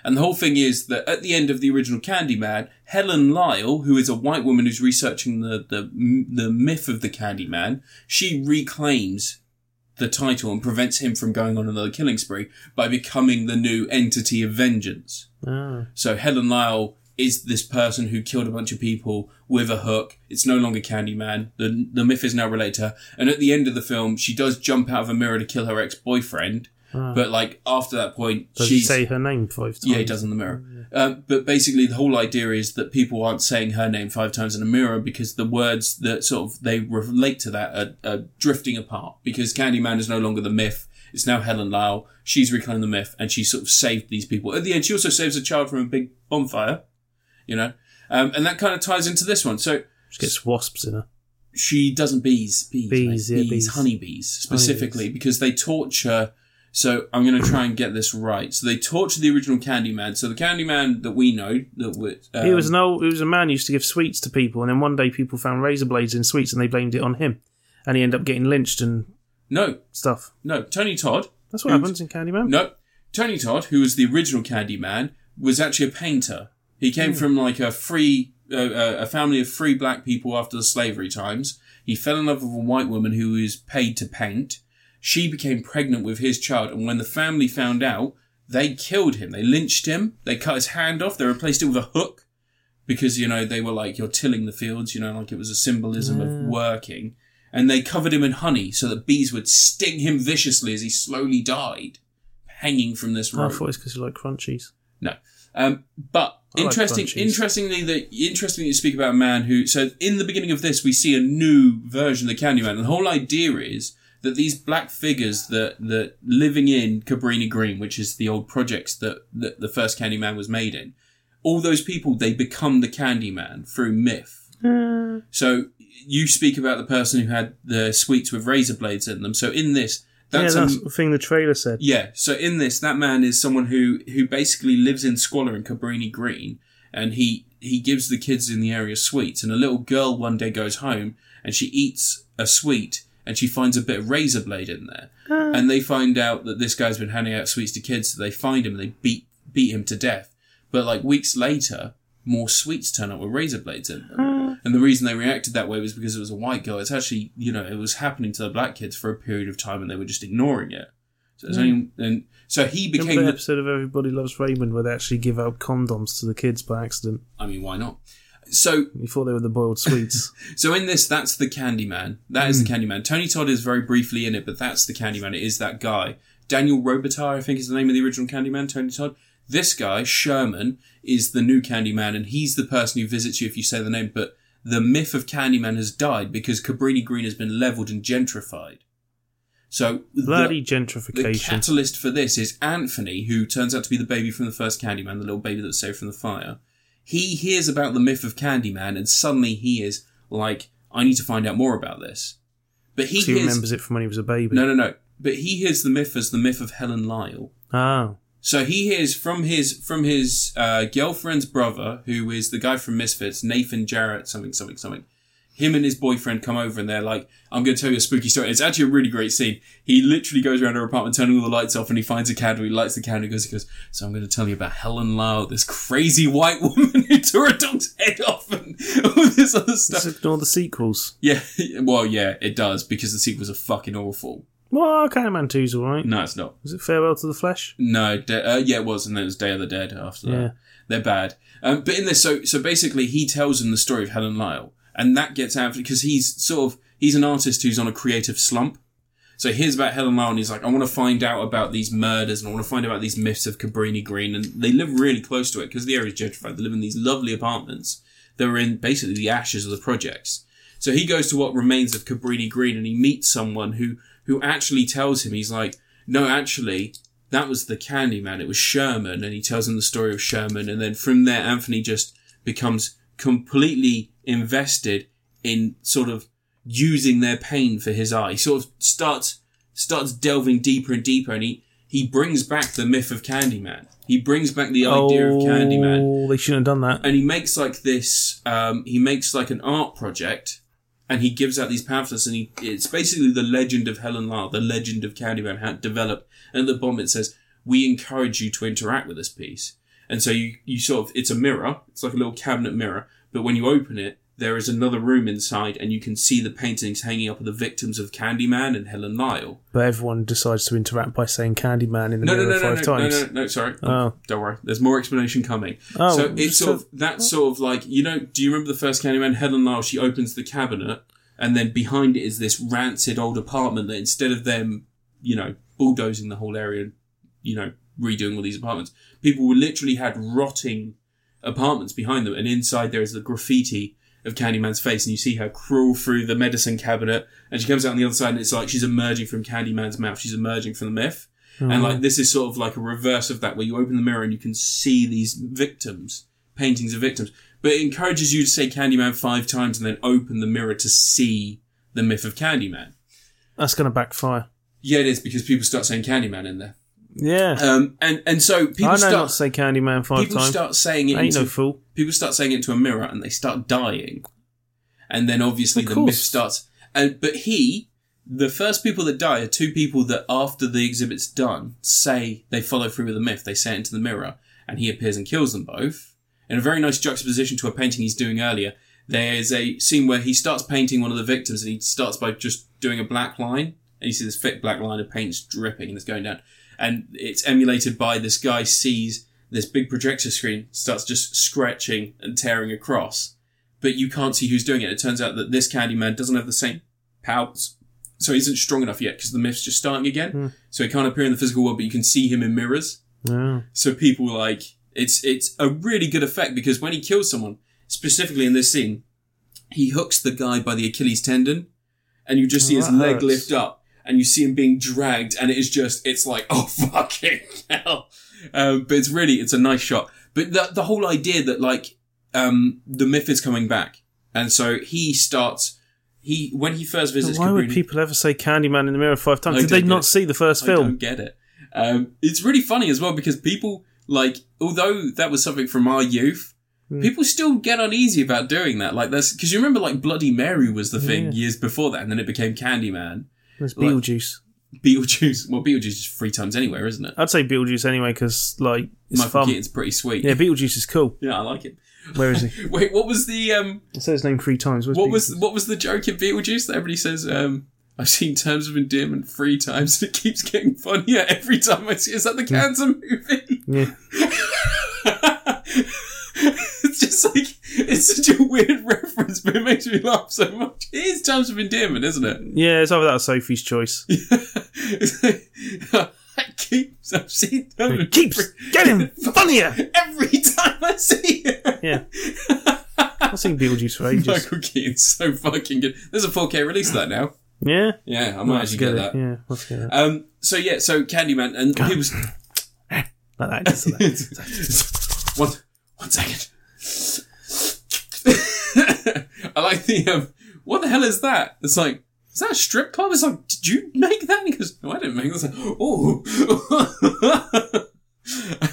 Speaker 1: And the whole thing is that at the end of the original Candyman, Helen Lyle, who is a white woman who's researching the, the, the myth of the Candyman, she reclaims the title and prevents him from going on another killing spree by becoming the new entity of vengeance.
Speaker 2: Ah.
Speaker 1: So Helen Lyle is this person who killed a bunch of people with a hook. It's no longer Candyman. The the myth is now related to her. And at the end of the film, she does jump out of a mirror to kill her ex boyfriend. But like after that point,
Speaker 2: Ah. Does he
Speaker 1: she's
Speaker 2: say her name five times?
Speaker 1: yeah, he does in the mirror. Um, but basically, the whole idea is that people aren't saying her name five times in a mirror because the words that sort of they relate to that are, are drifting apart. Because Candyman is no longer the myth; it's now Helen Lyle. She's reclaimed the myth, and she sort of saved these people. At the end, she also saves a child from a big bonfire. You know, um, and that kind of ties into this one. So
Speaker 2: She gets wasps in her.
Speaker 1: she doesn't bees, bees,
Speaker 2: Bees,
Speaker 1: mate.
Speaker 2: yeah,
Speaker 1: bees,
Speaker 2: bees.
Speaker 1: honeybees specifically because they torture. So I'm going to try and get this right. So they torture the original Candyman. So the Candyman that we know that we, um,
Speaker 2: he was an old. He was a man who used to give sweets to people, and then one day people found razor blades in sweets, and they blamed it on him, and he ended up getting lynched and
Speaker 1: no,
Speaker 2: stuff.
Speaker 1: no Tony Todd.
Speaker 2: That's what
Speaker 1: Who's-
Speaker 2: happens in Candyman.
Speaker 1: No, Tony Todd, who was the original Candyman, was actually a painter. He came from like a free, uh, uh, a family of free black people after the slavery times. He fell in love with a white woman who was paid to paint. She became pregnant with his child, and when the family found out, they killed him. They lynched him. They cut his hand off. They replaced it with a hook because you know they were like, "You're tilling the fields," you know, like it was a symbolism of working. and they covered him in honey so that bees would sting him viciously as he slowly died, hanging from this
Speaker 2: Oh, I
Speaker 1: rope.
Speaker 2: thought it's because you like crunchies.
Speaker 1: No. Um, but
Speaker 2: I like
Speaker 1: interesting,
Speaker 2: crunchies.
Speaker 1: interestingly, that interestingly, you speak about a man who. So in the beginning of this, we see a new version of the Candyman, and the whole idea is that these black figures that that living in Cabrini Green, which is the old projects that that the first Candyman was made in, all those people they become the Candyman through myth. So you speak about the person who had the sweets with razor blades in them. So in this, that's,
Speaker 2: yeah,
Speaker 1: a-
Speaker 2: that's the thing the trailer said.
Speaker 1: yeah. So in this, that man is someone who who basically lives in squalor in Cabrini Green, and he he gives the kids in the area sweets. And a little girl one day goes home and she eats a sweet and she finds a bit of razor blade in there. And they find out that this guy's been handing out sweets to kids. So they find him and they beat beat him to death. But like weeks later, more sweets turn up with razor blades in them. And the reason they reacted that way was because it was a white girl. It's actually, you know, it was happening to the black kids for a period of time and they were just ignoring it. So it's only, and so he
Speaker 2: Hmm. Remember
Speaker 1: became.
Speaker 2: the
Speaker 1: The,
Speaker 2: episode of Everybody Loves Raymond where they actually give out condoms to the kids by accident?
Speaker 1: I mean, why not? So,
Speaker 2: You thought they were the boiled sweets.
Speaker 1: so in this, that's the Candyman. That is the Candyman. Tony Todd is very briefly in it, but that's the Candyman. It is that guy. Daniel Robitar, I think, is the name of the original Candyman. Tony Todd. This guy Sherman is the new Candyman, and he's the person who visits you if you say the name. But the myth of Candyman has died because Cabrini Green has been leveled and gentrified. So the-
Speaker 2: Bloody
Speaker 1: The
Speaker 2: gentrification.
Speaker 1: catalyst for this is Anthony, who turns out to be the baby from the first Candyman, the little baby that was saved from the fire. He hears about the myth of Candyman, and suddenly he is like, "I need to find out more about this." But he
Speaker 2: he
Speaker 1: hears
Speaker 2: remembers it from when he was a baby.
Speaker 1: no, no, no. But he hears the myth as the myth of Helen Lyle.
Speaker 2: Oh.
Speaker 1: So he hears from his from his uh, girlfriend's brother, who is the guy from Misfits, Nathan Jarrett, something, something, something. Him and his boyfriend come over and they're like, "I'm going to tell you a spooky story." It's actually a really great scene. He literally goes around her apartment, turning all the lights off, and he finds a candle. He lights the candle. He goes, "He goes, so I'm going to tell you about Helen Lau, this crazy white woman who tore a dog's head off, and all this other
Speaker 2: Let's
Speaker 1: stuff."
Speaker 2: ignore the sequels.
Speaker 1: Yeah, well, yeah, it does because the sequels are fucking awful.
Speaker 2: Well, Candyman 2's alright.
Speaker 1: No, it's not.
Speaker 2: Was it Farewell to the Flesh?
Speaker 1: No, de- uh, yeah, it was, and then it was Day of the Dead after that.
Speaker 2: Yeah.
Speaker 1: They're bad. Um, but in this, so so basically, he tells him the story of Helen Lyle, and that gets out because he's sort of he's an artist who's on a creative slump. So he hears about Helen Lyle, and he's like, I want to find out about these murders, and I want to find out about these myths of Cabrini Green, and they live really close to it because the area is gentrified. They live in these lovely apartments that are in basically the ashes of the projects. So he goes to what remains of Cabrini Green, and he meets someone who who actually tells him he's like, no, actually, that was the Candyman. It was Sherman, and he tells him the story of Sherman, and then from there, Anthony just becomes completely invested in sort of using their pain for his eye. He sort of starts starts delving deeper and deeper, and he he brings back the myth of Candyman. He brings back the idea of Candyman
Speaker 2: Oh, they shouldn't have done that.
Speaker 1: and he makes like this um, he makes like an art project and he gives out these pamphlets and he it's basically the legend of helen lyle the legend of candyman had developed and at the bottom it says we encourage you to interact with this piece and so you, you sort of it's a mirror it's like a little cabinet mirror but when you open it there is another room inside and you can see the paintings hanging up of the victims of candyman and helen lyle
Speaker 2: But everyone decides to interact by saying Candyman in the
Speaker 1: no no
Speaker 2: mirror
Speaker 1: no no
Speaker 2: five
Speaker 1: no, no
Speaker 2: times.
Speaker 1: no no sorry
Speaker 2: Oh.
Speaker 1: don't worry there's more explanation coming
Speaker 2: Oh,
Speaker 1: so it's
Speaker 2: just
Speaker 1: sort
Speaker 2: a-
Speaker 1: of that sort of like you know. Do you remember the first Candyman? Helen Lyle. She opens the cabinet, and then behind it is this rancid old apartment. That instead of them, you know, bulldozing the whole area, and, you know, redoing all these apartments, people were literally had rotting apartments behind them, and inside there is the graffiti of Candyman's face, and you see her crawl through the medicine cabinet, and she comes out on the other side, and it's like she's emerging from Candyman's mouth. She's emerging from the myth.
Speaker 2: Mm.
Speaker 1: And like this is sort of like a reverse of that, where you open the mirror and you can see these victims, paintings of victims. But it encourages you to say Candyman five times and then open the mirror to see the myth of Candyman.
Speaker 2: That's going to backfire.
Speaker 1: Yeah, it is because people start saying Candyman in there,
Speaker 2: Yeah.
Speaker 1: um, and and so
Speaker 2: I know
Speaker 1: people
Speaker 2: not
Speaker 1: start
Speaker 2: to say Candyman five
Speaker 1: people
Speaker 2: times.
Speaker 1: start saying it
Speaker 2: Ain't
Speaker 1: into,
Speaker 2: no fool.
Speaker 1: people start saying it into a mirror and they start dying, and then obviously
Speaker 2: Of
Speaker 1: the myth
Speaker 2: course.
Speaker 1: starts. And but he, the first people that die are two people that after the exhibit's done say they follow through with the myth. They say it into the mirror, and he appears and kills them both. In a very nice juxtaposition to a painting he's doing earlier, there is a scene where he starts painting one of the victims, and he starts by just doing a black line, and you see this thick black line of paint's dripping and it's going down, and it's emulated by this guy sees this big projector screen starts just scratching and tearing across but you can't see who's doing it. It turns out that this Candyman doesn't have the same pouts. So he isn't strong enough yet because the myth's just starting again. So he can't appear in the physical world, but you can see him in mirrors.
Speaker 2: Yeah.
Speaker 1: So people like it's it's a really good effect because when he kills someone, specifically in this scene, he hooks the guy by the Achilles tendon, and you just see his
Speaker 2: That
Speaker 1: leg
Speaker 2: hurts.
Speaker 1: lift up, and you see him being dragged, and it is just it's like oh fucking hell. Um, but it's really it's a nice shot. But the the whole idea that like um, the myth is coming back, and so he starts he when he first visits.
Speaker 2: Why would
Speaker 1: Cabrini-
Speaker 2: people ever say Candyman in the mirror five times?
Speaker 1: I
Speaker 2: Did they
Speaker 1: don't
Speaker 2: not
Speaker 1: get it.
Speaker 2: see the first
Speaker 1: I don't
Speaker 2: film?
Speaker 1: get it. Um, it's really funny as well because people like, although that was something from our youth,
Speaker 2: Hmm.
Speaker 1: people still get uneasy about doing that. Like that's because you remember like Bloody Mary was the thing
Speaker 2: Yeah.
Speaker 1: years before that, and then it became Candyman,
Speaker 2: There's
Speaker 1: Like-
Speaker 2: Beetlejuice.
Speaker 1: Beetlejuice. Well, Beetlejuice is three times anywhere, isn't it?
Speaker 2: I'd say Beetlejuice anyway because like it's
Speaker 1: Michael
Speaker 2: fun.
Speaker 1: Keaton's pretty sweet.
Speaker 2: Yeah, Beetlejuice is cool.
Speaker 1: Yeah, I like it.
Speaker 2: Where is he?
Speaker 1: Wait, what was the um?
Speaker 2: I said his name three times. Where's
Speaker 1: What was
Speaker 2: Beetlejuice?
Speaker 1: what was the joke in Beetlejuice that everybody says? Um, I've seen Terms of Endearment three times, and it keeps getting funnier every time I see. Is that the
Speaker 2: Hmm.
Speaker 1: cancer movie?
Speaker 2: Yeah.
Speaker 1: it's just like it's such a weird reference, but it makes me laugh so much. It is terms of endearment, isn't it?
Speaker 2: Yeah, it's either that or Sophie's Choice.
Speaker 1: It's like, it keeps I've seen terms of
Speaker 2: Keeps getting funnier.
Speaker 1: every time I see it.
Speaker 2: Yeah. I've seen Beetlejuice for ages.
Speaker 1: Michael Keaton's so fucking good. There's a 4K release of that now.
Speaker 2: Yeah.
Speaker 1: Yeah, I might
Speaker 2: Let's
Speaker 1: actually get that.
Speaker 2: Yeah, let's get it.
Speaker 1: Um, so yeah, so Candyman and people.
Speaker 2: Like that. just like that.
Speaker 1: one, one second. I like the um, what the hell is that? It's like is that a strip club? It's like did you make that? And he goes, no, I didn't make this. Like, oh,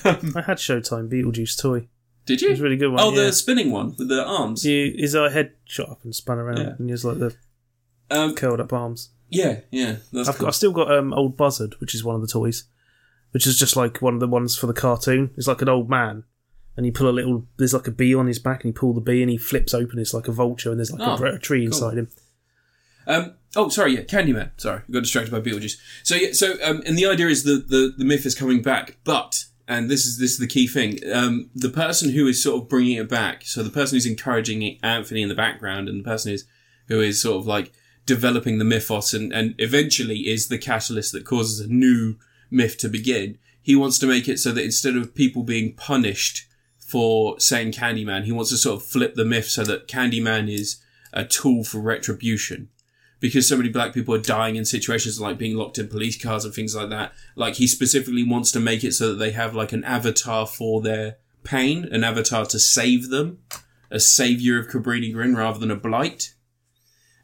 Speaker 1: um,
Speaker 2: I had Showtime Beetlejuice toy.
Speaker 1: did
Speaker 2: It
Speaker 1: you?
Speaker 2: was a really good one.
Speaker 1: oh,
Speaker 2: yeah.
Speaker 1: the spinning one with the arms. Yeah,
Speaker 2: You- his uh, head shot up and spun around,
Speaker 1: Yeah.
Speaker 2: and he has like the
Speaker 1: um,
Speaker 2: curled up arms.
Speaker 1: yeah, yeah. That's
Speaker 2: I've, got,
Speaker 1: cool.
Speaker 2: I've still got um, old Buzzard, which is one of the toys, which is just like one of the ones for the cartoon. It's like an old man, and you pull a little. There's like a bee on his back, and you pull the bee, and he flips open. It's like a vulture, and there's like
Speaker 1: Oh,
Speaker 2: a, re- a tree
Speaker 1: cool.
Speaker 2: inside him.
Speaker 1: Um, oh, sorry, yeah, Candyman. Sorry, I got distracted by Beetlejuice. So, yeah, so um, and the idea is that the, the myth is coming back, but and this is this is the key thing. Um, the person who is sort of bringing it back, so the person who's encouraging Anthony in the background, and the person who's who is sort of like developing the mythos, and and eventually is the catalyst that causes a new myth to begin. He wants to make it so that instead of people being punished for saying Candyman, he wants to sort of flip the myth so that Candyman is a tool for retribution because so many black people are dying in situations like being locked in police cars and things like that. Like he specifically wants to make it so that they have like an avatar for their pain, an avatar to save them, a savior of Cabrini Grin rather than a blight.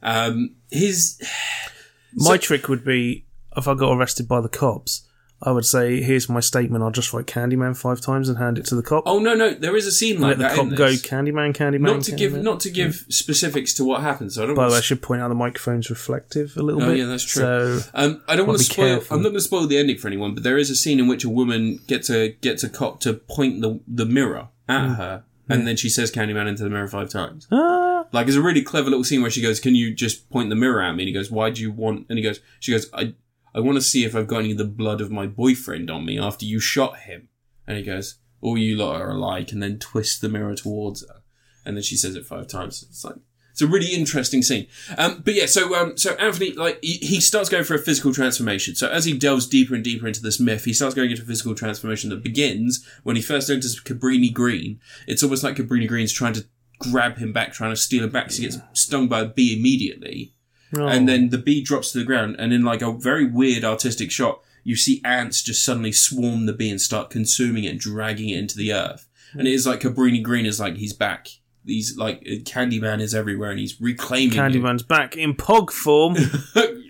Speaker 1: Um, his
Speaker 2: My trick would be if I got arrested by the cops, I would say, "Here's my statement. I'll just write Candyman five times and hand it to the cop.
Speaker 1: oh no no, there is a scene like
Speaker 2: Let the
Speaker 1: that.
Speaker 2: cop
Speaker 1: in
Speaker 2: go,
Speaker 1: this.
Speaker 2: Candyman, Candyman."
Speaker 1: Not to
Speaker 2: Candyman."
Speaker 1: give not to give specifics to what happens. So I don't.
Speaker 2: By
Speaker 1: want
Speaker 2: the
Speaker 1: to
Speaker 2: way, I should point out the microphone's reflective a little
Speaker 1: Oh,
Speaker 2: bit.
Speaker 1: yeah, that's true.
Speaker 2: So
Speaker 1: Um, I don't want
Speaker 2: be
Speaker 1: to spoil.
Speaker 2: careful.
Speaker 1: I'm not going to spoil the ending for anyone, but there is a scene in which a woman gets a gets a cop to point the the mirror at
Speaker 2: Hmm.
Speaker 1: her, and then she says "Candyman" into the mirror five times.
Speaker 2: ah,
Speaker 1: Like, it's a really clever little scene where she goes, "Can you just point the mirror at me?" And he goes, "Why do you want?" And he goes, "She goes, I I want to see if I've got any of the blood of my boyfriend on me after you shot him." And he goes, "All you lot are alike," and then twists the mirror towards her, and then she says it five times. It's like it's a really interesting scene. Um, but yeah, so um, so Anthony like he, he starts going for a physical transformation. So as he delves deeper and deeper into this myth, he starts going into a physical transformation that begins when he first enters Cabrini Green. It's almost like Cabrini Green's trying to grab him back, trying to steal him back. 'cause he gets stung by a bee immediately,
Speaker 2: oh,
Speaker 1: and then the bee drops to the ground. And in like a very weird artistic shot, you see ants just suddenly swarm the bee and start consuming it, and dragging it into the earth. And it is like Cabrini Green is like he's back. He's like Candyman is everywhere, and he's reclaiming it.
Speaker 2: Candyman's back in pog form.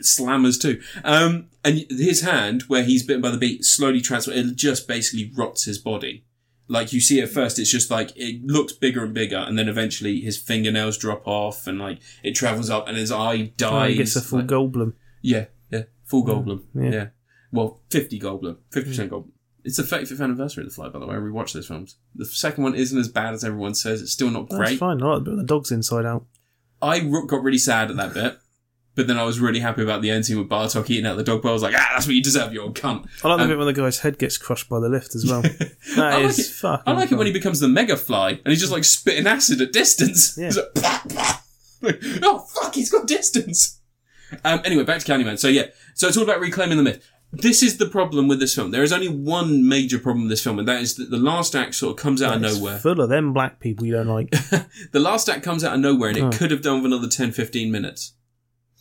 Speaker 1: slammers too. Um, and his hand, where he's bitten by the bee, slowly transfer. It just basically rots his body. Like you see at first, it's just like it looks bigger and bigger, and then eventually his fingernails drop off, and like it travels up, and his eye dies.
Speaker 2: Oh, he gets a full
Speaker 1: Like-
Speaker 2: Goldblum.
Speaker 1: yeah, yeah, full Goldblum. Yeah.
Speaker 2: yeah. Hmm.
Speaker 1: well, fifty Goldblum, fifty percent Goldblum. It's the 35th anniversary of the flight, by the way. I rewatched those films. The second one isn't as bad as everyone says. It's still not
Speaker 2: That's
Speaker 1: great.
Speaker 2: fine. I like the bit with the dog's inside out.
Speaker 1: I ro- got really sad at that bit, but then I was really happy about the end scene with Bartok eating out the dog bowl. I was like, ah, that's what you deserve, you old cunt.
Speaker 2: I like the
Speaker 1: Um,
Speaker 2: bit when the guy's head gets crushed by the lift as well. That is
Speaker 1: I like it.
Speaker 2: fucking.
Speaker 1: I like it when he
Speaker 2: fun.
Speaker 1: becomes the mega fly and he's just like spitting acid at distance.
Speaker 2: Yeah.
Speaker 1: He's like, like, oh fuck, he's got distance. Um, anyway, back to Candyman. So yeah, so it's all about reclaiming the myth. This is the problem with this film. There is only one major problem with this film, and that is that the last act sort of comes out of
Speaker 2: It's
Speaker 1: nowhere.
Speaker 2: Full of them black people you don't like.
Speaker 1: The last act comes out of nowhere, and it
Speaker 2: Oh.
Speaker 1: could have done with another 10, 15 minutes.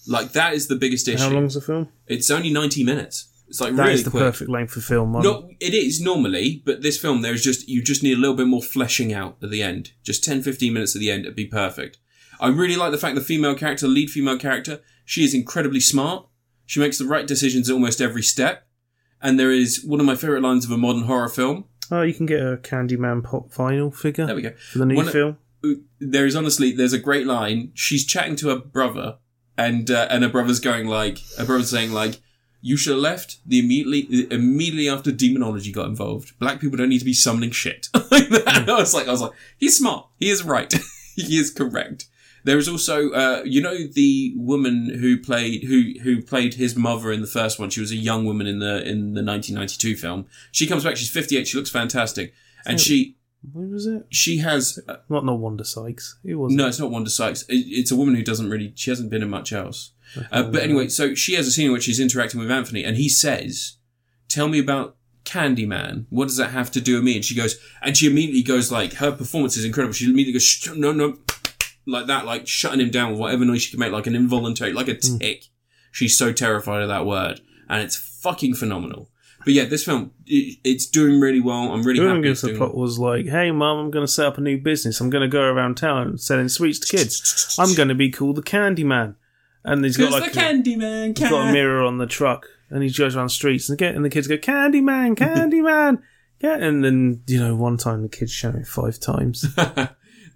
Speaker 1: Like that is the biggest issue.
Speaker 2: How long's the film?
Speaker 1: It's only ninety minutes. It's like
Speaker 2: That is
Speaker 1: really
Speaker 2: the
Speaker 1: quick.
Speaker 2: perfect length for film. I'm-
Speaker 1: No, it is normally, but this film there's just you just need a little bit more fleshing out at the end. Just 10 15 minutes at the end it'd be perfect. I really like the fact the female character, the lead female character, she is incredibly smart. She makes the right decisions at almost every step. And there is one of my favorite lines of a modern horror film.
Speaker 2: Oh, you can get a Candyman pop vinyl figure
Speaker 1: There we go.
Speaker 2: for the new
Speaker 1: One-
Speaker 2: film.
Speaker 1: There is honestly there's a great line. She's chatting to her brother and uh, and her brother's going like her brother's saying like you should have left the immediately immediately after demonology got involved. Black people don't need to be summoning shit. like that. I was like, I was like, he's smart. He is right. he is correct. There is also, uh, you know, the woman who played who who played his mother in the first one. She was a young woman in the in the 1992 film. She comes back. She's 58. She looks fantastic, and
Speaker 2: Oh.
Speaker 1: she
Speaker 2: Who was it?
Speaker 1: she has uh,
Speaker 2: Not not Wanda Sykes. Who was
Speaker 1: no,
Speaker 2: it?
Speaker 1: it's not Wanda Sykes. It- It's a woman who doesn't really. She hasn't been in much else. Uh, but anyway, so she has a scene in which she's interacting with Anthony, and he says, "Tell me about Candyman. What does that have to do with me?" And she goes, and she immediately goes like, her performance is incredible. She immediately goes, "Shh, "No, no," like that, like shutting him down with whatever noise she can make, like an involuntary, like a
Speaker 2: Hmm.
Speaker 1: tick. She's so terrified of that word, and it's fucking phenomenal. But yeah, this film, it, it's doing really well. I'm really
Speaker 2: Who
Speaker 1: happy. It's
Speaker 2: the
Speaker 1: doing
Speaker 2: plot was like, "Hey, mum, I'm going to set up a new business. I'm going to go around town selling sweets to kids. I'm going to be called the Candyman." And he's got
Speaker 1: Because
Speaker 2: like
Speaker 1: the
Speaker 2: a-
Speaker 1: Candyman
Speaker 2: he's got a
Speaker 1: can-
Speaker 2: mirror on the truck, and he goes around the streets and get and the kids go, "Candyman, Candyman." Yeah, and then you know, one time the kids shout it five times.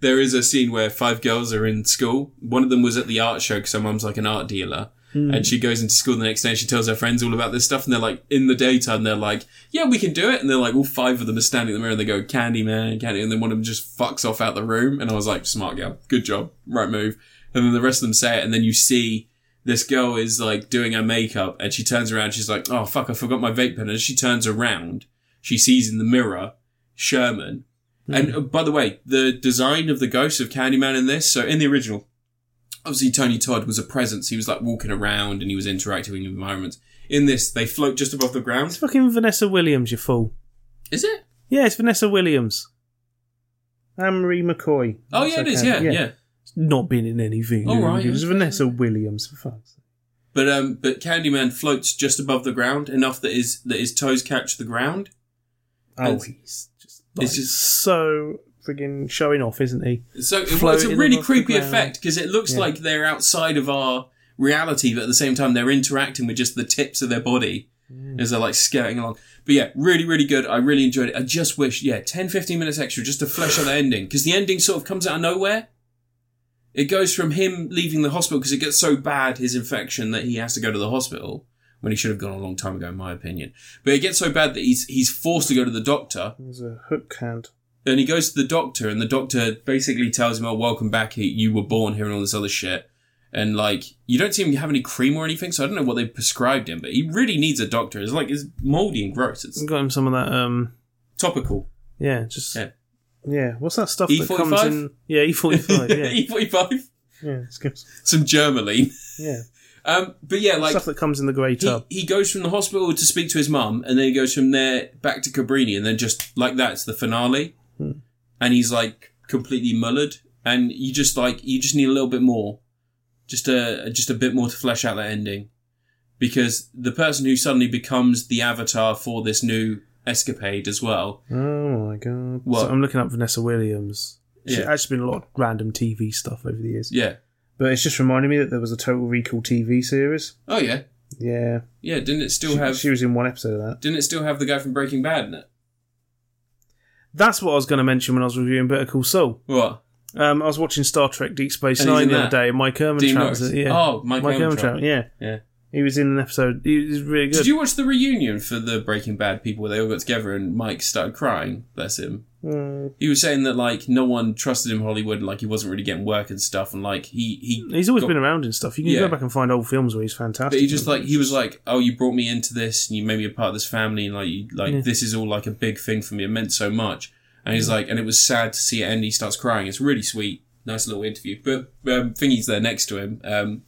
Speaker 1: there is a scene where five girls are in school. One of them was at the art show because her mum's like an art dealer. And she goes into school the next day and she tells her friends all about this stuff. And they're like, in the daytime, they're like, yeah, we can do it. And they're like, all five of them are standing in the mirror and they go, Candy Man, Candy. And then one of them just fucks off out the room. And I was like, smart girl. Good job. Right move. And then the rest of them say it. And then you see this girl is like doing her makeup and she turns around. She's like, oh, fuck, I forgot my vape pen. And as she turns around, she sees in the mirror Sherman. And uh, by the way, the design of the ghost of Candyman in this, so in the original, obviously Tony Todd was a presence. He was like walking around and he was interacting with environments. In this, they float just above the
Speaker 2: It's
Speaker 1: ground.
Speaker 2: fucking Vanessa Williams, you fool.
Speaker 1: Is it?
Speaker 2: Yeah, it's Vanessa Williams. Anne-Marie McCoy.
Speaker 1: Oh
Speaker 2: That's
Speaker 1: yeah, it is.
Speaker 2: okay.
Speaker 1: Yeah, yeah.
Speaker 2: It's Not been in anything.
Speaker 1: All right,
Speaker 2: It was Vanessa Williams, for fuck's sake.
Speaker 1: But um, but Candyman floats just above the ground enough that his that his toes catch the ground.
Speaker 2: Oh,
Speaker 1: It's-
Speaker 2: he's just, like,
Speaker 1: it's just-
Speaker 2: so friggin' showing off, isn't he?
Speaker 1: So it, well, it's
Speaker 2: Floating
Speaker 1: a really
Speaker 2: above the
Speaker 1: creepy
Speaker 2: ground.
Speaker 1: effect because it looks
Speaker 2: Yeah.
Speaker 1: like they're outside of our reality, but at the same time they're interacting with just the tips of their body
Speaker 2: Mm.
Speaker 1: as they're like skirting along. But yeah, really, really good. I really enjoyed it. I just wish, yeah, 10, 15 minutes extra just to flesh out the ending because the ending sort of comes out of nowhere. It goes from him leaving the hospital because it gets so bad, his infection, that he has to go to the hospital when he should have gone a long time ago, in my opinion. But it gets so bad that he's, he's forced to go to the doctor
Speaker 2: There's a hook hand.
Speaker 1: and he goes to the doctor, and the doctor basically tells him, "Oh, welcome back. He- You were born here, and all this other shit." And like, you don't see him have any cream or anything, so I don't know what they prescribed him, but he really needs a doctor. It's like it's moldy and gross. It's
Speaker 2: Got him some of that, um,
Speaker 1: topical.
Speaker 2: yeah, just,
Speaker 1: Yeah. E
Speaker 2: yeah. What's that stuff that
Speaker 1: E45?
Speaker 2: comes in? Yeah, E45, yeah.
Speaker 1: E forty five,
Speaker 2: yeah, it's good.
Speaker 1: some Germaline.
Speaker 2: Yeah.
Speaker 1: Um, but yeah, like
Speaker 2: stuff that comes in the grey
Speaker 1: he,
Speaker 2: tub.
Speaker 1: he goes from the hospital to speak to his mum, and then he goes from there back to Cabrini, and then just like that, it's the finale.
Speaker 2: Hmm.
Speaker 1: And he's like completely mullered, and you just like you just need a little bit more, just a just a bit more to flesh out that ending, because the person who suddenly becomes the avatar for this new escapade as well.
Speaker 2: Oh my god.
Speaker 1: What?
Speaker 2: So I'm looking up Vanessa Williams. She's
Speaker 1: Yeah.
Speaker 2: actually been a lot of random TV stuff over the years.
Speaker 1: Yeah.
Speaker 2: But it's just reminding me that there was a Total Recall TV series.
Speaker 1: Oh yeah.
Speaker 2: Yeah.
Speaker 1: Yeah. Didn't it still
Speaker 2: She,
Speaker 1: have?
Speaker 2: she was in one episode of that.
Speaker 1: Didn't it still have the guy from Breaking Bad in it?
Speaker 2: That's what I was going to mention when I was reviewing Better Call Saul.
Speaker 1: What?
Speaker 2: Um, I was watching Star Trek Deep Space
Speaker 1: And he's
Speaker 2: Nine
Speaker 1: in
Speaker 2: the
Speaker 1: that.
Speaker 2: other day. Mike
Speaker 1: Dean
Speaker 2: Ermintrout.
Speaker 1: Norris.
Speaker 2: was it? Yeah.
Speaker 1: Oh, Mike Ehrmantraut.
Speaker 2: Ehrmantraut, Yeah.
Speaker 1: Yeah.
Speaker 2: He was in an episode. He was really good.
Speaker 1: Did you watch the reunion for the Breaking Bad people where they all got together and Mike started crying? Bless him.
Speaker 2: Mm,
Speaker 1: He was saying that like no one trusted him in Hollywood, and, like he wasn't really getting work and stuff, and like he he.
Speaker 2: he's always
Speaker 1: got-
Speaker 2: been around and stuff. You can
Speaker 1: Yeah.
Speaker 2: go back and find old films where he's fantastic.
Speaker 1: But he just like he was like, oh, you brought me into this, and you made me a part of this family, and like you, like
Speaker 2: Yeah.
Speaker 1: this is all like a big thing for me. It meant so much, and he's like, and it was sad to see it end. He starts crying. It's really sweet, nice little interview. But um, thingy's there next to him. Um,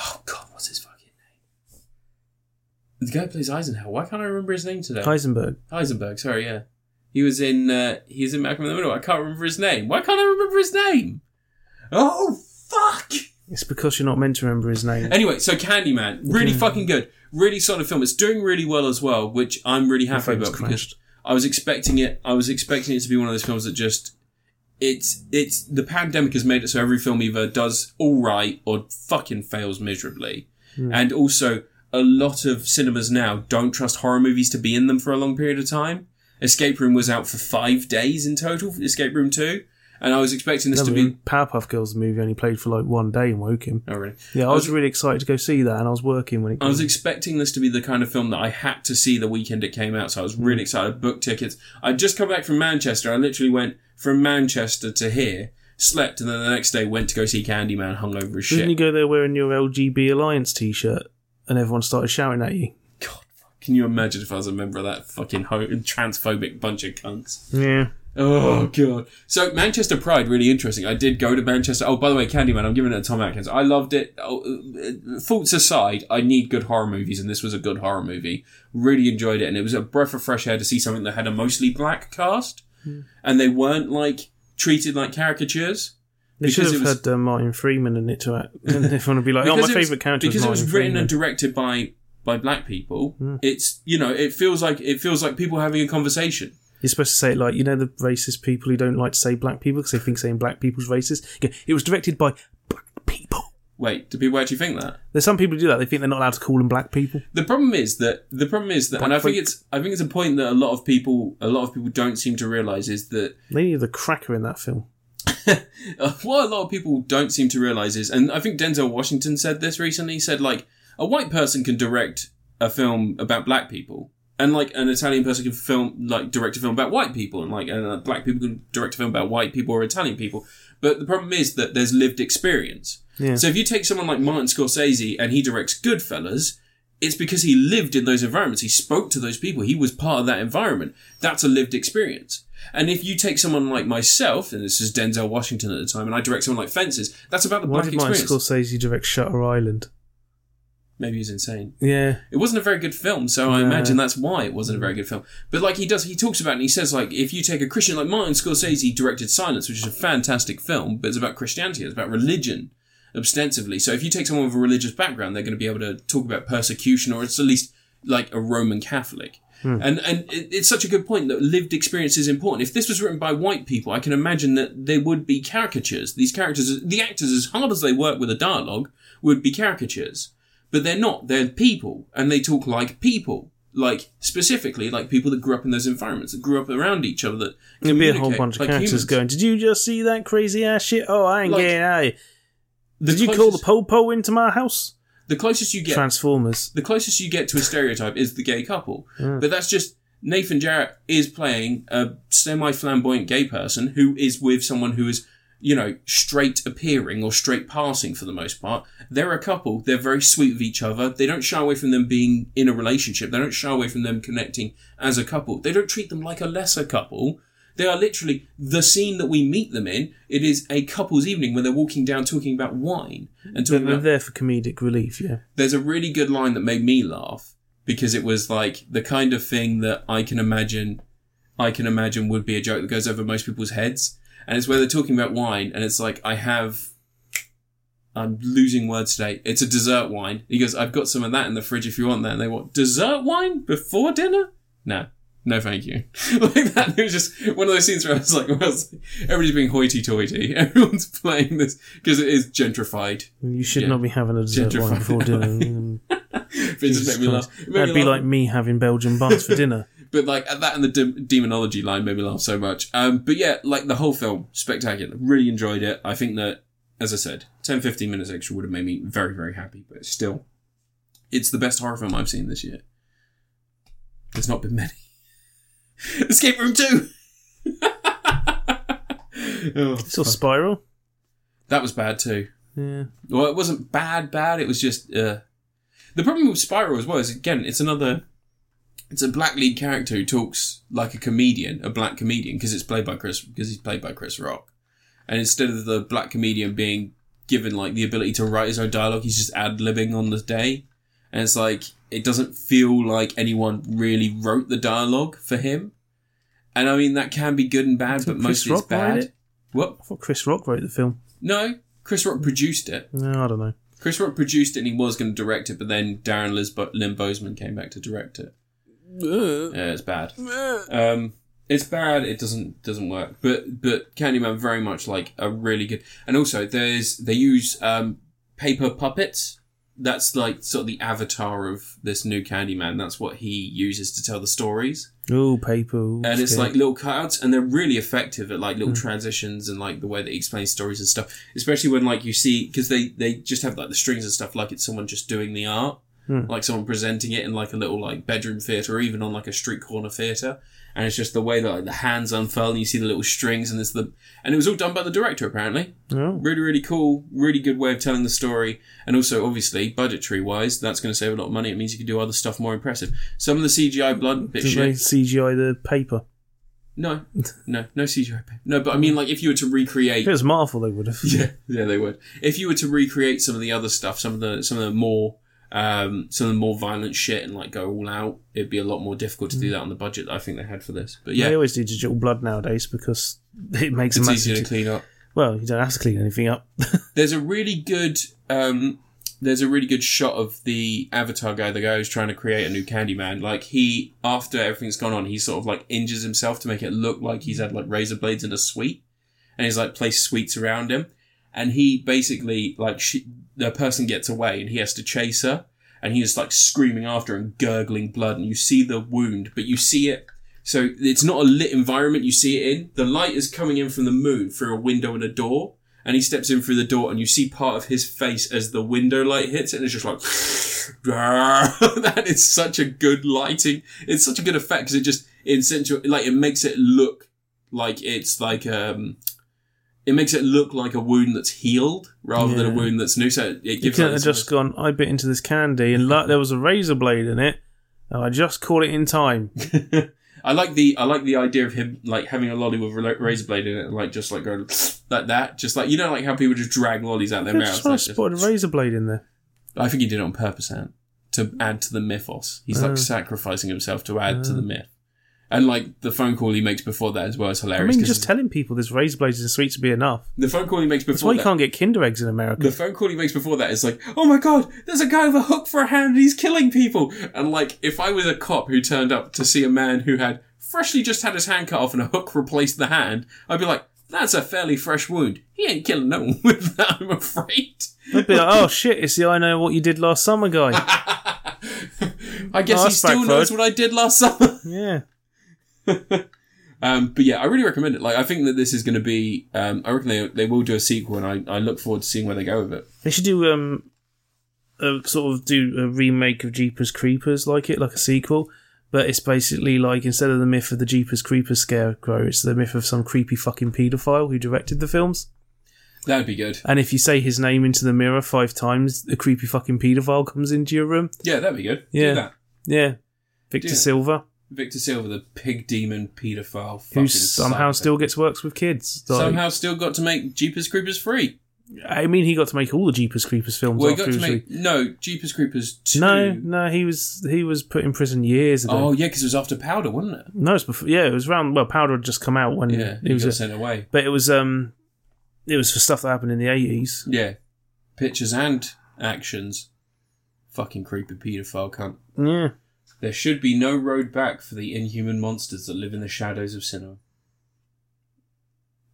Speaker 1: Oh God, what's his fucking name? The guy who plays Eisenhower. Why can't I remember his name today?
Speaker 2: Heisenberg.
Speaker 1: Heisenberg. Sorry, yeah. He was in. Uh, he was in Malcolm in the Middle. I can't remember his name. Why can't I remember his name? Oh fuck!
Speaker 2: It's because you're not meant to remember his name.
Speaker 1: Anyway, so Candyman, really
Speaker 2: Yeah.
Speaker 1: fucking good, really solid film. It's doing really well as well, which I'm really happy
Speaker 2: phone's
Speaker 1: about because
Speaker 2: crashed.
Speaker 1: I was expecting it. I was expecting it to be one of those films that just it's it's the pandemic has made it so every film either does all right or fucking fails miserably, and also a lot of cinemas now don't trust horror movies to be in them for a long period of time. Escape Room was out for five days in total. Escape Room Two, and I was expecting this
Speaker 2: No,
Speaker 1: to
Speaker 2: but
Speaker 1: be.
Speaker 2: in Powerpuff Girls the movie only played for like one day and woke him.
Speaker 1: Oh really?
Speaker 2: Yeah, I
Speaker 1: I
Speaker 2: was,
Speaker 1: was-
Speaker 2: really excited to go see that, and I was working when it.
Speaker 1: I was expecting this to be the kind of film that I had to see the weekend it came out, so I was really
Speaker 2: Mm.
Speaker 1: excited. Booked tickets. I'd just come back from Manchester. I literally went from Manchester to here, slept, and then the next day went to go see Candyman, hungover as
Speaker 2: Didn't you
Speaker 1: shit.
Speaker 2: go there wearing your LGB Alliance T-shirt, and everyone started shouting at you?
Speaker 1: God, can you imagine if I was a member of that fucking ho- transphobic bunch of cunts?
Speaker 2: Yeah,
Speaker 1: Oh god. So Manchester Pride, really interesting. I did go to Manchester. Oh, by the way, Candyman, I'm giving it to Tom Atkins. I loved it. Oh, uh, uh, faults aside, I need good horror movies, and this was a good horror movie. Really enjoyed it, and it was a breath of fresh air to see something that had a mostly black cast,
Speaker 2: Hmm.
Speaker 1: and they weren't like treated like caricatures.
Speaker 2: they should
Speaker 1: Because
Speaker 2: have
Speaker 1: it was-
Speaker 2: had uh, Martin Freeman in it to act, and everyone would be like, "Oh, my
Speaker 1: Because it was-
Speaker 2: favourite character."
Speaker 1: because
Speaker 2: is
Speaker 1: it
Speaker 2: Martin
Speaker 1: was written
Speaker 2: Freeman. Hmm.
Speaker 1: and directed by by black people. It's you know it feels like it feels like people having a conversation.
Speaker 2: You're supposed to say it like you know the racist people who don't like to say black people because they think saying black people's racist. You go, It was directed by black people.
Speaker 1: Wait, do people actually think that?
Speaker 2: There's some people who do that. They think they're not allowed to call them black people.
Speaker 1: The problem is that the problem is that, and I think it's I think it's a point that a lot of people a lot of people don't seem to realize is that
Speaker 2: They needed a cracker in that film.
Speaker 1: what a lot of people don't seem to realize is, and I think Denzel Washington said this recently. He said like a white person can direct a film about black people, and like an Italian person can film like direct a film about white people, and like and, uh, black people can direct a film about white people or Italian people. But the problem is that there's lived experience.
Speaker 2: Yeah.
Speaker 1: So if you take someone like Martin Scorsese and he directs Goodfellas, it's because he lived in those environments. He spoke to those people. He was part of that environment. That's a lived experience. And if you take someone like myself, and this is Denzel Washington at the time, and I direct someone like Fences, that's about the
Speaker 2: Why
Speaker 1: black
Speaker 2: did Martin
Speaker 1: experience.
Speaker 2: Scorsese direct Shutter Island?
Speaker 1: Maybe he's insane.
Speaker 2: Yeah,
Speaker 1: It wasn't a very good film, so I
Speaker 2: No.
Speaker 1: imagine that's why it wasn't a very good film. But like he does, he talks about it and he says like if you take a Christian, like Martin Scorsese directed Silence, which is a fantastic film, but it's about Christianity, it's about religion ostensibly. So if you take someone with a religious background, they're going to be able to talk about persecution, or it's at least like a Roman Catholic.
Speaker 2: Hmm.
Speaker 1: And and it, it's such a good point that lived experience is important. If this was written by white people, I can imagine that there would be caricatures. These characters, the actors, as hard as they work with a dialogue, would be caricatures. But they're not. They're people, and they talk like people. Like specifically, like people that grew up in those environments, that grew up around each other. That
Speaker 2: there'd be a whole
Speaker 1: communicate
Speaker 2: bunch of
Speaker 1: like
Speaker 2: characters
Speaker 1: humans.
Speaker 2: going. Did you just see that crazy ass shit? Oh, I ain't
Speaker 1: Like,
Speaker 2: getting out. of here.
Speaker 1: The
Speaker 2: Did you call the
Speaker 1: closest-
Speaker 2: popo into my house?
Speaker 1: the closest you get
Speaker 2: Transformers.
Speaker 1: the closest you get to a stereotype is the gay couple. But that's just Nathan Jarrett is playing a semi flamboyant gay person who is with someone who is, you know, straight appearing or straight passing for the most part. They're a couple. They're very sweet with each other. They don't shy away from them being in a relationship. They don't shy away from them connecting as a couple. They don't treat them like a lesser couple. They are literally the scene that we meet them in. It is a couple's evening when they're walking down talking about wine and
Speaker 2: They're,
Speaker 1: talking
Speaker 2: they're
Speaker 1: about
Speaker 2: there for comedic relief. Yeah.
Speaker 1: there's a really good line that made me laugh because it was like the kind of thing that I can imagine I can imagine would be a joke that goes over most people's heads. And it's where they're talking about wine and it's like I have I'm losing words today. It's a dessert wine. He goes, I've got some of that in the fridge if you want that. And they want dessert wine before dinner? No. No, thank you. like that, it was just one of those scenes where I was like, where I was like everybody's being hoity-toity. Everyone's playing this because it is gentrified.
Speaker 2: You should
Speaker 1: Yeah.
Speaker 2: not be having a dessert
Speaker 1: Gentrified.
Speaker 2: wine before dinner. Mm,
Speaker 1: It just
Speaker 2: Jesus
Speaker 1: made me laugh.
Speaker 2: Christ.
Speaker 1: It made me
Speaker 2: That'd be
Speaker 1: laugh.
Speaker 2: like me having Belgian buns for dinner.
Speaker 1: But like at that and the de- demonology line made me laugh so much. Um, but yeah, like the whole film, spectacular. Really enjoyed it. I think that, as I said, 10, 15 minutes extra would have made me very, very happy. But still, it's the best horror film I've seen this year. There's not been many. Escape Room 2! Oh,
Speaker 2: It's all spiral.
Speaker 1: that was bad too.
Speaker 2: Yeah.
Speaker 1: Well, it wasn't bad, bad. It was just uh, the problem with Spiral as well is again, it's another. It's a black lead character who talks like a comedian, a black comedian, because it's played by Chris, because he's played by Chris Rock, and instead of the black comedian being given like the ability to write his own dialogue. He's just ad libbing on the day, and it's like it doesn't feel like anyone really wrote the dialogue for him. And I mean that can be good and bad,
Speaker 2: Didn't
Speaker 1: but
Speaker 2: Chris
Speaker 1: mostly it's
Speaker 2: Rock write
Speaker 1: bad.
Speaker 2: it?
Speaker 1: What?
Speaker 2: I thought Chris Rock wrote the film.
Speaker 1: No, Chris Rock produced it.
Speaker 2: No, I don't know.
Speaker 1: Chris Rock produced it and he was going to direct it, but then Darren Lisbo- Lynn Bozeman came back to direct it. Yeah, it's bad. Um, it's bad. It doesn't doesn't work. But but Candyman very much like a really good. And also there's they use um, paper puppets. That's like sort of the avatar of this new Candyman. That's what he uses to tell the stories.
Speaker 2: Oh, paper. Ooh,
Speaker 1: And it's
Speaker 2: scary.
Speaker 1: like little cutouts, and they're really effective at like little transitions and like the way that he explains stories and stuff. Especially when like you see because they they just have like the strings and stuff like it's someone just doing the art, like someone presenting it in like a little like bedroom theater or even on like a street corner theater. And it's just the way that like the hands unfurl and you see the little strings and it's the and it was all done by the director apparently.
Speaker 2: Oh.
Speaker 1: Really really cool, really good way of telling the story. And also obviously budgetary wise, that's going to save a lot of money. It means you can do other stuff more impressive. Some of the CGI blood bit
Speaker 2: Did
Speaker 1: shit.
Speaker 2: they CGI the paper?
Speaker 1: No, no, no CGI. No, but I mean, like, if you were to recreate,
Speaker 2: If it was Marvel, they would have.
Speaker 1: yeah, yeah, they would. If you were to recreate some of the other stuff, some of the some of the more um, some of the more violent shit, and like go all out, it'd be a lot more difficult to do that on the budget that I think they had for this. But yeah,
Speaker 2: They always do digital blood nowadays because it makes a
Speaker 1: it's
Speaker 2: massive.
Speaker 1: easier to clean up.
Speaker 2: well, you don't have to clean anything up.
Speaker 1: There's a really good um, there's a really good shot of the Avatar guy, the guy who's trying to create a new Candyman. Like he, after everything's gone on, he sort of like injures himself to make it look like he's had like razor blades in a sweet, and he's like placed sweets around him, and he basically like she, the person gets away and he has to chase her, and he is like screaming after her and gurgling blood, and you see the wound, but you see it. So it's not a lit environment you see it in. The light is coming in from the moon through a window and a door. And he steps in through the door, and you see part of his face as the window light hits, it, and it's just like that is such a good lighting. It's such a good effect because it just incentu- like it makes it look like it's like um, it makes it look like a wound that's healed rather than a
Speaker 2: Yeah.
Speaker 1: wound that's new. So it
Speaker 2: You
Speaker 1: gives
Speaker 2: could
Speaker 1: like
Speaker 2: have
Speaker 1: this-
Speaker 2: just gone, I bit into this candy and like, there was a razor blade in it, and I just caught it in time.
Speaker 1: I like the I like the idea of him like having a lolly with a ra- razor blade in it, and, like just like going like that, just like you know, like how people just drag lollies out their
Speaker 2: I
Speaker 1: mouths.
Speaker 2: just thought I
Speaker 1: like, just-
Speaker 2: spotted a razor blade in there.
Speaker 1: I think he did it on purpose, Ant, to add to the mythos. He's
Speaker 2: Uh.
Speaker 1: like sacrificing himself to add to the myth, and like the phone call he makes before that as well is
Speaker 2: I
Speaker 1: hilarious.
Speaker 2: mean,
Speaker 1: 'cause
Speaker 2: just telling people there's razor blades in sweets would be enough.
Speaker 1: the phone call he makes
Speaker 2: That's
Speaker 1: before
Speaker 2: why you
Speaker 1: that.
Speaker 2: can't get Kinder eggs in America.
Speaker 1: The phone call he makes before that is like, "Oh my god, there's a guy with a hook for a hand, and he's killing people." And like, if I was a cop who turned up to see a man who had freshly just had his hand cut off and a hook replaced the hand, I'd be like, "That's a fairly fresh wound. He ain't killing no one with that, I'm afraid."
Speaker 2: I'd be like, oh shit, it's the I know what you did last summer guy.
Speaker 1: I guess
Speaker 2: No,
Speaker 1: he
Speaker 2: that's
Speaker 1: still
Speaker 2: backfired.
Speaker 1: knows what I did last summer.
Speaker 2: yeah.
Speaker 1: Um, but yeah, I really recommend it. Like, I think that this is going to be. Um, I reckon they, they will do a sequel, and I, I look forward to seeing where they go with it.
Speaker 2: They should do um a sort of do a remake of Jeepers Creepers like it, like a sequel. But it's basically like instead of the myth of the Jeepers Creepers scarecrow, it's the myth of some creepy fucking paedophile who directed the films.
Speaker 1: That'd be good.
Speaker 2: And if you say his name into the mirror five times, the creepy fucking paedophile comes into your room.
Speaker 1: Yeah, that'd be good.
Speaker 2: Yeah.
Speaker 1: Do that.
Speaker 2: Yeah. Victor
Speaker 1: Yeah.
Speaker 2: Silva,
Speaker 1: Victor Silva, the pig demon paedophile,
Speaker 2: who
Speaker 1: fucking
Speaker 2: somehow
Speaker 1: psycho.
Speaker 2: still gets works with kids. Like,
Speaker 1: somehow still got to make Jeepers Creepers free.
Speaker 2: I mean, he got to make all the Jeepers Creepers films
Speaker 1: Well, he
Speaker 2: after
Speaker 1: got
Speaker 2: he
Speaker 1: to
Speaker 2: was re-
Speaker 1: make no Jeepers Creepers two.
Speaker 2: No, no, he was he was put in prison years ago.
Speaker 1: Oh yeah, because it was after Powder, wasn't it?
Speaker 2: No, it's before. Yeah, it was around. Well, Powder had just come out when
Speaker 1: Yeah,
Speaker 2: Mm, it
Speaker 1: he
Speaker 2: was.
Speaker 1: got
Speaker 2: a-
Speaker 1: sent away.
Speaker 2: but it was um, it was for stuff that happened in the eighties.
Speaker 1: Yeah, pictures and actions. Fucking creepy paedophile cunt.
Speaker 2: Yeah,
Speaker 1: There should be no road back for the inhuman monsters that live in the shadows of cinema.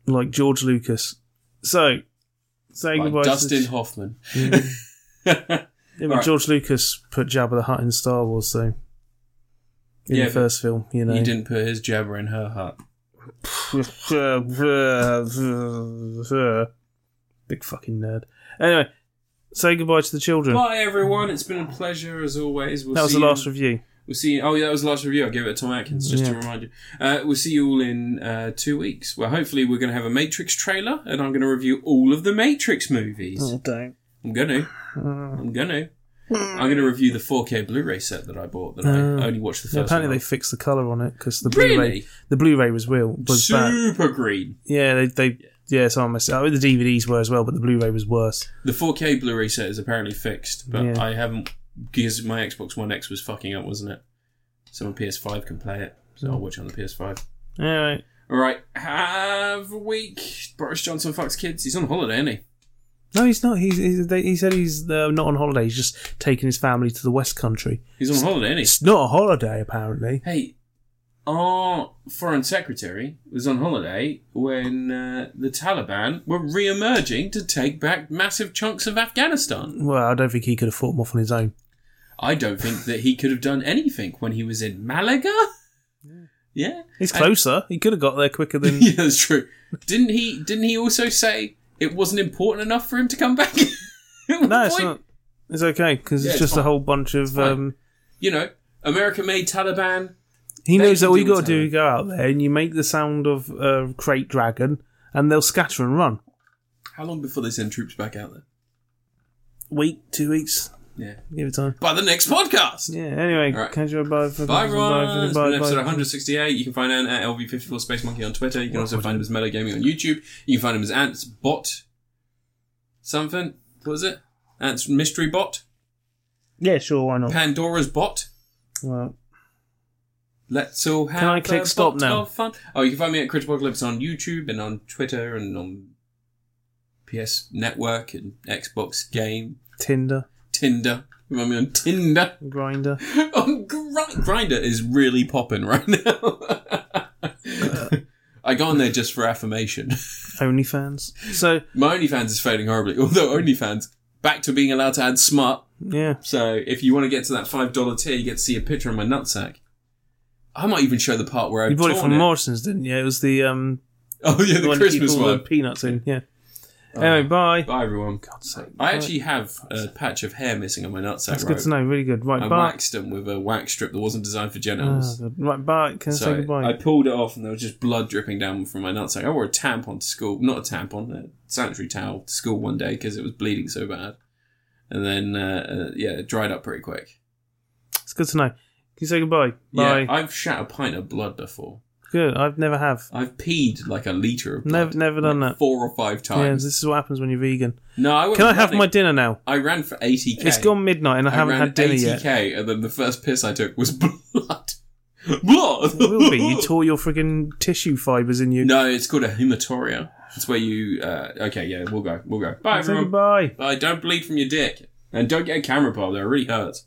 Speaker 2: like George Lucas. So, say
Speaker 1: by
Speaker 2: goodbye.
Speaker 1: Dustin
Speaker 2: To
Speaker 1: Hoffman.
Speaker 2: the, Yeah, but
Speaker 1: Alright.
Speaker 2: George Lucas put Jabba the Hutt in Star Wars, so in
Speaker 1: Yeah,
Speaker 2: the
Speaker 1: but
Speaker 2: first film, you know.
Speaker 1: He didn't put his jabber in her heart.
Speaker 2: Big fucking nerd. Anyway, say goodbye to the children.
Speaker 1: Bye, everyone. It's been a pleasure as always. We'll
Speaker 2: that was
Speaker 1: see
Speaker 2: the last
Speaker 1: You,
Speaker 2: review.
Speaker 1: we'll see. You, oh, yeah, that was the last review. I gave it to Tom Atkins just to
Speaker 2: Yeah.
Speaker 1: remind you. Uh, we'll see you all in uh, two weeks. Well, hopefully we're going to have a Matrix trailer, and I'm going to review all of the Matrix movies.
Speaker 2: don't.
Speaker 1: I'm gonna. I'm gonna. I'm gonna review the 4K Blu-ray set that I bought that I only watched the first.
Speaker 2: Hmm. apparently,
Speaker 1: one
Speaker 2: they fixed the color on it because the
Speaker 1: Really?
Speaker 2: Blu-ray the Blu-ray was real
Speaker 1: on.
Speaker 2: was bad.
Speaker 1: super green.
Speaker 2: Yeah, they they yeah, so I myself. The DVDs were as well, but the Blu-ray was worse.
Speaker 1: The 4K Blu-ray set is apparently fixed, but
Speaker 2: Yeah.
Speaker 1: I haven't because my Xbox One X was fucking up, wasn't it? So my PS5 can play it, so
Speaker 2: Hmm.
Speaker 1: I'll watch it on the PS5.
Speaker 2: All right.
Speaker 1: All right, have a week. Boris Johnson fucks kids. He's on holiday, isn't he?
Speaker 2: No, he's not. He's, he's they, he said he's uh, not on holiday. He's just taking his family to the West Country.
Speaker 1: He's on holiday, isn't
Speaker 2: It's not a holiday, apparently.
Speaker 1: he? Hey, our foreign secretary was on holiday when uh, the Taliban were re-emerging to take back massive chunks of Afghanistan.
Speaker 2: Well, I don't think he could have fought them off on his own.
Speaker 1: I don't think that he could have done anything when he was in Malaga. Yeah,
Speaker 2: He's
Speaker 1: And-
Speaker 2: closer. he could have got there quicker than.
Speaker 1: yeah, that's true. Didn't he? Didn't he also say it wasn't important enough for him to come back?
Speaker 2: no, it's not. It's okay because
Speaker 1: Yeah, it's
Speaker 2: it's just a
Speaker 1: fine.
Speaker 2: whole bunch of.
Speaker 1: fine.
Speaker 2: Um,
Speaker 1: You know, America-made Taliban.
Speaker 2: he
Speaker 1: They
Speaker 2: knows
Speaker 1: can
Speaker 2: that all you
Speaker 1: do
Speaker 2: got to
Speaker 1: what's
Speaker 2: do
Speaker 1: happening.
Speaker 2: is go out there and you make the sound of uh, crate dragon, and they'll scatter and run.
Speaker 1: How long before they send troops back out there?
Speaker 2: Week, two weeks,
Speaker 1: Yeah,
Speaker 2: give it time.
Speaker 1: by the next podcast.
Speaker 2: Yeah. Anyway,
Speaker 1: All right.
Speaker 2: catch you. Bye. for-
Speaker 1: Bye everyone.
Speaker 2: for-
Speaker 1: It's been episode 168. You can find Ant at LV54 Space Monkey on Twitter. You can also find him as Mellow Gaming on YouTube. You can find him as Ant's Bot. Something. What was it? Ant's Mystery Bot.
Speaker 2: Yeah, sure. Why not?
Speaker 1: Pandora's Bot.
Speaker 2: Well,
Speaker 1: Let's all have
Speaker 2: I click
Speaker 1: a
Speaker 2: stop
Speaker 1: bot
Speaker 2: now?
Speaker 1: of Fun. Oh, you can find me at Critical Clips on YouTube and on Twitter and on PS Network and Xbox Game,
Speaker 2: Tinder,
Speaker 1: Tinder. You can find me on Tinder.
Speaker 2: grinder.
Speaker 1: on Oh, Gri- Grinder is really popping right now. I go on there just for affirmation.
Speaker 2: OnlyFans. So
Speaker 1: My OnlyFans is failing horribly, although OnlyFans back to being allowed to add smart.
Speaker 2: yeah,
Speaker 1: So if you want to get to that five dollar tier, you get to see a picture of my nutsack. I might even show the part where I
Speaker 2: you bought it from Morrison's, didn't you? It was the um
Speaker 1: Oh yeah, the
Speaker 2: one that you
Speaker 1: Christmas
Speaker 2: put all the
Speaker 1: one. Oh.
Speaker 2: peanuts in. Yeah. anyway, bye.
Speaker 1: Bye everyone.
Speaker 2: God's sake.
Speaker 1: I
Speaker 2: Bye.
Speaker 1: actually have a patch of hair missing on my nutsack.
Speaker 2: That's
Speaker 1: right?
Speaker 2: good to know. Really good. Right,
Speaker 1: I
Speaker 2: bye.
Speaker 1: waxed them with a wax strip that wasn't designed for
Speaker 2: Ah,
Speaker 1: genitals.
Speaker 2: good. right, bye. Can I
Speaker 1: so
Speaker 2: say goodbye?
Speaker 1: I pulled it off and there was just blood dripping down from my nutsack. I wore a tampon to school, not a tampon, a sanitary towel to school one day because it was bleeding so bad. And then, uh, uh, yeah, it dried up pretty quick.
Speaker 2: It's good to know. Can you say goodbye? Bye.
Speaker 1: Yeah, I've shat a pint of blood before.
Speaker 2: good. I've never have.
Speaker 1: I've peed like a litre of blood.
Speaker 2: Never, never done that.
Speaker 1: Four or five
Speaker 2: Yeah,
Speaker 1: times.
Speaker 2: this is what happens when you're vegan.
Speaker 1: No, I was
Speaker 2: Can I have
Speaker 1: running-
Speaker 2: my dinner now?
Speaker 1: I ran for 80k.
Speaker 2: It's gone midnight and I, haven't
Speaker 1: ran
Speaker 2: had dinner
Speaker 1: 80k,
Speaker 2: yet.
Speaker 1: and then the first piss I took was blood. blood.
Speaker 2: It will be. You tore your frigging tissue fibres in you.
Speaker 1: no, it's called a hematuria. It's where you. Uh, okay, yeah, we'll go. We'll go. Bye,
Speaker 2: Say
Speaker 1: everyone.
Speaker 2: goodbye.
Speaker 1: Bye. Don't bleed from your dick, and don't get a camera pole. That really hurts.